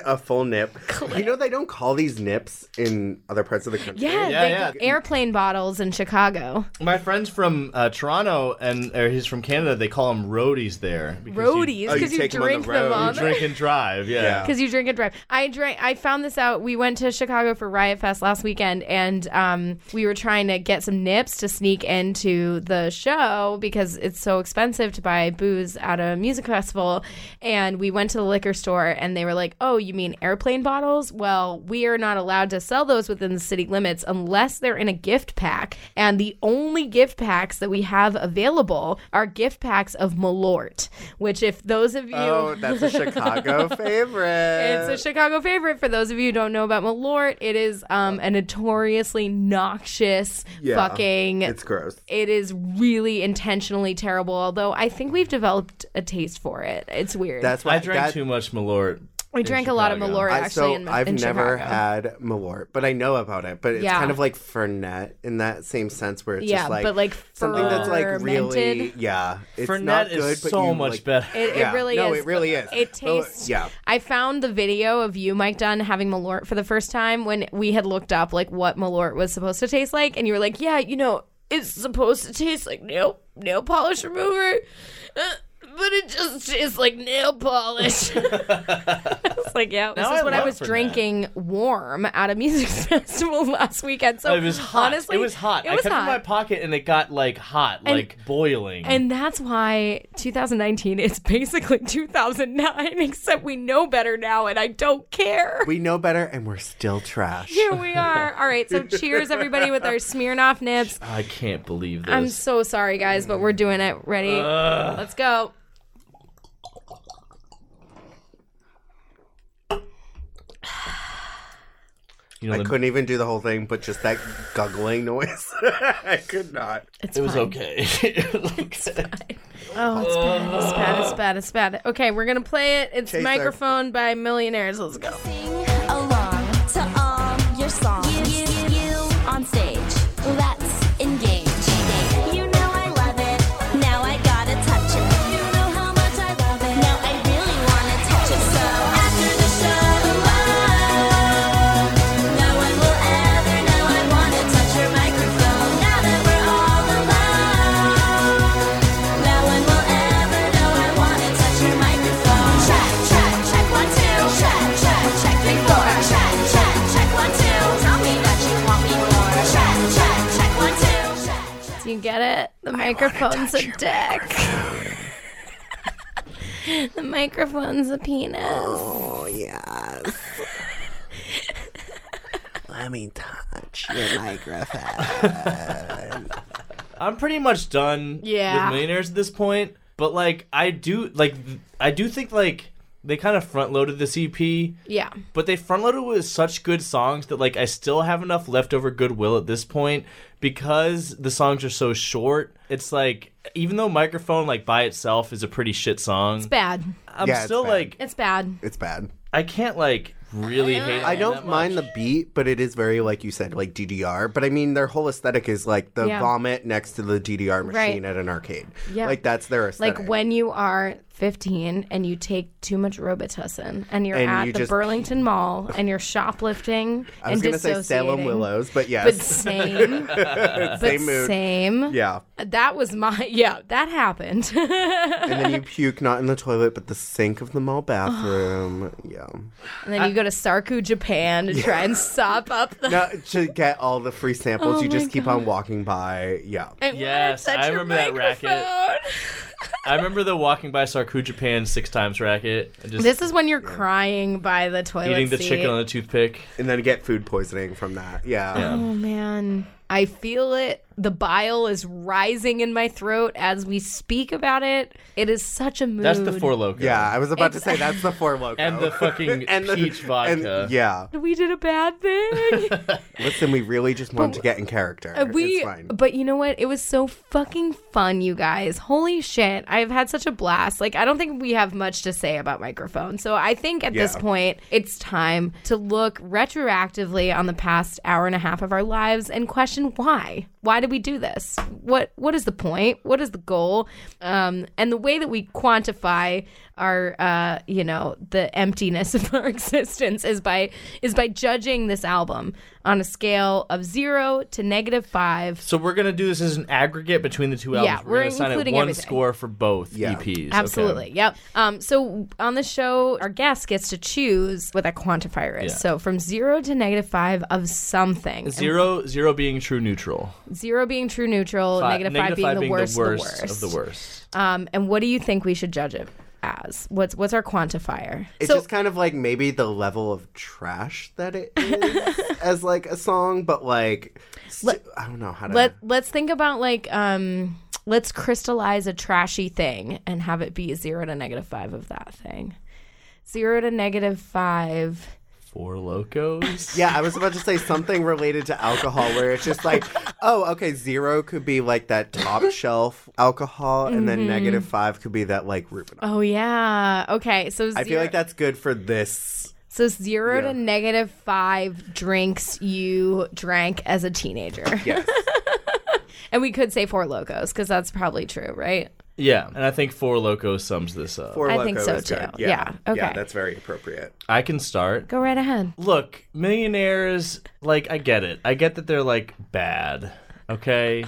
[SPEAKER 10] a full nip. You know they don't call these nips in other parts of the country.
[SPEAKER 8] Yeah, they- airplane bottles in Chicago.
[SPEAKER 9] My friend's from uh, Toronto, and or he's from Canada. They call them roadies there.
[SPEAKER 8] Roadies, 'cause Oh, you you take 'em on the drink them road. on
[SPEAKER 9] You drink and drive. Yeah.
[SPEAKER 8] because you drink and drive. I drank. I found this out. We went to Chicago for Riot Fest last weekend, and um, we were trying to get some nips to sneak into the show because it's so expensive to buy booze at a music festival. And we went to the liquor store, and they were like, "Oh, you mean airplane bottles? Well, we are not allowed to sell those within the city limits unless they're in a gift pack. And the only gift packs that we have available are gift packs of Malort, which if those of you
[SPEAKER 10] Oh, that's a Chicago favorite.
[SPEAKER 8] it's a Chicago favorite. For those of you who don't know about Malort, it is um, a notoriously noxious
[SPEAKER 10] Yeah,
[SPEAKER 8] fucking.
[SPEAKER 10] it's gross.
[SPEAKER 8] It is really intentionally terrible. Although I think we've developed a taste for it. It's weird.
[SPEAKER 9] I drank too much Malort
[SPEAKER 8] We
[SPEAKER 10] in
[SPEAKER 8] drank a lot of
[SPEAKER 10] Chicago.
[SPEAKER 8] Malort
[SPEAKER 10] I-
[SPEAKER 8] actually
[SPEAKER 10] so
[SPEAKER 8] in,
[SPEAKER 10] I've
[SPEAKER 8] in
[SPEAKER 10] never
[SPEAKER 8] Chicago.
[SPEAKER 10] had Malort, but I know about it. But it's
[SPEAKER 8] Yeah.
[SPEAKER 10] kind of like Fernet in that same sense, where it's
[SPEAKER 8] Yeah,
[SPEAKER 10] just like
[SPEAKER 8] but, like,
[SPEAKER 10] something that's like really
[SPEAKER 8] fermented.
[SPEAKER 10] yeah. It's
[SPEAKER 9] Fernet
[SPEAKER 10] not
[SPEAKER 9] is
[SPEAKER 10] good, but
[SPEAKER 9] so
[SPEAKER 10] you,
[SPEAKER 9] much
[SPEAKER 10] like-
[SPEAKER 9] better.
[SPEAKER 8] It,
[SPEAKER 10] Yeah.
[SPEAKER 8] it really
[SPEAKER 10] no,
[SPEAKER 8] is.
[SPEAKER 10] it really is.
[SPEAKER 8] It
[SPEAKER 10] Well,
[SPEAKER 8] tastes.
[SPEAKER 10] yeah.
[SPEAKER 8] I found the video of you, Mike Dunn, having Malort for the first time when we had looked up like what Malort was supposed to taste like, and you were like, "Yeah, you know, it's supposed to taste like nail nail polish remover, uh, but it just tastes like nail polish." I was like, "Yeah, this
[SPEAKER 9] Now
[SPEAKER 8] is
[SPEAKER 9] I
[SPEAKER 8] what I
[SPEAKER 9] love
[SPEAKER 8] was
[SPEAKER 9] Fernet.
[SPEAKER 8] drinking warm at a music festival last weekend." So
[SPEAKER 9] it was hot.
[SPEAKER 8] Honestly,
[SPEAKER 9] it was hot.
[SPEAKER 8] It
[SPEAKER 9] I
[SPEAKER 8] was
[SPEAKER 9] kept it in
[SPEAKER 8] hot.
[SPEAKER 9] my pocket and it got like hot,
[SPEAKER 8] And-
[SPEAKER 9] like boiling.
[SPEAKER 8] And that's why 2019 is basically 2009, except we know better now, and I don't care.
[SPEAKER 10] we know better, and we're still trash.
[SPEAKER 8] Here we are. All right, so cheers, everybody, with our Smirnoff nips.
[SPEAKER 9] I can't believe this.
[SPEAKER 8] I'm so sorry, guys, but we're doing it. Ready?
[SPEAKER 9] Ugh.
[SPEAKER 8] Let's go.
[SPEAKER 10] I couldn't even do the whole thing, but just that guggling noise, I could not.
[SPEAKER 9] it was okay.
[SPEAKER 8] Oh, it's bad. It's bad. It's bad. It's bad. Okay, we're going to play it. It's
[SPEAKER 7] Chaser.
[SPEAKER 8] Microphone by Millionaires. Let's go.
[SPEAKER 7] along to all your songs. You, you, you on stage. Let's engage. You know I love it. Now I gotta touch it. You know how much I love it. Now I really wanna touch it. So after the show, alone, no one will ever know I wanna touch your microphone. Now that we're all alone, no one will ever know I wanna touch your microphone. Check, check, check one two. Check, check, check three four. Check, check, check one two. Tell me that you want me more. Check, check, check one two.
[SPEAKER 8] Do you get it? The microphone's a dick. the microphone's a penis.
[SPEAKER 10] Oh yes. Let me touch your microphone.
[SPEAKER 9] I'm pretty much done
[SPEAKER 10] Yeah.
[SPEAKER 9] with millionaires at this point. But like I do like th- I do think like they kind of front loaded this E EP.
[SPEAKER 8] Yeah.
[SPEAKER 9] But they front loaded with such good songs that like I still have enough leftover goodwill at this point because the songs are so short. It's like even though microphone like by itself is a pretty shit song.
[SPEAKER 8] It's bad.
[SPEAKER 9] I'm Yeah, it's still, bad. like-
[SPEAKER 8] It's bad.
[SPEAKER 10] It's bad.
[SPEAKER 9] I can't like really hate.
[SPEAKER 10] I don't mind the beat, but it is very like you said, like DDR. But I mean, their whole aesthetic is like the
[SPEAKER 8] Yeah.
[SPEAKER 10] vomit next to the DDR machine
[SPEAKER 8] Right.
[SPEAKER 10] at an arcade.
[SPEAKER 8] Yeah.
[SPEAKER 10] like that's their aesthetic.
[SPEAKER 8] Like when you are 15 and you take too much Robitussin and you're
[SPEAKER 10] And
[SPEAKER 8] at
[SPEAKER 10] you
[SPEAKER 8] the
[SPEAKER 10] just-
[SPEAKER 8] Burlington Mall and you're shoplifting
[SPEAKER 10] I was
[SPEAKER 8] and
[SPEAKER 10] gonna say Salem
[SPEAKER 8] dissociating.
[SPEAKER 10] Willows, but yes,
[SPEAKER 8] But same. but
[SPEAKER 10] same mood.
[SPEAKER 8] same.
[SPEAKER 10] Yeah,
[SPEAKER 8] That was my yeah. That happened.
[SPEAKER 10] and then you puke not in the toilet, but the sink of the mall bathroom. yeah,
[SPEAKER 8] And
[SPEAKER 9] Uh,
[SPEAKER 8] then you go to Sarku, Japan to try and sop up the.
[SPEAKER 10] no, to get all the free samples,
[SPEAKER 8] Oh
[SPEAKER 10] you
[SPEAKER 8] my
[SPEAKER 10] just keep on walking by. Yeah,
[SPEAKER 8] I wanna
[SPEAKER 9] Yes,
[SPEAKER 8] touch
[SPEAKER 9] I
[SPEAKER 8] your
[SPEAKER 9] remember that racket. I remember the walking by Sarku Japan six times racket. and Just
[SPEAKER 8] This is when you're crying by the toilet
[SPEAKER 9] eating the
[SPEAKER 8] seat.
[SPEAKER 9] chicken on a toothpick,
[SPEAKER 10] and then get food poisoning from that. Yeah.
[SPEAKER 8] Oh man, I feel it. The bile is rising in my throat as we speak about it. It is such a mood.
[SPEAKER 9] That's the four loco.
[SPEAKER 10] Yeah, I was about
[SPEAKER 8] It's-
[SPEAKER 10] to say that's the four loco
[SPEAKER 9] and the fucking peach vodka.
[SPEAKER 10] And, yeah,
[SPEAKER 8] We did a bad thing.
[SPEAKER 10] listen, we really just wanted to get in character.
[SPEAKER 8] Uh, we,
[SPEAKER 10] it's fine.
[SPEAKER 8] but you know what? It was so fucking fun, you guys. Holy shit! I've had such a blast. Like, I don't think we have much to say about microphone. So I think at this
[SPEAKER 5] Yeah.
[SPEAKER 8] point, it's time to look retroactively on the past hour and a half of our lives and question why. Why did we do this? What What is the point? What is the goal? Um, and the way that we quantify our, uh, you know, the emptiness of our existence is by is by judging this album on a scale of zero to negative five.
[SPEAKER 9] So we're gonna do this as an aggregate between the two
[SPEAKER 8] Yeah,
[SPEAKER 9] albums. we're,
[SPEAKER 8] we're
[SPEAKER 9] gonna assign it
[SPEAKER 8] including
[SPEAKER 9] one
[SPEAKER 8] everything.
[SPEAKER 9] score for both EPs. okay?
[SPEAKER 8] Absolutely. Yep. Um, so on the show, our guest gets to choose what that quantifier is.
[SPEAKER 9] Yeah.
[SPEAKER 8] So from zero to negative five of something. And
[SPEAKER 9] Zero, zero being true neutral.
[SPEAKER 8] zero being true neutral,
[SPEAKER 9] Fi-
[SPEAKER 8] negative five,
[SPEAKER 9] negative
[SPEAKER 8] being,
[SPEAKER 9] five
[SPEAKER 8] the,
[SPEAKER 9] being
[SPEAKER 8] worst,
[SPEAKER 9] the worst
[SPEAKER 8] the worst
[SPEAKER 9] of the worst.
[SPEAKER 8] Um, and what do you think we should judge it as? What's what's our quantifier?
[SPEAKER 10] It's just kind of like maybe the level of trash that it is as like a song, but like st- I don't know how to.
[SPEAKER 8] Let let's think about like um, let's crystallize a trashy thing and have it be zero to negative five of that thing. Zero to negative five
[SPEAKER 9] Four locos?
[SPEAKER 10] Yeah, I was about to say something related to alcohol where it's just like, oh, okay, zero could be like that top shelf alcohol, and
[SPEAKER 8] Mhm.
[SPEAKER 10] then negative five could be that like Rubin.
[SPEAKER 8] Oh yeah. Okay. So zero,
[SPEAKER 10] I feel like that's good for this.
[SPEAKER 8] so zero
[SPEAKER 10] Yeah.
[SPEAKER 8] to negative five drinks you drank as a teenager.
[SPEAKER 10] Yes.
[SPEAKER 8] and we could say four locos because that's probably true, right?
[SPEAKER 9] Yeah, and I think Four Locos sums this up.
[SPEAKER 8] Four I think Loko so, is good. too. Yeah. Yeah, okay.
[SPEAKER 10] that's very appropriate.
[SPEAKER 9] I can start.
[SPEAKER 8] Go right ahead.
[SPEAKER 9] Look, millionaires, like, I get it. I get that they're, like, bad, okay?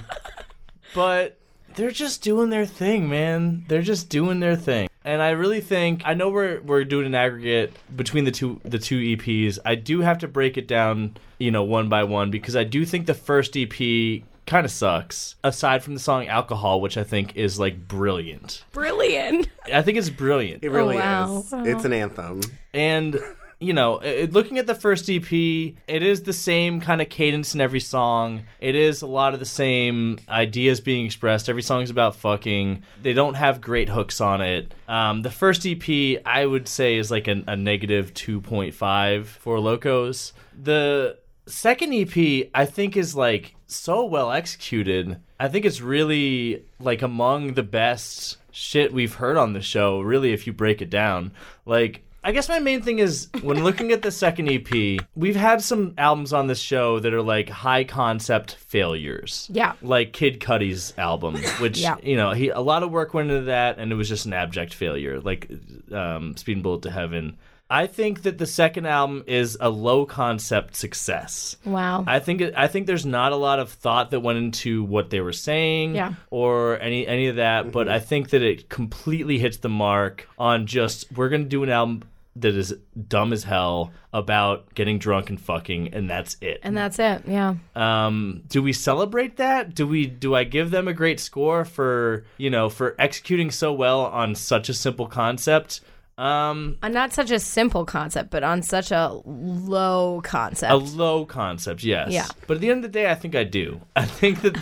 [SPEAKER 9] but they're just doing their thing, man. They're just doing their thing. And I really think I know we're we're doing an aggregate between the two the two EPs. I do have to break it down, you know, one by one because I do think the first EP kind of sucks. Aside from the song Alcohol, which I think is like brilliant.
[SPEAKER 8] Brilliant.
[SPEAKER 9] I think it's brilliant.
[SPEAKER 10] It
[SPEAKER 8] Oh,
[SPEAKER 10] really is. It's an anthem.
[SPEAKER 9] And you know, it, looking at the first EP, it is the same kind of cadence in every song. It is a lot of the same ideas being expressed. Every song is about fucking. They don't have great hooks on it. Um, the first EP, I would say, is like an, a negative two point five for Locos. The second EP, I think, is like so well executed. I think it's really like among the best shit we've heard on the show, really, if you break it down. Like, I guess my main thing is when looking at the second EP, we've had some albums on this show that are like high concept failures.
[SPEAKER 8] Yeah.
[SPEAKER 9] Like Kid Cudi's album, which
[SPEAKER 8] Yeah.
[SPEAKER 9] you know, he a lot of work went into that and it was just an abject failure, like um Speed and Bullet to Heaven. I think that the second album is a low concept success.
[SPEAKER 8] Wow.
[SPEAKER 9] I think I think there's not a lot of thought that went into what they were saying
[SPEAKER 8] Yeah.
[SPEAKER 9] or any any of that, but I think that it completely hits the mark on just we're going to do an album that is dumb as hell about getting drunk and fucking and that's it.
[SPEAKER 8] and that's it. Yeah.
[SPEAKER 9] Um, do we celebrate that? Do we do I give them a great score for, you know, for executing so well on such a simple concept? Um
[SPEAKER 8] On Uh, not such a simple concept, but on such a low concept.
[SPEAKER 9] a low concept, yes.
[SPEAKER 8] Yeah.
[SPEAKER 9] But at the end of the day, I think I do. I think that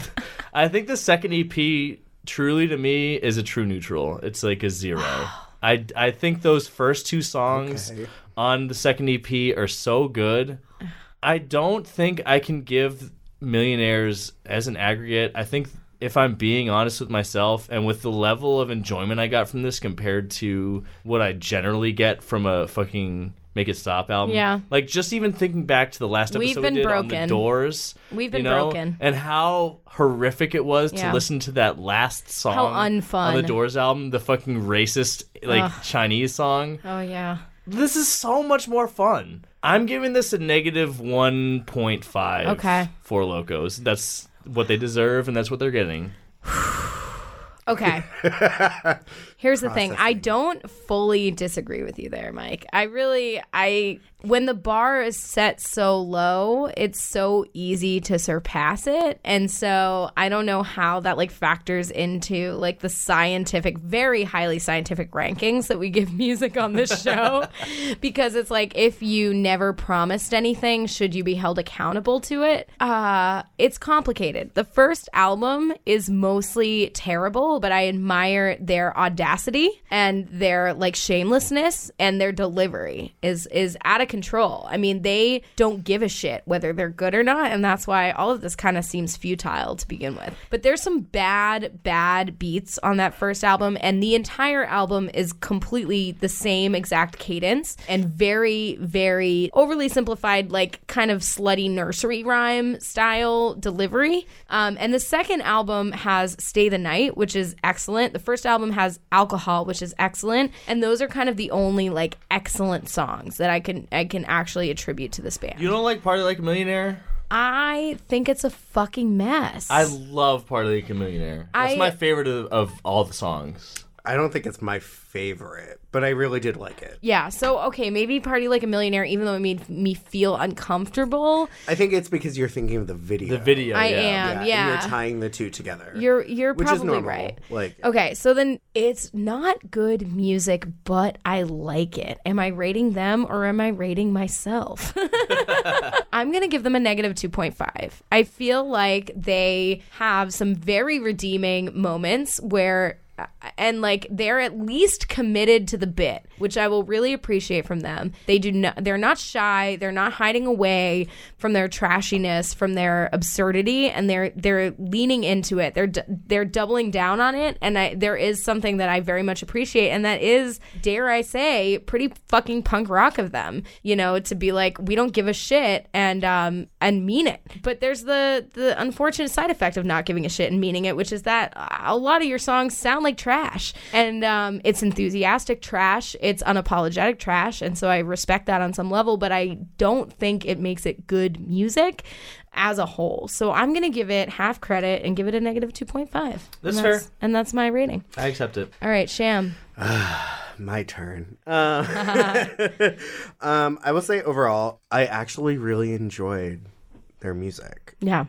[SPEAKER 9] I think the second EP truly to me is a true neutral. It's like a zero. I I think those first two songs
[SPEAKER 11] Okay.
[SPEAKER 9] on the second EP are so good. I don't think I can give millionaires as an aggregate. I think if I'm being honest with myself and with the level of enjoyment I got from this compared to what I generally get from a fucking Make It Stop album.
[SPEAKER 8] Yeah.
[SPEAKER 9] Like just even thinking back to the last episode
[SPEAKER 8] We've been
[SPEAKER 9] we did on
[SPEAKER 8] broken.
[SPEAKER 9] the doors.
[SPEAKER 8] We've
[SPEAKER 9] you
[SPEAKER 8] been
[SPEAKER 9] know,
[SPEAKER 8] broken.
[SPEAKER 9] And how horrific it was
[SPEAKER 8] Yeah.
[SPEAKER 9] to listen to that last song
[SPEAKER 8] unfun.
[SPEAKER 9] on the Doors album, the fucking racist like
[SPEAKER 8] Ugh.
[SPEAKER 9] Chinese song.
[SPEAKER 8] oh yeah.
[SPEAKER 9] This is so much more fun. I'm giving this a negative 1.5
[SPEAKER 8] Okay.
[SPEAKER 9] for Locos. That's what they deserve and that's what they're getting.
[SPEAKER 8] Okay. Here's the thing. I don't fully disagree with you there, Mike. I really I when the bar is set so low, it's so easy to surpass it. And so I don't know how that like factors into like the scientific, very highly scientific rankings that we give music on this show because it's like if you never promised anything, should you be held accountable to it? Uh, it's complicated. The first album is mostly terrible, but I admire their audacity and their like shamelessness and their delivery is is out of control. I mean, they don't give a shit whether they're good or not, and that's why all of this kind of seems futile to begin with. But there's some bad bad beats on that first album and the entire album is completely the same exact cadence and very very overly simplified like kind of slutty nursery rhyme style delivery um, and the second album has stay the night which is excellent the first album has alcohol which is excellent and those are kind of the only like excellent songs that i can i can actually attribute to this band
[SPEAKER 9] You don't like Party Like a Millionaire?
[SPEAKER 8] i think it's a fucking mess
[SPEAKER 9] I love Party Like a Millionaire. That's
[SPEAKER 8] I-
[SPEAKER 9] my favorite of, of all the songs.
[SPEAKER 10] I don't think it's my favorite, but I really did like it.
[SPEAKER 8] Yeah. So okay, maybe party like a millionaire, even though it made me feel uncomfortable.
[SPEAKER 10] I think it's because you're thinking of the video. The
[SPEAKER 9] video,
[SPEAKER 8] I yeah. am,
[SPEAKER 10] and
[SPEAKER 8] yeah.
[SPEAKER 10] you're tying the two together.
[SPEAKER 8] You're you're
[SPEAKER 10] which is
[SPEAKER 8] probably
[SPEAKER 10] normal.
[SPEAKER 8] right.
[SPEAKER 10] Like
[SPEAKER 8] Okay, so then it's not good music, but I like it. Am I rating them or am I rating myself? I'm going to give them a negative 2.5. I feel like they have some very redeeming moments where uh, and like they're at least committed to the bit, which I will really appreciate from them. They do not they're not shy, they're not hiding away from their trashiness, from their absurdity and they're they're leaning into it. They're d- they're doubling down on it and I there is something that I very much appreciate and that is dare I say pretty fucking punk rock of them, you know, to be like we don't give a shit and um and mean it. But there's the the unfortunate side effect of not giving a shit and meaning it, which is that a lot of your songs sound like trash, and um, it's enthusiastic trash, it's unapologetic trash, and so I respect that on some level, but I don't think it makes it good music as a whole. So I'm gonna give it half credit and give it a negative two point five.
[SPEAKER 9] That's
[SPEAKER 8] and
[SPEAKER 9] fair.
[SPEAKER 8] and that's my rating.
[SPEAKER 9] I accept it.
[SPEAKER 8] All right, Sham.
[SPEAKER 10] My turn. Uh, um, I will say overall, I actually really enjoyed their music.
[SPEAKER 8] Yeah.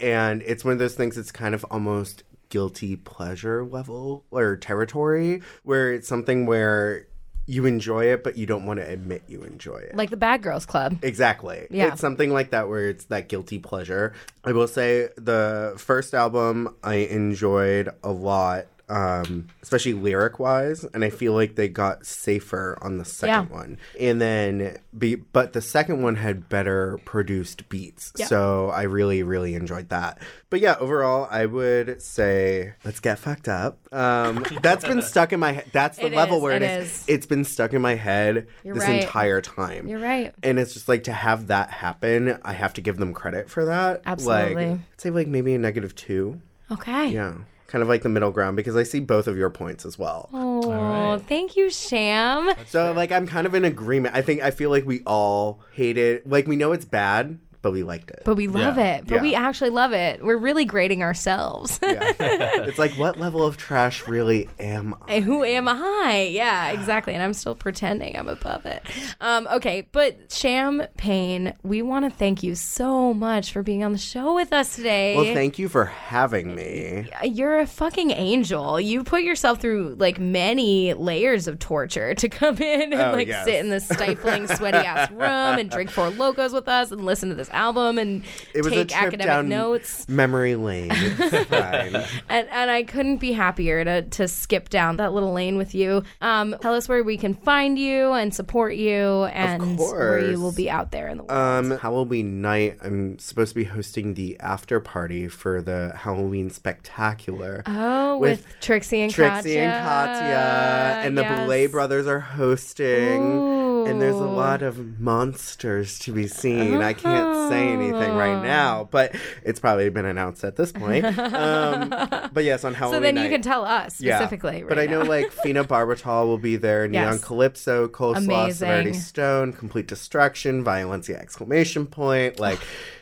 [SPEAKER 10] And it's one of those things that's kind of almost guilty pleasure level or territory where it's something where you enjoy it, but you don't want to admit you enjoy it.
[SPEAKER 8] Like the Bad Girls Club.
[SPEAKER 10] Exactly.
[SPEAKER 8] Yeah.
[SPEAKER 10] It's something like that where it's that guilty pleasure. I will say the first album I enjoyed a lot, um, especially lyric wise, and I feel like they got safer on the second
[SPEAKER 11] Yeah.
[SPEAKER 10] one. And then, be, but the second one had better produced beats.
[SPEAKER 11] Yeah.
[SPEAKER 10] So I really, really enjoyed that. But yeah, overall, I would say let's get fucked up. Um, that's been stuck in my head. That's the
[SPEAKER 8] It
[SPEAKER 10] level
[SPEAKER 8] is,
[SPEAKER 10] where
[SPEAKER 8] it
[SPEAKER 10] it
[SPEAKER 8] is.
[SPEAKER 10] It's been stuck in my head
[SPEAKER 8] You're
[SPEAKER 10] this
[SPEAKER 8] right.
[SPEAKER 10] entire time.
[SPEAKER 8] You're right.
[SPEAKER 10] And it's just like to have that happen, I have to give them credit for that.
[SPEAKER 8] Absolutely.
[SPEAKER 10] Like, I'd say like maybe a negative two.
[SPEAKER 8] Okay.
[SPEAKER 10] Yeah. Kind of like the middle ground because I see both of your points as well.
[SPEAKER 8] Oh, thank you, Sham.
[SPEAKER 10] So like I'm kind of in agreement. I think I feel like we all hate it. Like we know it's bad, but we liked it.
[SPEAKER 8] But we love it. But
[SPEAKER 10] Yeah.
[SPEAKER 8] we actually love it. We're really grading ourselves.
[SPEAKER 10] it's like what level of trash really am I?
[SPEAKER 8] And who am I? Yeah, exactly. And I'm still pretending I'm above it. Um, okay, but Champagne, we want to thank you so much for being on the show with us today.
[SPEAKER 10] Well, thank you for having me.
[SPEAKER 8] You're a fucking angel. You put yourself through like many layers of torture to come in and
[SPEAKER 13] Oh,
[SPEAKER 8] like
[SPEAKER 13] yes.
[SPEAKER 8] sit in this stifling, sweaty ass room and drink four locos with us and listen to this album and
[SPEAKER 10] It was a
[SPEAKER 8] take
[SPEAKER 10] trip
[SPEAKER 8] academic
[SPEAKER 10] down
[SPEAKER 8] notes.
[SPEAKER 10] memory lane. It's fine.
[SPEAKER 8] and, and I couldn't be happier to, to skip down that little lane with you. Um, tell us where we can find you and support you and where you will
[SPEAKER 10] course.
[SPEAKER 8] be out there in the world.
[SPEAKER 10] Um, Halloween night, I'm supposed to be hosting the after party for the Halloween Spectacular.
[SPEAKER 8] Oh, with, Trixie and
[SPEAKER 10] Trixie
[SPEAKER 8] Katya.
[SPEAKER 10] and Katya, Uh, and the
[SPEAKER 8] yes.
[SPEAKER 10] Belay brothers are hosting. And there's a lot of monsters to be seen. I can't say anything right now, but it's probably been announced at this point. Um, but yes, on Halloween
[SPEAKER 8] Oh. so then you
[SPEAKER 10] night-
[SPEAKER 8] can tell us
[SPEAKER 10] Yeah.
[SPEAKER 8] specifically.
[SPEAKER 10] but
[SPEAKER 8] right
[SPEAKER 10] I know
[SPEAKER 8] now.
[SPEAKER 10] like Fina Barbital will be there, Neon
[SPEAKER 8] Yes.
[SPEAKER 10] Calypso, Coleslaw, Severity
[SPEAKER 8] Amazing.
[SPEAKER 10] Stone, Complete Destruction, Violencia exclamation point. Like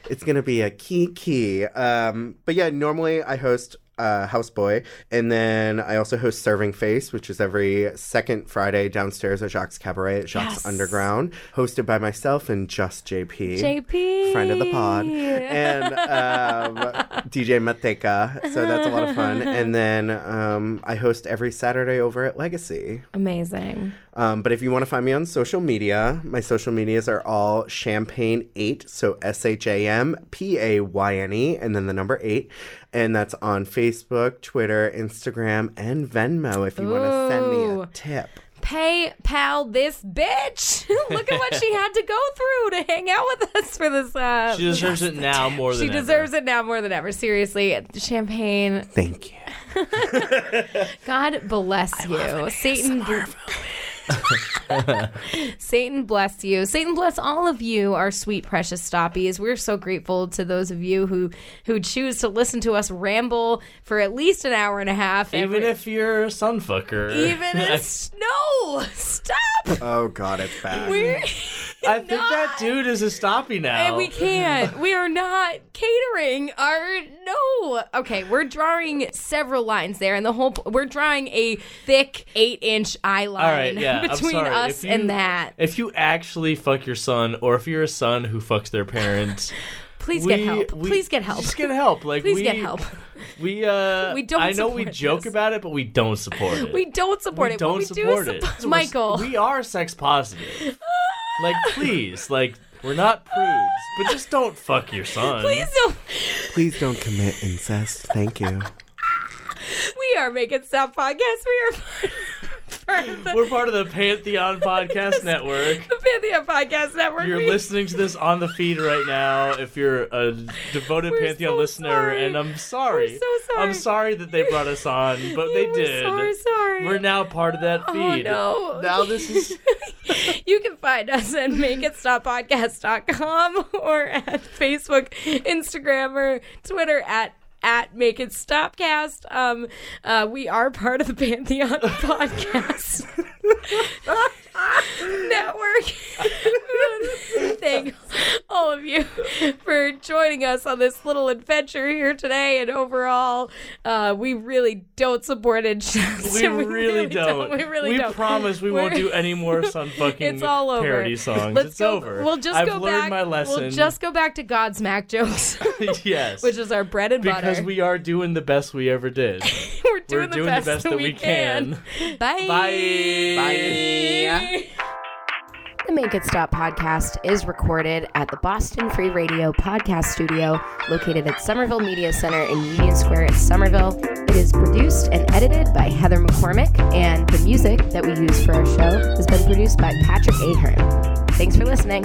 [SPEAKER 10] it's gonna be a key key. Um, but yeah, normally I host uh, Houseboy, and then I also host Serving Face, which is every second Friday downstairs at Jacques Cabaret at Jacques
[SPEAKER 8] Yes.
[SPEAKER 10] Underground, hosted by myself and just JP,
[SPEAKER 8] JP.
[SPEAKER 10] friend of the pod, and um, DJ Mateka. So that's a lot of fun. And then um, I host every Saturday over at Legacy.
[SPEAKER 8] Amazing.
[SPEAKER 10] Um, but if you want to find me on social media, my social medias are all Champagne Eight, so S H A M P A Y N E, and then the number eight, and that's on Facebook, Twitter, Instagram, and Venmo. If you want to send me
[SPEAKER 8] Ooh.
[SPEAKER 10] a tip,
[SPEAKER 8] PayPal this bitch. Look at what she had to go through to hang out with us for this. Uh,
[SPEAKER 9] She deserves it now more than
[SPEAKER 8] she deserves it now more than ever. Seriously, champagne.
[SPEAKER 10] Thank
[SPEAKER 8] you. God bless you, Satan.
[SPEAKER 9] ever.
[SPEAKER 8] Satan bless you. Satan bless all of you, our sweet precious stoppies. We're so grateful to those of you who who choose to listen to us ramble for at least an hour and a half.
[SPEAKER 9] Even if you're a sunfucker.
[SPEAKER 8] Even if no, stop.
[SPEAKER 10] oh god, it's bad.
[SPEAKER 8] We're
[SPEAKER 9] I think that dude is a stoppie now.
[SPEAKER 8] And we can't. We are not catering our no. Okay, we're drawing several lines there, and the whole we're drawing a thick eight-inch eye line
[SPEAKER 9] All right, yeah, I'm
[SPEAKER 8] between
[SPEAKER 9] sorry.
[SPEAKER 8] us
[SPEAKER 9] If you-
[SPEAKER 8] and that.
[SPEAKER 9] If you actually fuck your son, or if you're a son who fucks their parents,
[SPEAKER 8] Please
[SPEAKER 9] we-
[SPEAKER 8] get help.
[SPEAKER 9] we-
[SPEAKER 8] Please get help.
[SPEAKER 9] Just get help. Like
[SPEAKER 8] please
[SPEAKER 9] we,
[SPEAKER 8] get help.
[SPEAKER 9] We uh,
[SPEAKER 8] We don't
[SPEAKER 9] I know we
[SPEAKER 8] support
[SPEAKER 9] joke about it, but we don't support it.
[SPEAKER 8] We don't support
[SPEAKER 9] We
[SPEAKER 8] it.
[SPEAKER 9] don't
[SPEAKER 8] what we
[SPEAKER 9] support
[SPEAKER 8] do
[SPEAKER 9] it.
[SPEAKER 8] is support Michael.
[SPEAKER 9] We are sex positive. like please, like we're not prudes, but just don't fuck your son.
[SPEAKER 8] Please don't.
[SPEAKER 10] Please don't commit incest. Thank you.
[SPEAKER 8] We
[SPEAKER 11] We are Make It Stop podcast. We are part of the,
[SPEAKER 9] We're part of the Pantheon Podcast Network.
[SPEAKER 11] the Pantheon Podcast Network.
[SPEAKER 9] You're
[SPEAKER 11] We-
[SPEAKER 9] listening to this on the feed right now. If you're a devoted Pantheon listener, and I'm sorry.
[SPEAKER 11] We're so sorry.
[SPEAKER 9] I'm sorry that they brought us on, but they did.
[SPEAKER 11] sorry, sorry.
[SPEAKER 9] We're now part of that
[SPEAKER 11] Oh
[SPEAKER 9] feed.
[SPEAKER 11] no!
[SPEAKER 9] Now this is
[SPEAKER 11] you can find us at makeitstoppodcast.com or at Facebook, Instagram, or Twitter at at Make It Stopcast. Um, uh, we are part of the Pantheon Podcast Network. Thank all of you for joining us on this little adventure here today. And overall, uh, we really don't support injustice.
[SPEAKER 9] we really don't.
[SPEAKER 11] We really don't.
[SPEAKER 9] promise we won't
[SPEAKER 11] We're-
[SPEAKER 9] do any more sun fucking
[SPEAKER 11] it's all over.
[SPEAKER 9] parody songs.
[SPEAKER 11] Let's
[SPEAKER 9] it's
[SPEAKER 11] go-
[SPEAKER 9] over.
[SPEAKER 11] We'll just
[SPEAKER 9] I've
[SPEAKER 11] go
[SPEAKER 9] learned
[SPEAKER 11] back.
[SPEAKER 9] my lesson.
[SPEAKER 11] We'll just go back to Godsmack jokes,
[SPEAKER 9] yes.
[SPEAKER 11] which is our bread and
[SPEAKER 9] because
[SPEAKER 11] butter.
[SPEAKER 9] we are doing the best we ever did.
[SPEAKER 11] We're
[SPEAKER 9] We're
[SPEAKER 11] doing, the, best
[SPEAKER 9] that we can.
[SPEAKER 11] can. Bye.
[SPEAKER 9] Bye.
[SPEAKER 8] The Make It Stop podcast is recorded at the Boston Free Radio podcast studio located at Somerville Media Center in Union Square at Somerville. It is produced and edited by Heather McCormick, and the music that we use for our show has been produced by Patrick Ahern. Thanks for listening.